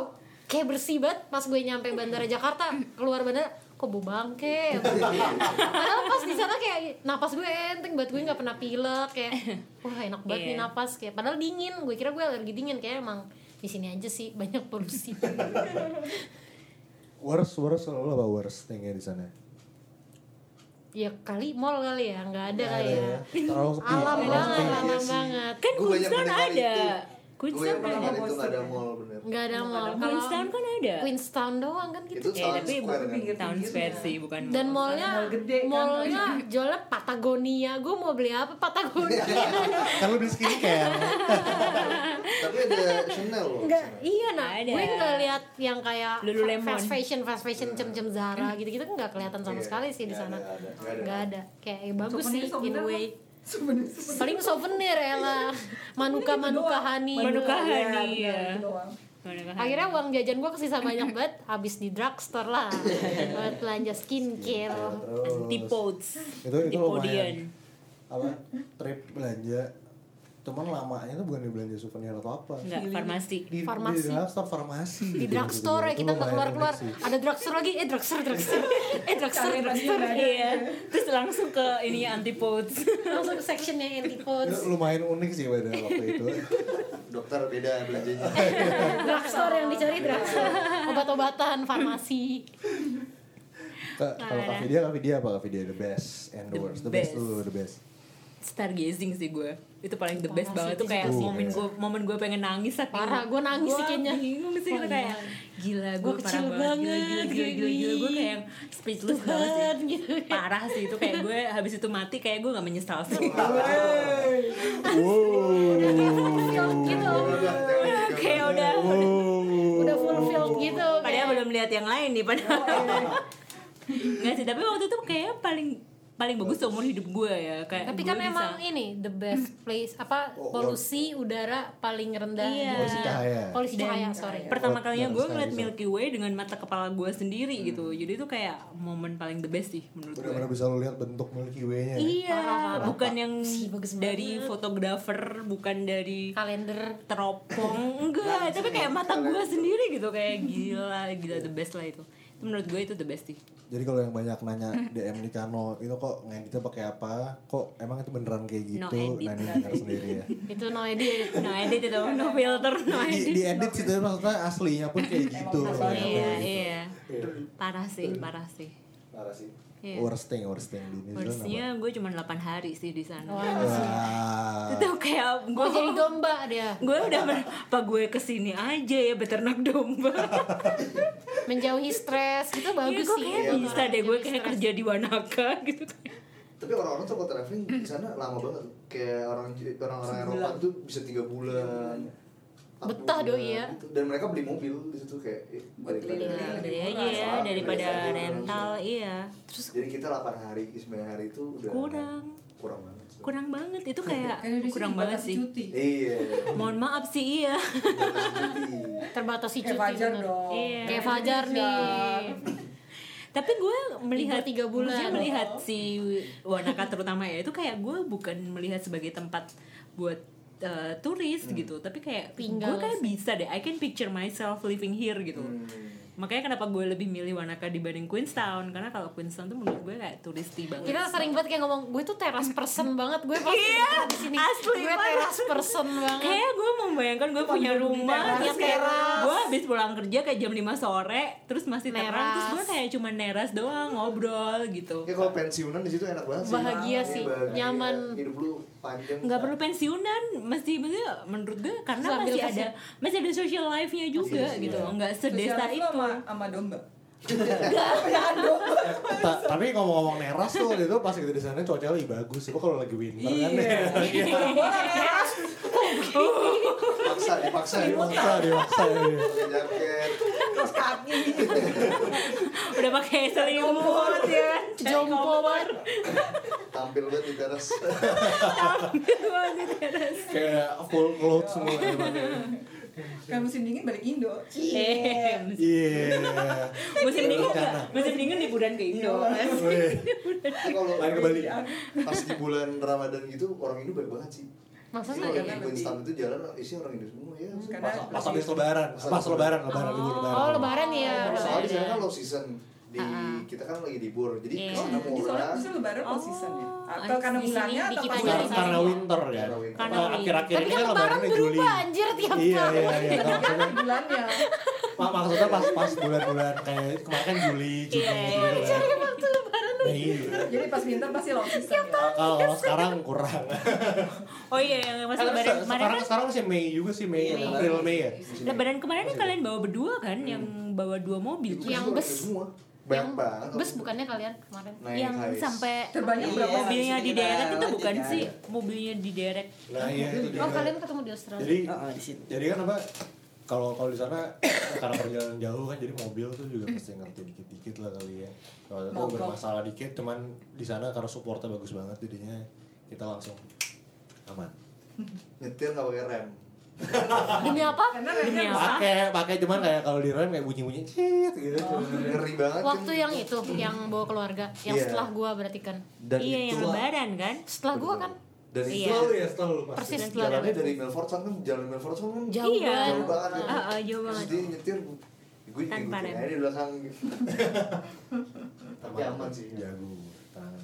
Speaker 6: kayak bersih banget pas gue nyampe bandara Jakarta, keluar bandara kok bau bangke. Padahal pas di sana kayak napas gue enteng banget gue nggak pernah pilek kayak wah enak banget nih
Speaker 4: Iya.
Speaker 6: napas kayak padahal dingin, gue kira gue alergi dingin kayak emang di sini aja sih banyak polusi.
Speaker 1: Worst, worst kalau lo apa worst thingnya di sana?
Speaker 6: ya kali mall kali ya, nggak ada kali ya.
Speaker 1: Terlalu sepi.
Speaker 6: Alam
Speaker 1: terlalu
Speaker 6: banget,
Speaker 1: sepi.
Speaker 2: Iya
Speaker 6: alam
Speaker 2: sih.
Speaker 6: banget.
Speaker 4: kan
Speaker 2: Gua banyak
Speaker 4: Queenstown
Speaker 2: mendengar
Speaker 4: ada
Speaker 2: itu. gue
Speaker 4: Queenstown
Speaker 2: yang
Speaker 4: ada
Speaker 2: pernah itu nggak ada mall bener
Speaker 6: Nggak ada mall. Kalau
Speaker 4: Queenstown kan ada
Speaker 6: Queenstown doang kan gitu.
Speaker 2: itu
Speaker 4: eh
Speaker 2: tahun
Speaker 4: tapi
Speaker 2: square kan
Speaker 5: pinggir-
Speaker 4: town square sih bukan
Speaker 6: dan
Speaker 4: mall.
Speaker 6: mallnya
Speaker 5: mall gede kan,
Speaker 6: mallnya jualnya Patagonia gue mau beli apa Patagonia
Speaker 1: Kan lo beli skincare.
Speaker 2: tapi ada Chanel loh
Speaker 6: Enggak,
Speaker 2: di sana.
Speaker 6: iya nah,
Speaker 4: Ada.
Speaker 6: gue nggak lihat yang kayak
Speaker 4: Lululemon.
Speaker 6: fast fashion, fast fashion, cem-cem Zara gitu-gitu kan nggak kelihatan sama
Speaker 2: Iya,
Speaker 6: sekali sih di
Speaker 2: nggak
Speaker 6: sana.
Speaker 2: ada, nggak ada, nggak ada.
Speaker 6: Nggak ada, kayak ya, bagus
Speaker 5: Souvenir,
Speaker 6: sih in a
Speaker 5: souvenir
Speaker 6: way.
Speaker 5: sebenarnya sebenarnya
Speaker 6: Paling souvenir ya lah, manuka manuka hani.
Speaker 4: Manuka Hani,
Speaker 5: iya
Speaker 4: iya.
Speaker 5: benar, itu doang.
Speaker 4: Mana kan?
Speaker 6: Akhirnya uang jajan gue kesisa banyak banget, habis di drugstore lah, buat belanja skincare.
Speaker 4: Antipodes
Speaker 1: itu itu
Speaker 4: Antipodean.
Speaker 1: lumayan apa trip belanja cuman lamanya tuh bukan di belanja souvenir atau apa
Speaker 4: Enggak, farmasi
Speaker 1: di di
Speaker 6: Farmasi.
Speaker 1: drugstore farmasi
Speaker 6: di
Speaker 1: gitu.
Speaker 6: drugstore ya
Speaker 1: Itu
Speaker 6: kita nggak
Speaker 1: lumayan
Speaker 6: keluar keluar
Speaker 1: unik sih.
Speaker 6: ada drugstore lagi eh drugstore drugstore eh drugstore
Speaker 5: Cari lagi
Speaker 6: drugstore
Speaker 5: yang lain.
Speaker 4: iya terus langsung ke ini antipodes
Speaker 6: langsung ke sectionnya
Speaker 1: itu
Speaker 6: antipodes
Speaker 1: lumayan unik sih pada waktu itu
Speaker 2: dokter beda belanjanya
Speaker 6: drugstore yang dicari drugstore obat-obatan farmasi
Speaker 1: Ka- kalau kafe dia kafe dia apa kafe dia the best and the,
Speaker 4: The
Speaker 1: worst the best
Speaker 4: best.
Speaker 1: dulu the best
Speaker 4: stargazing sih gue itu paling the
Speaker 6: Parah
Speaker 4: best
Speaker 6: sih,
Speaker 4: banget tuh
Speaker 6: itu
Speaker 4: kayak
Speaker 1: sih.
Speaker 4: momen gue momen gue pengen nangis saking
Speaker 6: Parah, gue nangis sih
Speaker 4: Gue
Speaker 6: kayaknya.
Speaker 4: bingung sih
Speaker 6: Parah.
Speaker 4: kayak gila gue
Speaker 6: Gue kecil banget,
Speaker 4: gila gila gila, gila. gue
Speaker 6: gini.
Speaker 4: kayak speechless banget
Speaker 6: Tuhan
Speaker 4: sih
Speaker 6: gitu
Speaker 4: parah sih itu kayak gue habis itu mati kayak gue gak menyesal sih
Speaker 6: fulfilled gitu
Speaker 4: kayak udah
Speaker 6: udah fulfilled gitu
Speaker 4: padahal belum lihat yang lain nih padahal nggak sih tapi waktu itu kayak paling paling bagus seumur hidup gue ya kayak
Speaker 6: tapi
Speaker 4: gue
Speaker 6: kan
Speaker 4: bisa-
Speaker 6: emang ini the best place apa
Speaker 1: Oh,
Speaker 6: polusi udara paling rendah
Speaker 4: Iya.
Speaker 1: Polisi cahaya
Speaker 6: polusi
Speaker 4: Dan-
Speaker 6: cahaya sorry
Speaker 4: pertama
Speaker 1: Buat
Speaker 4: kalinya
Speaker 1: barang
Speaker 4: gue
Speaker 1: sekali
Speaker 4: ngeliat
Speaker 1: bisa.
Speaker 4: Milky Way dengan mata kepala gue sendiri gitu jadi itu kayak momen paling the best sih menurut
Speaker 1: udah
Speaker 4: gue
Speaker 1: mana bisa lo lihat bentuk Milky Way nya
Speaker 4: Iya,
Speaker 6: Parah.
Speaker 4: bukan yang
Speaker 6: Sih, bagus
Speaker 4: dari
Speaker 6: banget.
Speaker 4: fotografer, bukan dari
Speaker 6: kalender
Speaker 4: teropong, enggak. tapi kayak mata gue sendiri gitu, kayak gila, gila the best lah itu. Itu menurut gue itu the best sih.
Speaker 1: jadi kalau yang banyak nanya DM Nikano itu kok ngeditnya pakai apa kok emang itu beneran kayak
Speaker 4: No
Speaker 1: gitu
Speaker 4: edit.
Speaker 1: nah ini dengar sendiri ya
Speaker 6: itu no edit
Speaker 4: No edit itu, no filter, no
Speaker 1: di,
Speaker 4: edit.
Speaker 1: di edit sih tapi maksudnya aslinya pun kayak gitu
Speaker 4: Iya, iya. Parah iya. sih, parah sih.
Speaker 2: parah sih
Speaker 4: Iya.
Speaker 7: Worst thing, worst thing di New Zealand apa?
Speaker 4: Harusnya gue cuma 8 hari sih di sana.
Speaker 1: Iya.
Speaker 7: Wah.
Speaker 4: Itu kayak
Speaker 6: Gue
Speaker 4: gue
Speaker 6: jadi domba dia
Speaker 4: gue udah mer- apa gue kesini aja ya beternak domba
Speaker 6: menjauhi stres gitu bagus
Speaker 4: Iya, gue
Speaker 6: sih.
Speaker 4: kayak bisa deh gue kayak kerja di Wanaka gitu
Speaker 2: Tapi orang-orang tuh kalau traveling di sana lama banget. Kayak orang orang-orang Eropa tuh bisa tiga bulan. empat
Speaker 6: Betah
Speaker 2: bulan
Speaker 6: doi ya.
Speaker 2: gitu. Dan mereka beli mobil di situ kayak eh,
Speaker 5: Buat
Speaker 2: daripada-
Speaker 5: keliling.
Speaker 4: Iya,
Speaker 5: Iya,
Speaker 4: iya
Speaker 5: iya,
Speaker 4: daripada
Speaker 2: daripada
Speaker 4: rental
Speaker 2: rental.
Speaker 4: iya terus
Speaker 2: gitu. Jadi kita 8 hari, 9 hari itu udah
Speaker 4: Kurang.
Speaker 2: kurang banget. sih.
Speaker 4: kurang banget itu kayak
Speaker 5: Karena di sini
Speaker 4: kurang banget
Speaker 5: dibatasi
Speaker 4: sih
Speaker 5: Cuti.
Speaker 2: Iya.
Speaker 4: mohon maaf sih iya
Speaker 6: Terbatasi
Speaker 5: Kayak
Speaker 6: cuti.
Speaker 5: wajar
Speaker 6: bener.
Speaker 5: dong.
Speaker 4: Iya.
Speaker 6: Kayak Fajar nih.
Speaker 4: tapi gue melihat
Speaker 6: tiga bulan.
Speaker 4: maksudnya melihat si Wanaka terutama ya itu kayak gue bukan melihat sebagai tempat buat eh, turis gitu tapi kayak
Speaker 6: Tinggal
Speaker 4: gue kayak bisa deh I can picture myself living here gitu makanya kenapa gue lebih milih Wanaka dibanding Queenstown karena kalau Queenstown tuh menurut gue kayak turisti banget
Speaker 6: Kita sering banget kayak ngomong, gue tuh teras person banget, gue pasti betah di sini.
Speaker 4: Iya, asli
Speaker 6: Gue
Speaker 4: banget. Iya.
Speaker 6: teras person banget.
Speaker 4: Kayak gue membayangkan gue punya rumah
Speaker 6: teras,
Speaker 4: terus kayak
Speaker 6: teras.
Speaker 4: gue habis pulang kerja kayak jam 5 sore terus masih terang terus gue
Speaker 6: Teras.
Speaker 4: kayak cuma neras doang ngobrol gitu.
Speaker 2: Ya kalau pensiunan di situ enak banget sih.
Speaker 6: Bahagia
Speaker 2: Iya,
Speaker 6: sih, nyaman.
Speaker 2: Hidup lu panjang.
Speaker 4: nggak perlu pensiunan masih maksudnya menurut gue karena
Speaker 6: Terus ambil
Speaker 4: masih
Speaker 6: kasih.
Speaker 4: ada masih ada social life nya juga gitu loh nggak
Speaker 5: Sosial
Speaker 4: sedesa
Speaker 5: itu
Speaker 4: itu
Speaker 5: sama sama domba.
Speaker 1: Ta- tapi ngomong-ngomong neras tuh waktu itu pas gitu di sana cuaca lagi bagus itu kalau lagi winter kan
Speaker 5: Iya. Keras.
Speaker 2: Paksa, dipaksa, dipaksa.
Speaker 1: Maksa, dipaksa, iya.
Speaker 2: Pakai jaket.
Speaker 5: Terus kaki.
Speaker 4: udah pakai selimut ya kan?
Speaker 6: Jompo banget.
Speaker 2: Tampil banget di teras.
Speaker 1: kayak full clothes semua
Speaker 5: Kalau musim dingin balik Indo.
Speaker 1: iya
Speaker 4: Eh, musim dingin nggak- musim dingin liburan ke Indo
Speaker 1: Iya. Wih,
Speaker 2: Tapi kalau
Speaker 1: lain ke Bali
Speaker 2: pas di bulan Ramadan gitu orang Indo banyak banget sih.
Speaker 6: Maksudnya
Speaker 2: Kalau
Speaker 5: iya.
Speaker 2: di Queenstown itu jalan isi orang Indo semua ya.
Speaker 5: Karena-
Speaker 1: pas pas habis lebaran pas lebaran lebaran libur lebaran
Speaker 6: Oh, lebaran ya.
Speaker 2: Soalnya di sana kan low season. Di kita kan lagi libur. Jadi
Speaker 4: Iya.
Speaker 2: kesana
Speaker 5: Jadi Oh, soalnya
Speaker 2: murah.
Speaker 5: bisa lebaran all season ya. Atau
Speaker 4: Oh,
Speaker 5: karena
Speaker 4: di sini
Speaker 5: bulannya atau
Speaker 6: dikit
Speaker 5: pas
Speaker 6: aja
Speaker 1: Karena-
Speaker 6: di
Speaker 5: lebaran.
Speaker 6: sana.
Speaker 1: karena winter ya
Speaker 2: Karena winter.
Speaker 4: Karena
Speaker 1: Nah,
Speaker 4: winter.
Speaker 1: akhir-akhir
Speaker 6: Tapi
Speaker 1: ini
Speaker 6: kan
Speaker 1: kan
Speaker 6: lebaran
Speaker 1: lebarannya Juli
Speaker 6: berubah anjir tiap
Speaker 1: iya
Speaker 6: tahun.
Speaker 1: iya iya Nah, maksudnya
Speaker 5: Bulannya.
Speaker 1: mak- maksudnya pas pas bulan-bulan kayak kemarin kan Juli Juni
Speaker 4: Iya,
Speaker 1: gitu kan.
Speaker 6: Cari waktu lebaran.
Speaker 1: Nah, iya
Speaker 5: Jadi pas winter pasti low season. ya.
Speaker 1: kalau kalau sekarang kurang
Speaker 4: oh iya yang pas
Speaker 1: Kalau
Speaker 4: lebaran
Speaker 1: se-
Speaker 4: kemarin
Speaker 1: sekarang
Speaker 4: kan
Speaker 1: sekarang sih Mei juga sih Mei
Speaker 2: Iya.
Speaker 1: April Mei ya
Speaker 4: lebaran kemarin kan kalian bawa berdua kan yang bawa dua mobil
Speaker 2: Itu
Speaker 4: kan?
Speaker 6: Yang
Speaker 2: juga
Speaker 6: bus.
Speaker 2: semua. Banyak banget.
Speaker 6: Bus bukannya kalian kemarin?
Speaker 2: Naik
Speaker 4: yang
Speaker 2: hais.
Speaker 4: sampai
Speaker 5: Terbanyak berapa?
Speaker 4: mobilnya di
Speaker 3: Iya,
Speaker 4: daerah itu
Speaker 3: kita
Speaker 4: bukan
Speaker 3: lewat
Speaker 4: sih
Speaker 3: tiga.
Speaker 4: mobilnya di daerah
Speaker 1: nah iya itu dia
Speaker 6: Oh, kalian ketemu di Australia.
Speaker 1: jadi
Speaker 3: Oh, oh, di situ.
Speaker 1: jadi kan apa kalau kalau di sana karena perjalanan jauh kan jadi mobil tuh juga pasti ngerti dikit-dikit lah kali ya kalau itu
Speaker 5: Mogok.
Speaker 1: bermasalah dikit cuman di sana karena supportnya bagus banget jadinya kita langsung aman
Speaker 2: Nyetir nggak pakai rem.
Speaker 6: Demi apa?
Speaker 5: Karena remnya
Speaker 4: Iya.
Speaker 1: pakai pakai cuman kayak kalau di rem kayak bunyi-bunyi cit gitu
Speaker 2: Ngeri banget. kan.
Speaker 6: Waktu yang itu,
Speaker 1: Iya.
Speaker 6: yang bawa keluarga, yang
Speaker 2: Iya.
Speaker 6: setelah gua berarti kan.
Speaker 2: Dan
Speaker 4: iya yang
Speaker 2: itulah-
Speaker 4: lebaran kan
Speaker 6: Setelah gua kan
Speaker 2: Dan
Speaker 4: Iya.
Speaker 2: itu
Speaker 1: ya selalu pasti
Speaker 6: persis setelah
Speaker 2: jalannya
Speaker 6: lebaran.
Speaker 2: dari Melfort kan jalan Melfort kan
Speaker 6: Jauh
Speaker 4: Iya.
Speaker 2: jauh
Speaker 6: banget.
Speaker 2: banget.
Speaker 4: Ah, ah, jauh banget.
Speaker 2: Terus dia nyetir gue
Speaker 4: Tanpa
Speaker 2: diikutin
Speaker 4: rem.
Speaker 2: aja di belakang gitu. Tapi aman sih.
Speaker 1: jago tangan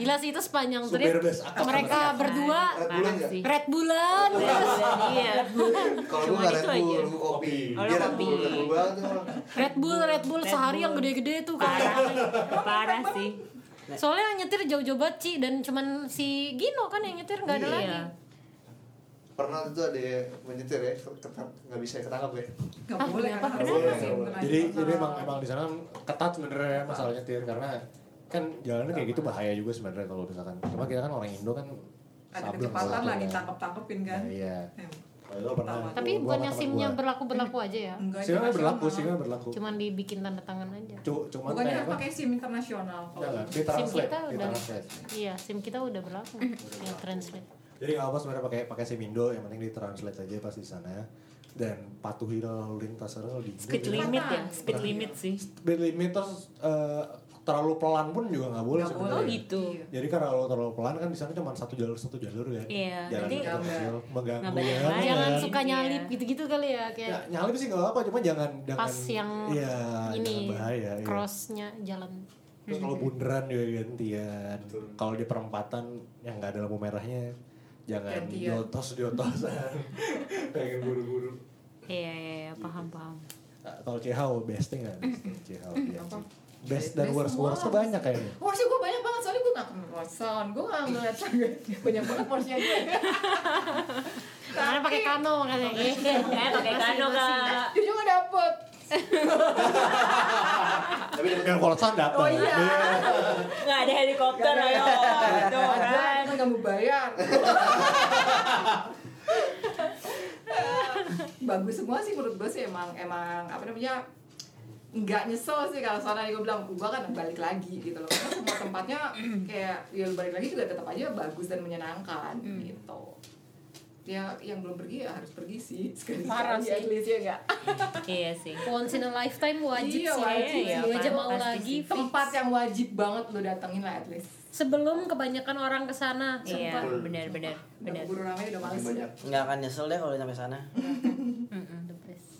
Speaker 6: Gila sih itu sepanjang
Speaker 1: Supir
Speaker 6: trip.
Speaker 1: bus, atas
Speaker 6: Mereka
Speaker 1: atas.
Speaker 6: berdua
Speaker 2: Red Bulan nggak?
Speaker 4: sih
Speaker 6: Red Bulan.
Speaker 4: iya
Speaker 2: Kalau gue
Speaker 4: Cuma
Speaker 2: nggak Red
Speaker 4: itu
Speaker 2: Bull,
Speaker 4: aja.
Speaker 2: gue kopi.
Speaker 4: Oh,
Speaker 2: Dia
Speaker 4: lu
Speaker 2: Red Bull,
Speaker 4: kopi.
Speaker 2: Red Bull banget tuh orang.
Speaker 6: Red Bull, Red Bull sehari yang gede-gede tuh
Speaker 4: parah
Speaker 6: kan.
Speaker 4: parah sih
Speaker 6: Soalnya yang nyetir jauh-jauh banget Ci, dan cuman si Gino kan yang nyetir nggak ada
Speaker 4: Iya.
Speaker 6: lagi.
Speaker 2: Pernah itu ada yang menyetir ya, ketangkap nggak bisa ketangkap ya.
Speaker 5: nggak boleh.
Speaker 6: kenapa?
Speaker 5: karena
Speaker 2: Kenapa?
Speaker 5: harus
Speaker 2: Kenapa?
Speaker 5: internasional.
Speaker 1: jadi jadi emang emang di sana ketat sebenarnya masalah nyetir karena kan jalannya kayak gitu bahaya juga sebenarnya kalau misalkan cuma kita kan orang Indo kan
Speaker 5: ada
Speaker 1: sableng
Speaker 5: kecepatan
Speaker 1: banget
Speaker 5: lah
Speaker 1: ya.
Speaker 5: ditangkep-tangkepin kan.
Speaker 1: Nah, iya
Speaker 5: Emang.
Speaker 1: kalau itu pernah
Speaker 6: Tapi
Speaker 1: gua
Speaker 6: bukannya
Speaker 1: sama temen
Speaker 6: SIM-nya
Speaker 1: gua.
Speaker 6: berlaku-berlaku aja ya.
Speaker 5: Enggak,
Speaker 1: SIM-nya berlaku
Speaker 5: internasional.
Speaker 1: SIM-nya berlaku
Speaker 6: Cuman dibikin tanda tangan aja.
Speaker 1: Cu- cuman
Speaker 5: Bukannya
Speaker 1: kayak
Speaker 5: harus
Speaker 1: apa
Speaker 5: pakai SIM internasional kalau gitu.
Speaker 1: Jangan, di
Speaker 6: SIM
Speaker 1: translate,
Speaker 6: kita
Speaker 1: di
Speaker 6: udah
Speaker 1: translate.
Speaker 6: Iya, SIM kita udah berlaku. Ya translate.
Speaker 1: Jadi nggak apa sebenarnya pakai pakai SIM Indo, yang penting di translate aja pas di sana dan patuhi lalu lintas karena kalau di Indo
Speaker 4: speed
Speaker 1: kita-
Speaker 4: limit ya speed limit sih
Speaker 1: speed limit terus eh, terlalu pelan pun juga nggak boleh
Speaker 5: Nggak
Speaker 1: sebenarnya.
Speaker 4: oh gitu
Speaker 5: Iya.
Speaker 1: Jadi karena lo terlalu pelan kan di sana cuma satu jalur satu jalur kan.
Speaker 4: Iya,
Speaker 1: Jalan
Speaker 4: nanti
Speaker 1: itu kecil mengganggu
Speaker 4: nggak
Speaker 1: ya.
Speaker 4: banyak banyak.
Speaker 6: Jangan
Speaker 1: kan?
Speaker 6: suka
Speaker 4: Iya.
Speaker 6: nyalip gitu-gitu kali ya
Speaker 1: Ya,
Speaker 6: kayak
Speaker 1: nyalip sih nggak apa, cuma jangan Ya, jangan
Speaker 6: pas yang
Speaker 1: iya, jangan
Speaker 6: ini
Speaker 1: bahaya. iya.
Speaker 6: crossnya jalan.
Speaker 1: Terus kalau
Speaker 4: gitu.
Speaker 1: bundaran juga gantian.
Speaker 2: Betul.
Speaker 1: Kalau di perempatan yang nggak ada lampu merahnya jangan
Speaker 5: Gantian.
Speaker 1: diotos diotosan. Pengen buru-buru.
Speaker 4: iya iya iya, paham paham
Speaker 1: Ah, Kalau Cihau besting kan? Cihau dia.
Speaker 8: Best dan
Speaker 5: Best
Speaker 8: worst
Speaker 5: semua.
Speaker 8: worst tuh banyak kayaknya.
Speaker 5: Porsi gue banyak banget soalnya gue nggak ke croissant, gue nggak ngeliat banyak banget porsinya gue.
Speaker 6: Karena pakai kano makanya.
Speaker 4: Kayak Eh, pakai kano kak.
Speaker 5: Jujur nggak dapet.
Speaker 2: Tapi dapat
Speaker 8: Yang kolosan dapat.
Speaker 5: Oh iya.
Speaker 4: Nggak ada helikopter ayo. Tuh
Speaker 5: Ada,
Speaker 4: kan.
Speaker 5: kan kamu bayar. Bagus semua sih menurut gue sih emang emang apa namanya nggak nyesel sih kalau soalnya gue bilang gue kan balik lagi gitu loh karena semua tempatnya kayak ya lu balik lagi juga tetap aja bagus dan menyenangkan
Speaker 6: Hmm.
Speaker 5: gitu ya yang belum pergi ya harus pergi sih sekali
Speaker 6: Parah
Speaker 5: sekali
Speaker 6: sih.
Speaker 5: at least ya nggak
Speaker 4: Iya sih.
Speaker 6: Once in a lifetime wajib
Speaker 5: Iya,
Speaker 6: sih.
Speaker 5: wajib,
Speaker 6: Iya,
Speaker 5: iya,
Speaker 6: Gue aja
Speaker 4: pasti
Speaker 6: mau
Speaker 4: sih.
Speaker 6: lagi. fix.
Speaker 5: tempat yang wajib banget lo datengin lah at least
Speaker 6: sebelum kebanyakan orang ke sana.
Speaker 4: Iya
Speaker 6: sumpah.
Speaker 4: benar benar
Speaker 5: udah
Speaker 4: benar.
Speaker 5: keburu ramai udah males
Speaker 2: banyak.
Speaker 3: nggak akan nyesel deh kalau udah sampai sana
Speaker 6: The best.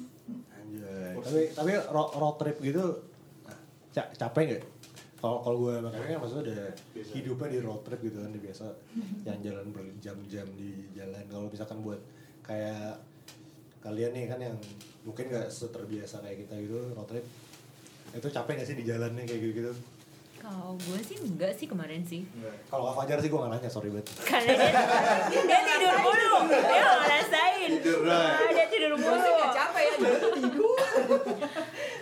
Speaker 1: Anjay. Tapi tapi road, road trip gitu ca- capek nggak? Kalau kalau gue makanya kan maksudnya udah
Speaker 2: Biasa.
Speaker 1: hidupnya di road trip gitu kan di biasa yang jalan berjam-jam di jalan. Kalau misalkan buat kayak kalian nih kan yang mungkin nggak seterbiasa kayak kita gitu road trip itu capek gak sih di jalannya kayak gitu-gitu?
Speaker 4: Kalau gue sih enggak sih kemarin sih.
Speaker 2: Enggak.
Speaker 1: Kalau Kak Fajar sih gue gak nanya, sorry banget.
Speaker 4: Karena dia, dia tidur mulu. Dia nggak ngerasain.
Speaker 2: Tidur, right.
Speaker 4: Ah, Dia tidur
Speaker 5: gue sih
Speaker 4: mulu.
Speaker 5: nggak capek ya jadi tidur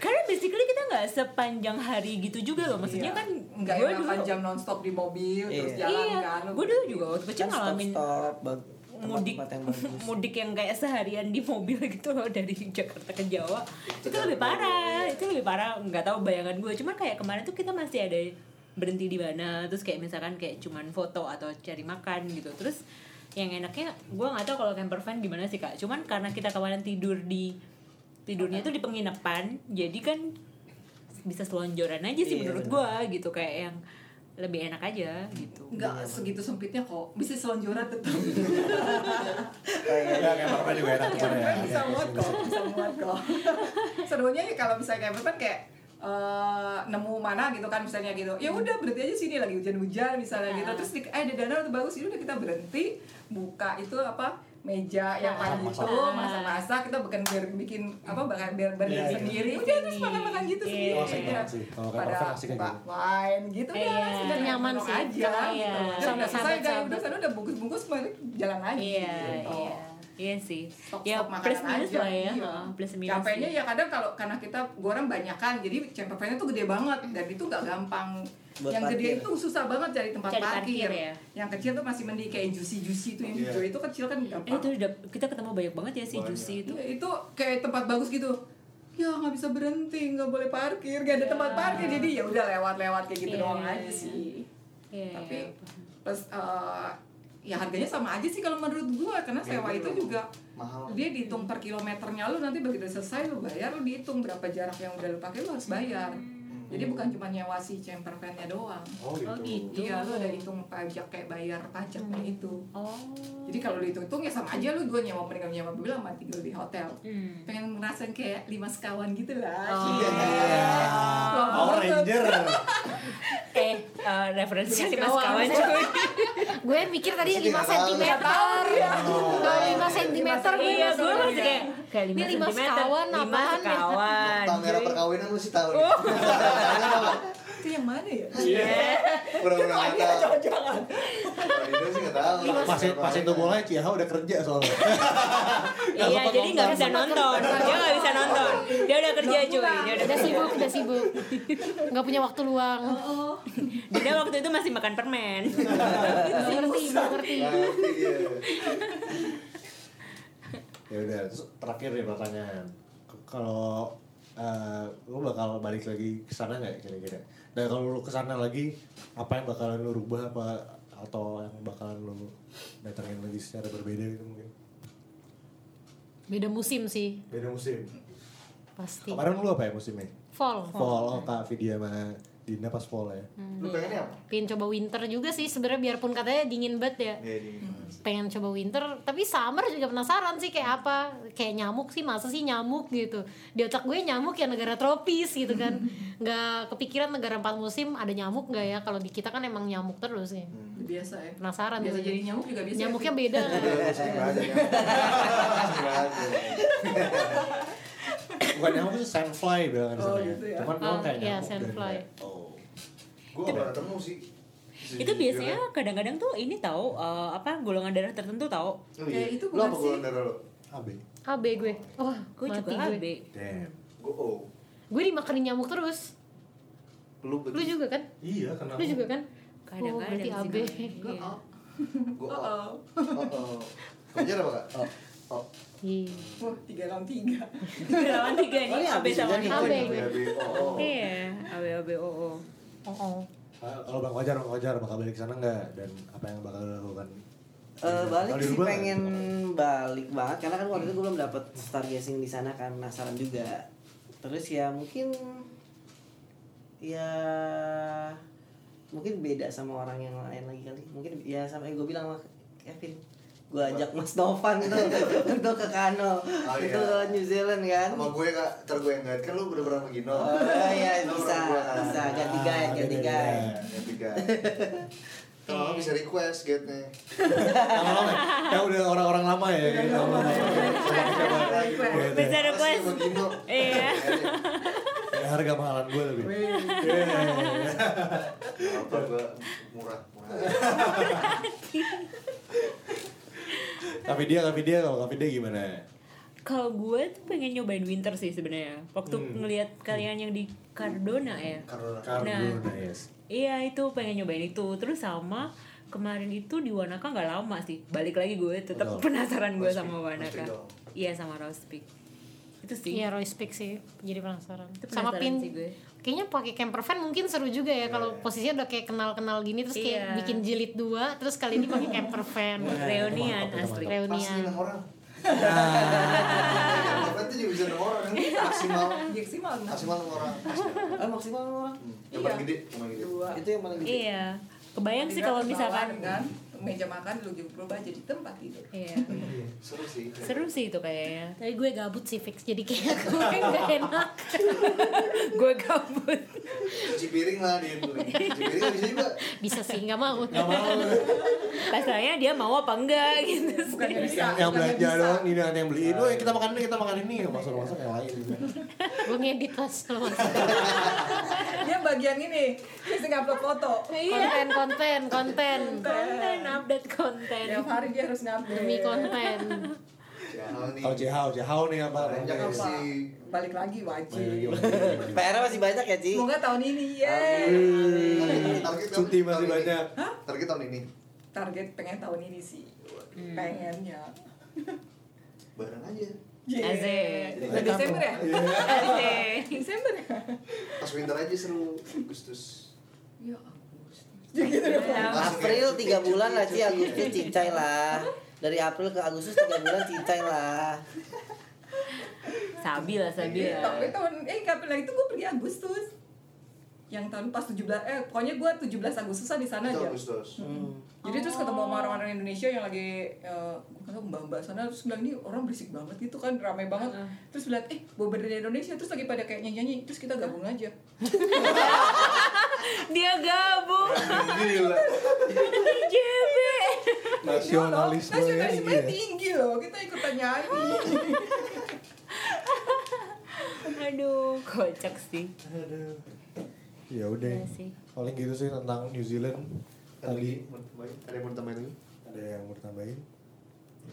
Speaker 4: Karena basically kita nggak sepanjang hari gitu juga loh. Maksudnya kan
Speaker 5: nggak
Speaker 4: gue
Speaker 5: yang
Speaker 4: dulu.
Speaker 5: 8 Iya. jam nonstop di mobil terus
Speaker 3: Iya.
Speaker 5: jalan
Speaker 4: Iya,
Speaker 5: kan
Speaker 4: gue dulu juga waktu kecil
Speaker 3: kan stop
Speaker 4: ngalamin
Speaker 3: stop bag-
Speaker 4: mudik
Speaker 3: tempat-tempat yang bagus
Speaker 4: mudik yang kayak seharian di mobil gitu loh dari Jakarta ke Jawa itu lebih parah
Speaker 3: iya.
Speaker 4: itu lebih parah nggak tahu bayangan gue cuman kayak kemarin tuh kita masih ada berhenti di mana terus kayak misalkan kayak cuman foto atau cari makan gitu terus yang enaknya gue nggak tahu kalau camper van gimana sih kak cuman karena kita kemarin tidur di tidurnya tuh di penginapan jadi kan bisa selonjoran aja sih
Speaker 3: Iya,
Speaker 4: menurut gue gitu kayak yang lebih enak aja gitu
Speaker 5: nggak segitu sempitnya kok bisa selonjoran tetap
Speaker 1: Ya, kayak Marvel juga enak cuman ya.
Speaker 5: Iya, bisa muat kok bisa muat kok serunya ya kalau misalnya kayak kan kayak eh, nemu mana gitu kan misalnya gitu ya udah berhenti aja sini lagi hujan-hujan misalnya
Speaker 4: Iya.
Speaker 5: gitu terus di, eh ada danau tuh bagus itu udah kita berhenti buka itu apa meja
Speaker 4: Iya,
Speaker 5: yang kayak gitu masak-masak kita bikin bikin apa bakal ber
Speaker 1: Iya, iya.
Speaker 5: sendiri udah terus makan-makan gitu
Speaker 4: Iya.
Speaker 5: sendiri
Speaker 4: Oh,
Speaker 1: asik banget sih. Kalau kayak
Speaker 5: pada
Speaker 1: perfect asik kayak
Speaker 5: buka
Speaker 1: gitu.
Speaker 5: wine gitu
Speaker 4: Iya.
Speaker 5: dah sudah
Speaker 6: Nyaman
Speaker 5: nongkrong
Speaker 6: sih.
Speaker 5: aja
Speaker 4: Iya.
Speaker 5: gitu
Speaker 6: Sama
Speaker 5: udah selesai dah
Speaker 6: sahabat-sahabat.
Speaker 5: udah sana udah bungkus-bungkus balik jalan lagi
Speaker 4: Iya,
Speaker 5: gitu.
Speaker 4: iya. Iya sih.
Speaker 5: Stok-stok
Speaker 4: ya
Speaker 5: makanan
Speaker 4: plus minus
Speaker 5: aja,
Speaker 4: lah ya.
Speaker 5: iya.
Speaker 4: heeh, Plus minus.
Speaker 5: Capeknya
Speaker 4: sih.
Speaker 5: ya kadang kalau karena kita goreng banyakan, jadi campervan tuh gede banget dan itu nggak gampang.
Speaker 3: Buat
Speaker 5: yang gede
Speaker 3: parkir.
Speaker 5: itu susah banget cari tempat
Speaker 4: Cari
Speaker 5: parkir.
Speaker 4: parkir ya.
Speaker 5: Yang kecil tuh masih mending kayak juicy juicy tuh yang
Speaker 2: Iya.
Speaker 5: hijau itu kecil kan
Speaker 4: Eh itu
Speaker 5: gampang.
Speaker 4: udah kita ketemu banyak banget ya si
Speaker 2: Banyak.
Speaker 4: Juicy itu.
Speaker 5: Itu, Iya, itu kayak tempat bagus gitu. Ya nggak bisa berhenti, nggak boleh parkir, nggak ada tempat parkir jadi ya udah lewat-lewat kayak gitu
Speaker 4: Iya,
Speaker 5: doang
Speaker 4: iya,
Speaker 5: aja
Speaker 4: iya.
Speaker 5: sih.
Speaker 4: Iya.
Speaker 5: Tapi plus eh, ya harganya sama aja sih kalau menurut gua karena sewa itu juga
Speaker 2: Mahal.
Speaker 5: dia dihitung per kilometernya lu nanti begitu selesai lu bayar lu dihitung berapa jarak yang udah lu pakai lu harus bayar jadi bukan cuma nyewa si camper van-nya doang
Speaker 1: Oh
Speaker 4: Oh gitu.
Speaker 5: iya lu ada hitung pajak kayak bayar pajaknya itu
Speaker 4: Oh.
Speaker 5: jadi kalau lu hitung-hitung ya sama aja lu gua nyewa mendingan nyewa mobil sama tinggal di hotel
Speaker 4: Hmm.
Speaker 5: pengen ngerasain kayak lima sekawan gitu lah
Speaker 4: Oh.
Speaker 5: Iya.
Speaker 1: Power Ranger.
Speaker 4: Eh eh, referensinya di Mas
Speaker 6: Kawan.
Speaker 4: Kawan cuy.
Speaker 6: Gue mikir tadi
Speaker 2: Pasti
Speaker 6: 5
Speaker 2: nggak tahu.
Speaker 6: cm.
Speaker 2: Nggak
Speaker 6: Baru 5 cm Iya, gue
Speaker 4: Iya, gue
Speaker 6: masih
Speaker 4: masih kayak kayak
Speaker 6: Ini lima sekawan
Speaker 4: lima
Speaker 6: apaan ya?
Speaker 4: sekawan. Iya.
Speaker 2: Kamera perkawinan lu sih tahu.
Speaker 4: Oh.
Speaker 5: itu yang mana ya
Speaker 2: Pura-pura nggak
Speaker 4: iya,
Speaker 2: tahu. Kalau Dino sih nggak tahu.
Speaker 1: Pas pas itu mulai Ciha udah kerja soalnya.
Speaker 4: Iya, jadi nggak bisa nonton. Dia nggak bisa nonton. Dia udah kerja cuy. Dia udah
Speaker 6: Udah sibuk, udah sibuk. Nggak punya waktu luang.
Speaker 4: Dia waktu itu masih makan permen.
Speaker 6: Nggak ngerti, nggak ngerti.
Speaker 2: Nanti Nah,
Speaker 1: ya
Speaker 2: dia.
Speaker 1: udah terus terakhir nih pertanyaan K- kalau eh, lu bakal balik lagi ke sana nggak kira-kira dan kalau lu ke sana lagi apa yang bakalan lu rubah apa atau yang bakalan lu datangin lagi secara berbeda gitu mungkin
Speaker 6: Beda musim sih,
Speaker 1: beda musim
Speaker 6: pasti.
Speaker 1: kemarin lu apa ya musimnya
Speaker 6: Fall.
Speaker 1: fall oh kak Vidya sama Dina pas fall ya
Speaker 2: Lu pengennya apa?
Speaker 6: Pengen coba winter juga sih sebenarnya biarpun katanya dingin banget ya.
Speaker 4: Iya,
Speaker 2: Ya di.
Speaker 6: pengen coba winter tapi summer juga penasaran sih kayak apa kayak nyamuk sih masa sih nyamuk gitu di otak gue nyamuk ya negara tropis gitu kan nggak kepikiran negara empat musim ada nyamuk nggak ya kalau di kita kan emang nyamuk terus ya
Speaker 5: biasa ya
Speaker 6: penasaran
Speaker 5: biasa
Speaker 6: gue.
Speaker 5: jadi nyamuk juga biasa
Speaker 6: nyamuknya beda
Speaker 4: ya.
Speaker 6: nggak?
Speaker 2: Terus gimana? Terus gimana?
Speaker 1: bukan nyamuk sih sandfly bilang di
Speaker 5: Oh,
Speaker 1: sana.
Speaker 5: gitu ya.
Speaker 1: Cuman memang
Speaker 6: Ah,
Speaker 1: kayak
Speaker 6: iya,
Speaker 1: nyamuk. dan
Speaker 6: sandfly.
Speaker 1: kayak, Oh.
Speaker 2: Gue gak pernah ketemu sih.
Speaker 4: itu biasanya kadang-kadang tuh ini tahu eh, apa golongan darah tertentu tahu
Speaker 2: Oh,
Speaker 5: Ya,
Speaker 2: iya.
Speaker 4: gitu
Speaker 5: itu
Speaker 2: Lo apa
Speaker 5: bukan
Speaker 2: gue
Speaker 5: sih.
Speaker 2: darah lo?
Speaker 1: AB.
Speaker 6: AB gue. Wah,
Speaker 4: gue
Speaker 6: mati
Speaker 4: juga AB
Speaker 1: Damn.
Speaker 2: Gue O.
Speaker 6: Gue dimakanin nyamuk terus.
Speaker 2: oh. Lu
Speaker 6: Lu juga kan?
Speaker 1: Iya kenapa?
Speaker 6: Lu juga kan?
Speaker 4: kadang-kadang
Speaker 6: Oh, berarti
Speaker 4: sih
Speaker 6: AB.
Speaker 4: gue. Iya.
Speaker 2: Gue O.
Speaker 5: Oh, oh.
Speaker 2: Oh, oh. Kamu jarang apa kak? Oh. Oh.
Speaker 6: Iya.
Speaker 5: Wah, tiga lawan tiga.
Speaker 4: Tiga lawan tiga
Speaker 3: Oh,
Speaker 4: nih
Speaker 3: iya,
Speaker 4: AB
Speaker 3: AB
Speaker 4: sama
Speaker 3: juga nih.
Speaker 4: AB
Speaker 6: AB.
Speaker 2: Ya, B, O,
Speaker 3: Oh.
Speaker 2: O.
Speaker 4: iya AB AB O O
Speaker 6: Oh, oh.
Speaker 1: Ah, Kalau Bang Wajar, Bang Wajar bakal balik ke sana nggak? Dan apa yang bakal dilakukan?
Speaker 3: Eh, balik
Speaker 1: Iya, Kalau di
Speaker 3: sih
Speaker 1: rumah,
Speaker 3: pengen
Speaker 1: apa?
Speaker 3: balik banget karena kan waktu itu gue belum dapet stargazing di sana kan penasaran juga terus ya mungkin ya mungkin beda sama orang yang lain lagi kali mungkin ya sama yang gue bilang sama Kevin gue ajak Mas Novan tuh untuk ke Kano
Speaker 2: Oh,
Speaker 3: itu
Speaker 2: iya.
Speaker 3: ke New Zealand kan
Speaker 2: Sama gue kak, ntar gue yang guide. Kan lu bener-bener sama Gino.
Speaker 3: oh iya
Speaker 2: Lu
Speaker 3: bisa
Speaker 2: bener-bener gue, kan?
Speaker 3: bisa ganti guide
Speaker 1: Ah,
Speaker 3: ganti
Speaker 1: beda-beda.
Speaker 3: guide
Speaker 2: Ya, tiga. Kalau bisa request guide-nya.
Speaker 1: Lama-lama ya? Ya udah orang-orang lama ya. gitu. Beda.
Speaker 4: Bisa request.
Speaker 2: Pasti Iya. sama Gino.
Speaker 4: Iya.
Speaker 1: Kayak harga mahalan gue lebih.
Speaker 2: Gak apa gue murah murah.
Speaker 1: Tapi dia, tapi dia, kalau tapi dia gimana?
Speaker 4: kalau gue tuh pengen nyobain winter sih sebenarnya waktu
Speaker 1: Hmm.
Speaker 4: ngelihat kalian yang di Cardona ya
Speaker 2: Karena
Speaker 1: Carbona, Nah, yes.
Speaker 4: Iya itu pengen nyobain itu terus sama kemarin itu di Wanaka nggak lama sih balik lagi gue tetap
Speaker 1: Betul.
Speaker 4: penasaran gue
Speaker 2: Roast
Speaker 4: sama
Speaker 2: pig, roast
Speaker 4: Wanaka
Speaker 2: pig dong.
Speaker 4: iya sama roast pig itu sih
Speaker 6: Iya, Roy Speak sih. Jadi penasaran.
Speaker 4: Itu
Speaker 6: Sama
Speaker 4: penasaran
Speaker 6: pin.
Speaker 4: sih gue.
Speaker 6: Kayaknya pakai camper van mungkin seru juga ya kalau posisinya udah kayak kenal-kenal gini terus kayak
Speaker 4: Iya.
Speaker 6: bikin jilid dua terus kali ini pakai camper van.
Speaker 1: Mantap,
Speaker 4: reunian asli
Speaker 1: mantap.
Speaker 2: Pasti
Speaker 6: Reunian.
Speaker 2: enam orang.
Speaker 1: Nah,
Speaker 2: Tapi juga bisa enam orang kan? Maksimal.
Speaker 5: Maksimal enam.
Speaker 2: Maksimal enam orang.
Speaker 4: Iya.
Speaker 2: Pasti.
Speaker 3: oh maksimal orang
Speaker 2: Hmm. Yang paling gede, yang paling gede.
Speaker 5: Dua.
Speaker 3: itu yang paling gede
Speaker 4: iya kebayang sih kalau misalkan
Speaker 5: kan meja makan lu juga berubah jadi tempat tidur.
Speaker 4: iya
Speaker 2: Seru sih.
Speaker 4: seru sih itu kayaknya
Speaker 6: Tapi gue gabut sih fix jadi kayak gue gak enak.
Speaker 4: gue gabut
Speaker 2: Cuci piring lah dia dulu. Cuci piring nggak bisa juga.
Speaker 6: Bisa sih nggak mau.
Speaker 1: Gak mau.
Speaker 4: pasalnya dia mau apa enggak gitu
Speaker 5: Bukan
Speaker 4: sih
Speaker 5: nggak
Speaker 1: Yang,
Speaker 5: bisa,
Speaker 1: yang
Speaker 5: bukan nggak
Speaker 1: belanja
Speaker 5: bisa. Nah.
Speaker 1: doang, ini nanti yang beliin. Oh, kita makan ini, kita makan ini. Masuk-masuk yang lain. juga.
Speaker 6: gue ngedit pas lu
Speaker 5: Dia bagian ini, bisa ngupload foto.
Speaker 6: konten konten konten
Speaker 4: konten update konten
Speaker 5: Tiap hari dia harus ngupload.
Speaker 6: demi konten
Speaker 2: Jahal nih.
Speaker 1: Kalau Jehau, Jehau nih apa?
Speaker 2: Banyak
Speaker 1: Apa?
Speaker 5: Apa?
Speaker 2: Si
Speaker 5: Balik lagi wajib.
Speaker 3: PR masih banyak ya Ci
Speaker 5: Semoga tahun ini, ya.
Speaker 2: Target- target tahun-
Speaker 1: Cuti masih
Speaker 2: tahun ini.
Speaker 1: banyak.
Speaker 2: Target tahun ini.
Speaker 5: Target pengen tahun ini sih. Pengennya.
Speaker 2: Bareng aja.
Speaker 5: Yeah.
Speaker 4: Asik.
Speaker 5: Udah Desember ya?
Speaker 1: Iya.
Speaker 4: Asik.
Speaker 5: Desember ya?
Speaker 2: Pas winter aja seru. Agustus.
Speaker 5: Ya Agustus. Ya gitu dong.
Speaker 2: Langsung
Speaker 3: April
Speaker 2: ya, cuti,
Speaker 3: tiga bulan
Speaker 2: cuti,
Speaker 3: lah Ci,
Speaker 2: cuti.
Speaker 3: Agustus cincai lah Dari April ke Agustus tiga bulan cincai lah
Speaker 4: sabi lah sabi
Speaker 5: Iya. Tapi
Speaker 4: lah
Speaker 5: tahun eh kapan lagi itu gue pergi Agustus. Yang tahun pas 17 eh pokoknya gue 17 Agustusan di sana
Speaker 2: Itu
Speaker 5: aja.
Speaker 2: Agustus.
Speaker 5: Jadi terus ketemu sama orang-orang Indonesia yang lagi eh gue kata mbak-mbak sana terus bilang nih orang berisik banget gitu kan ramai banget. Terus bilang eh bober dari Indonesia terus lagi pada kayak nyanyi-nyanyi terus kita gabung aja.
Speaker 4: dia gabung
Speaker 2: Gila.
Speaker 4: JB
Speaker 7: Nasionalisme ya.
Speaker 5: Nasionalismenya tinggi loh. Kita ikutan nyanyi.
Speaker 4: aduh kocak sih
Speaker 1: Aduh. Ya udah.
Speaker 4: Iya sih.
Speaker 7: Paling gitu sih tentang New Zealand tadi.
Speaker 2: Mau tambahin? Ada yang mau tambahin lagi?
Speaker 7: Ada yang mau ditambahin?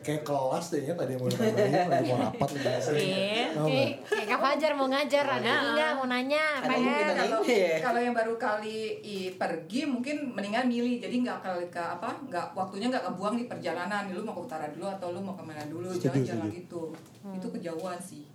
Speaker 7: Kayak kelas deh ya tadi yang mau ditambahin, lagi mau rapat nih biasanya.
Speaker 4: Iya.
Speaker 7: Tau nggak?
Speaker 6: Oke, kayak Kak Fajar mau ngajar ada enggak mau
Speaker 4: Ah,
Speaker 6: nanya
Speaker 3: Ada
Speaker 6: pengen
Speaker 3: yang
Speaker 5: Eh, kalau
Speaker 3: Iya, iya.
Speaker 5: kalau yang baru kali i, pergi mungkin mendingan milih jadi nggak ke, ke apa nggak waktunya nggak kebuang di perjalanan lu mau ke utara dulu atau lu mau kemana dulu
Speaker 7: Setuju,
Speaker 5: jalan-jalan
Speaker 7: setuju.
Speaker 5: gitu itu kejauhan sih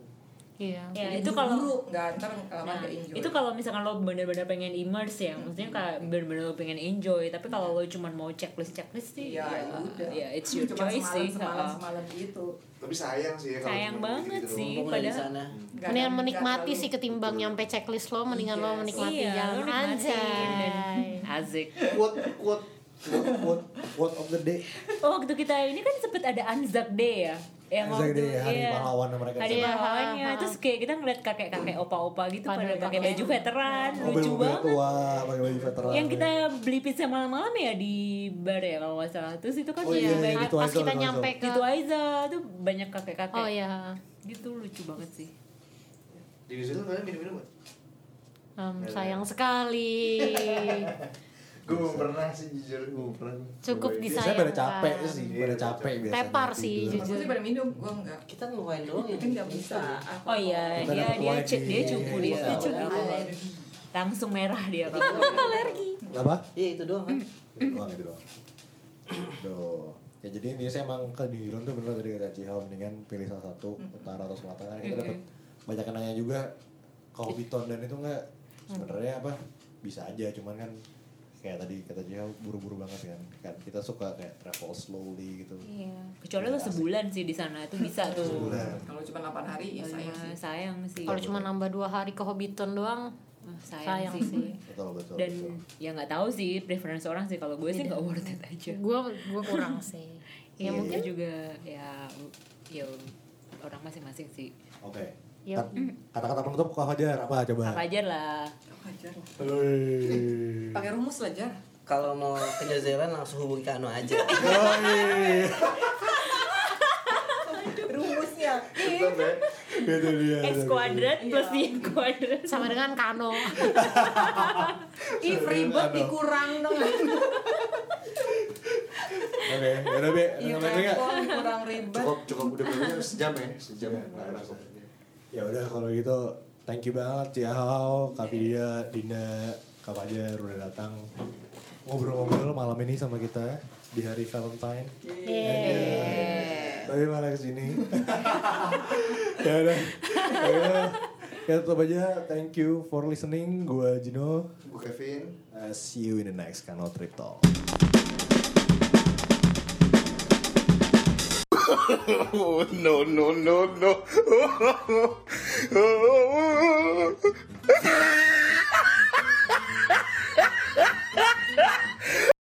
Speaker 6: Iya.
Speaker 4: ya
Speaker 5: Jadi
Speaker 4: Hmm. itu kalau
Speaker 5: buru-buru, nggak ntar kelamaan
Speaker 4: nah,
Speaker 5: nggak enjoy
Speaker 4: itu kalau misalkan lo bener-bener pengen immerse ya maksudnya kayak bener-bener lo pengen enjoy tapi kalau lo cuman mau checklist checklist sih
Speaker 5: ya, ya udah
Speaker 4: ya it's your
Speaker 5: Cuma
Speaker 4: choice
Speaker 5: semalam,
Speaker 4: sih
Speaker 5: semalam
Speaker 4: Ha.
Speaker 5: semalam gitu
Speaker 2: Tapi sayang sih ya kalau
Speaker 4: Sayang
Speaker 2: cuma
Speaker 4: banget
Speaker 2: gitu-gitu
Speaker 4: sih.
Speaker 2: doang.
Speaker 3: Mumpung udah di
Speaker 4: Padahal-
Speaker 3: sana
Speaker 5: Nggak-
Speaker 6: Mendingan
Speaker 5: nggak
Speaker 6: menikmati
Speaker 5: terlalu-
Speaker 6: sih ketimbang nyampe checklist lo, mendingan lo
Speaker 5: Yes.
Speaker 6: menikmati
Speaker 4: iya lo
Speaker 6: jalan aja.
Speaker 4: nikmatin dan asik
Speaker 2: Quote, quote.
Speaker 7: Quote- quote- Quote of the day.
Speaker 4: oh waktu kita ini kan sempet ada Anzac Day ya yang
Speaker 7: Anzac
Speaker 4: waktu
Speaker 7: Day, hari
Speaker 4: iya.
Speaker 7: pahlawan mereka di
Speaker 4: hari
Speaker 6: sana.
Speaker 4: pahlawannya
Speaker 6: Iya, ha, ha.
Speaker 4: terus kayak kita ngeliat kakek kakek opa opa gitu
Speaker 6: Pada
Speaker 4: pada pakai
Speaker 6: pakai-
Speaker 4: baju veteran lucu
Speaker 7: Iya, Mobil-mobil iya.
Speaker 4: banget
Speaker 7: tua, pakai baju veteran.
Speaker 4: yang kita beli pizza malam-malam ya di bar ya kalau nggak salah terus itu kan
Speaker 7: Oh iya,
Speaker 4: banyak
Speaker 7: iya, gitu
Speaker 6: Pas
Speaker 7: aja,
Speaker 6: kita
Speaker 7: gitu
Speaker 6: nyampe
Speaker 7: aja.
Speaker 6: ke
Speaker 4: gitu aja tuh banyak kakek-kakek
Speaker 6: Oh iya.
Speaker 4: gitu lucu banget sih
Speaker 2: Di New Zealand kalian minum-minum gak?
Speaker 7: Iya,
Speaker 6: Em, sayang sekali.
Speaker 2: Gue belum pernah sih jujur, gue belum pernah
Speaker 6: Cukup
Speaker 2: Cobain.
Speaker 6: disayangkan.
Speaker 1: Biasanya pada capek sih, pada capek biasanya.
Speaker 6: Tepar sih,
Speaker 5: Mas
Speaker 6: jujur.
Speaker 5: pasti pada minum, gue enggak.
Speaker 3: Kita ngeluarin doang ya.
Speaker 5: Kan nggak bisa. Aku-
Speaker 4: Oh iya,
Speaker 1: Kita
Speaker 4: dia
Speaker 1: dapat
Speaker 4: dia
Speaker 1: wine
Speaker 4: cek
Speaker 1: di-
Speaker 4: dia cupu dia,
Speaker 3: Iya,
Speaker 4: dia cupu.
Speaker 3: benar.
Speaker 4: Langsung merah dia kalau
Speaker 6: Alergi.
Speaker 1: Apa?
Speaker 3: Iya itu doang kan.
Speaker 1: doang gitu doang. Duh. Ya jadi ini saya emang ke New Zealand tuh bener tadi kata Cihal mendingan pilih salah satu utara atau selatan karena kita dapat banyak yang nanya juga ke Hobbiton dan itu enggak sebenarnya apa bisa aja cuman kan kayak tadi kata Cihal buru-buru banget kan kan kita suka kayak travel slowly gitu
Speaker 6: Iya.
Speaker 4: kecuali lo sebulan sih di sana itu bisa tuh.
Speaker 1: Sebulan.
Speaker 5: Kalau cuma 8 hari, ya
Speaker 4: Iya,
Speaker 5: sayang sih.
Speaker 4: sayang sih.
Speaker 6: Kalau cuma nambah dua hari ke Hobbiton doang,
Speaker 4: Ah, sayang,
Speaker 6: sayang
Speaker 4: sih.
Speaker 6: sih.
Speaker 1: betul betul
Speaker 4: Dan
Speaker 1: betul.
Speaker 4: ya nggak tahu sih preferensi orang sih kalau gue sih nggak worth it aja.
Speaker 6: Gue gue kurang sih.
Speaker 4: Ya
Speaker 1: Iya.
Speaker 4: mungkin juga ya ya orang masing-masing sih.
Speaker 1: Oke.
Speaker 6: Yep.
Speaker 1: Kat- Kata-kata penutup Kak Fajar apa coba?
Speaker 4: Apa aja lah.
Speaker 5: Apa aja lah.
Speaker 1: Hei.
Speaker 5: Pakai rumus lah, Jar.
Speaker 3: Kalau mau ke New Zealand langsung hubungi Kano aja.
Speaker 1: Yoi.
Speaker 5: Rumusnya.
Speaker 2: Tetep ya.
Speaker 1: Itu dia.
Speaker 4: X kuadrat Eh, plus Y kuadrat.
Speaker 6: Sama dengan Kano.
Speaker 5: Ih, ribet dikurang dong.
Speaker 1: Oke, udah Be. Ada
Speaker 5: Iya,
Speaker 1: tambahan nggak?
Speaker 5: repot, dikurang ribet.
Speaker 2: Cukup, cukup udah berapa sejam ya? Sejam ya, nggak kerasa.
Speaker 1: Ya udah kalau gitu thank you banget Ciao, Kak Vidya, Dina, Kak Fajar udah datang ngobrol-ngobrol malam ini sama kita ya, di hari Valentine. Tapi malah kesini. ya udah. Ya udah. Ya tetap aja thank you for listening. Gua Jino.
Speaker 2: Gue Kevin.
Speaker 1: Uh, see you in the next Kano Trip Talk.
Speaker 9: Oh, no, no, no, no.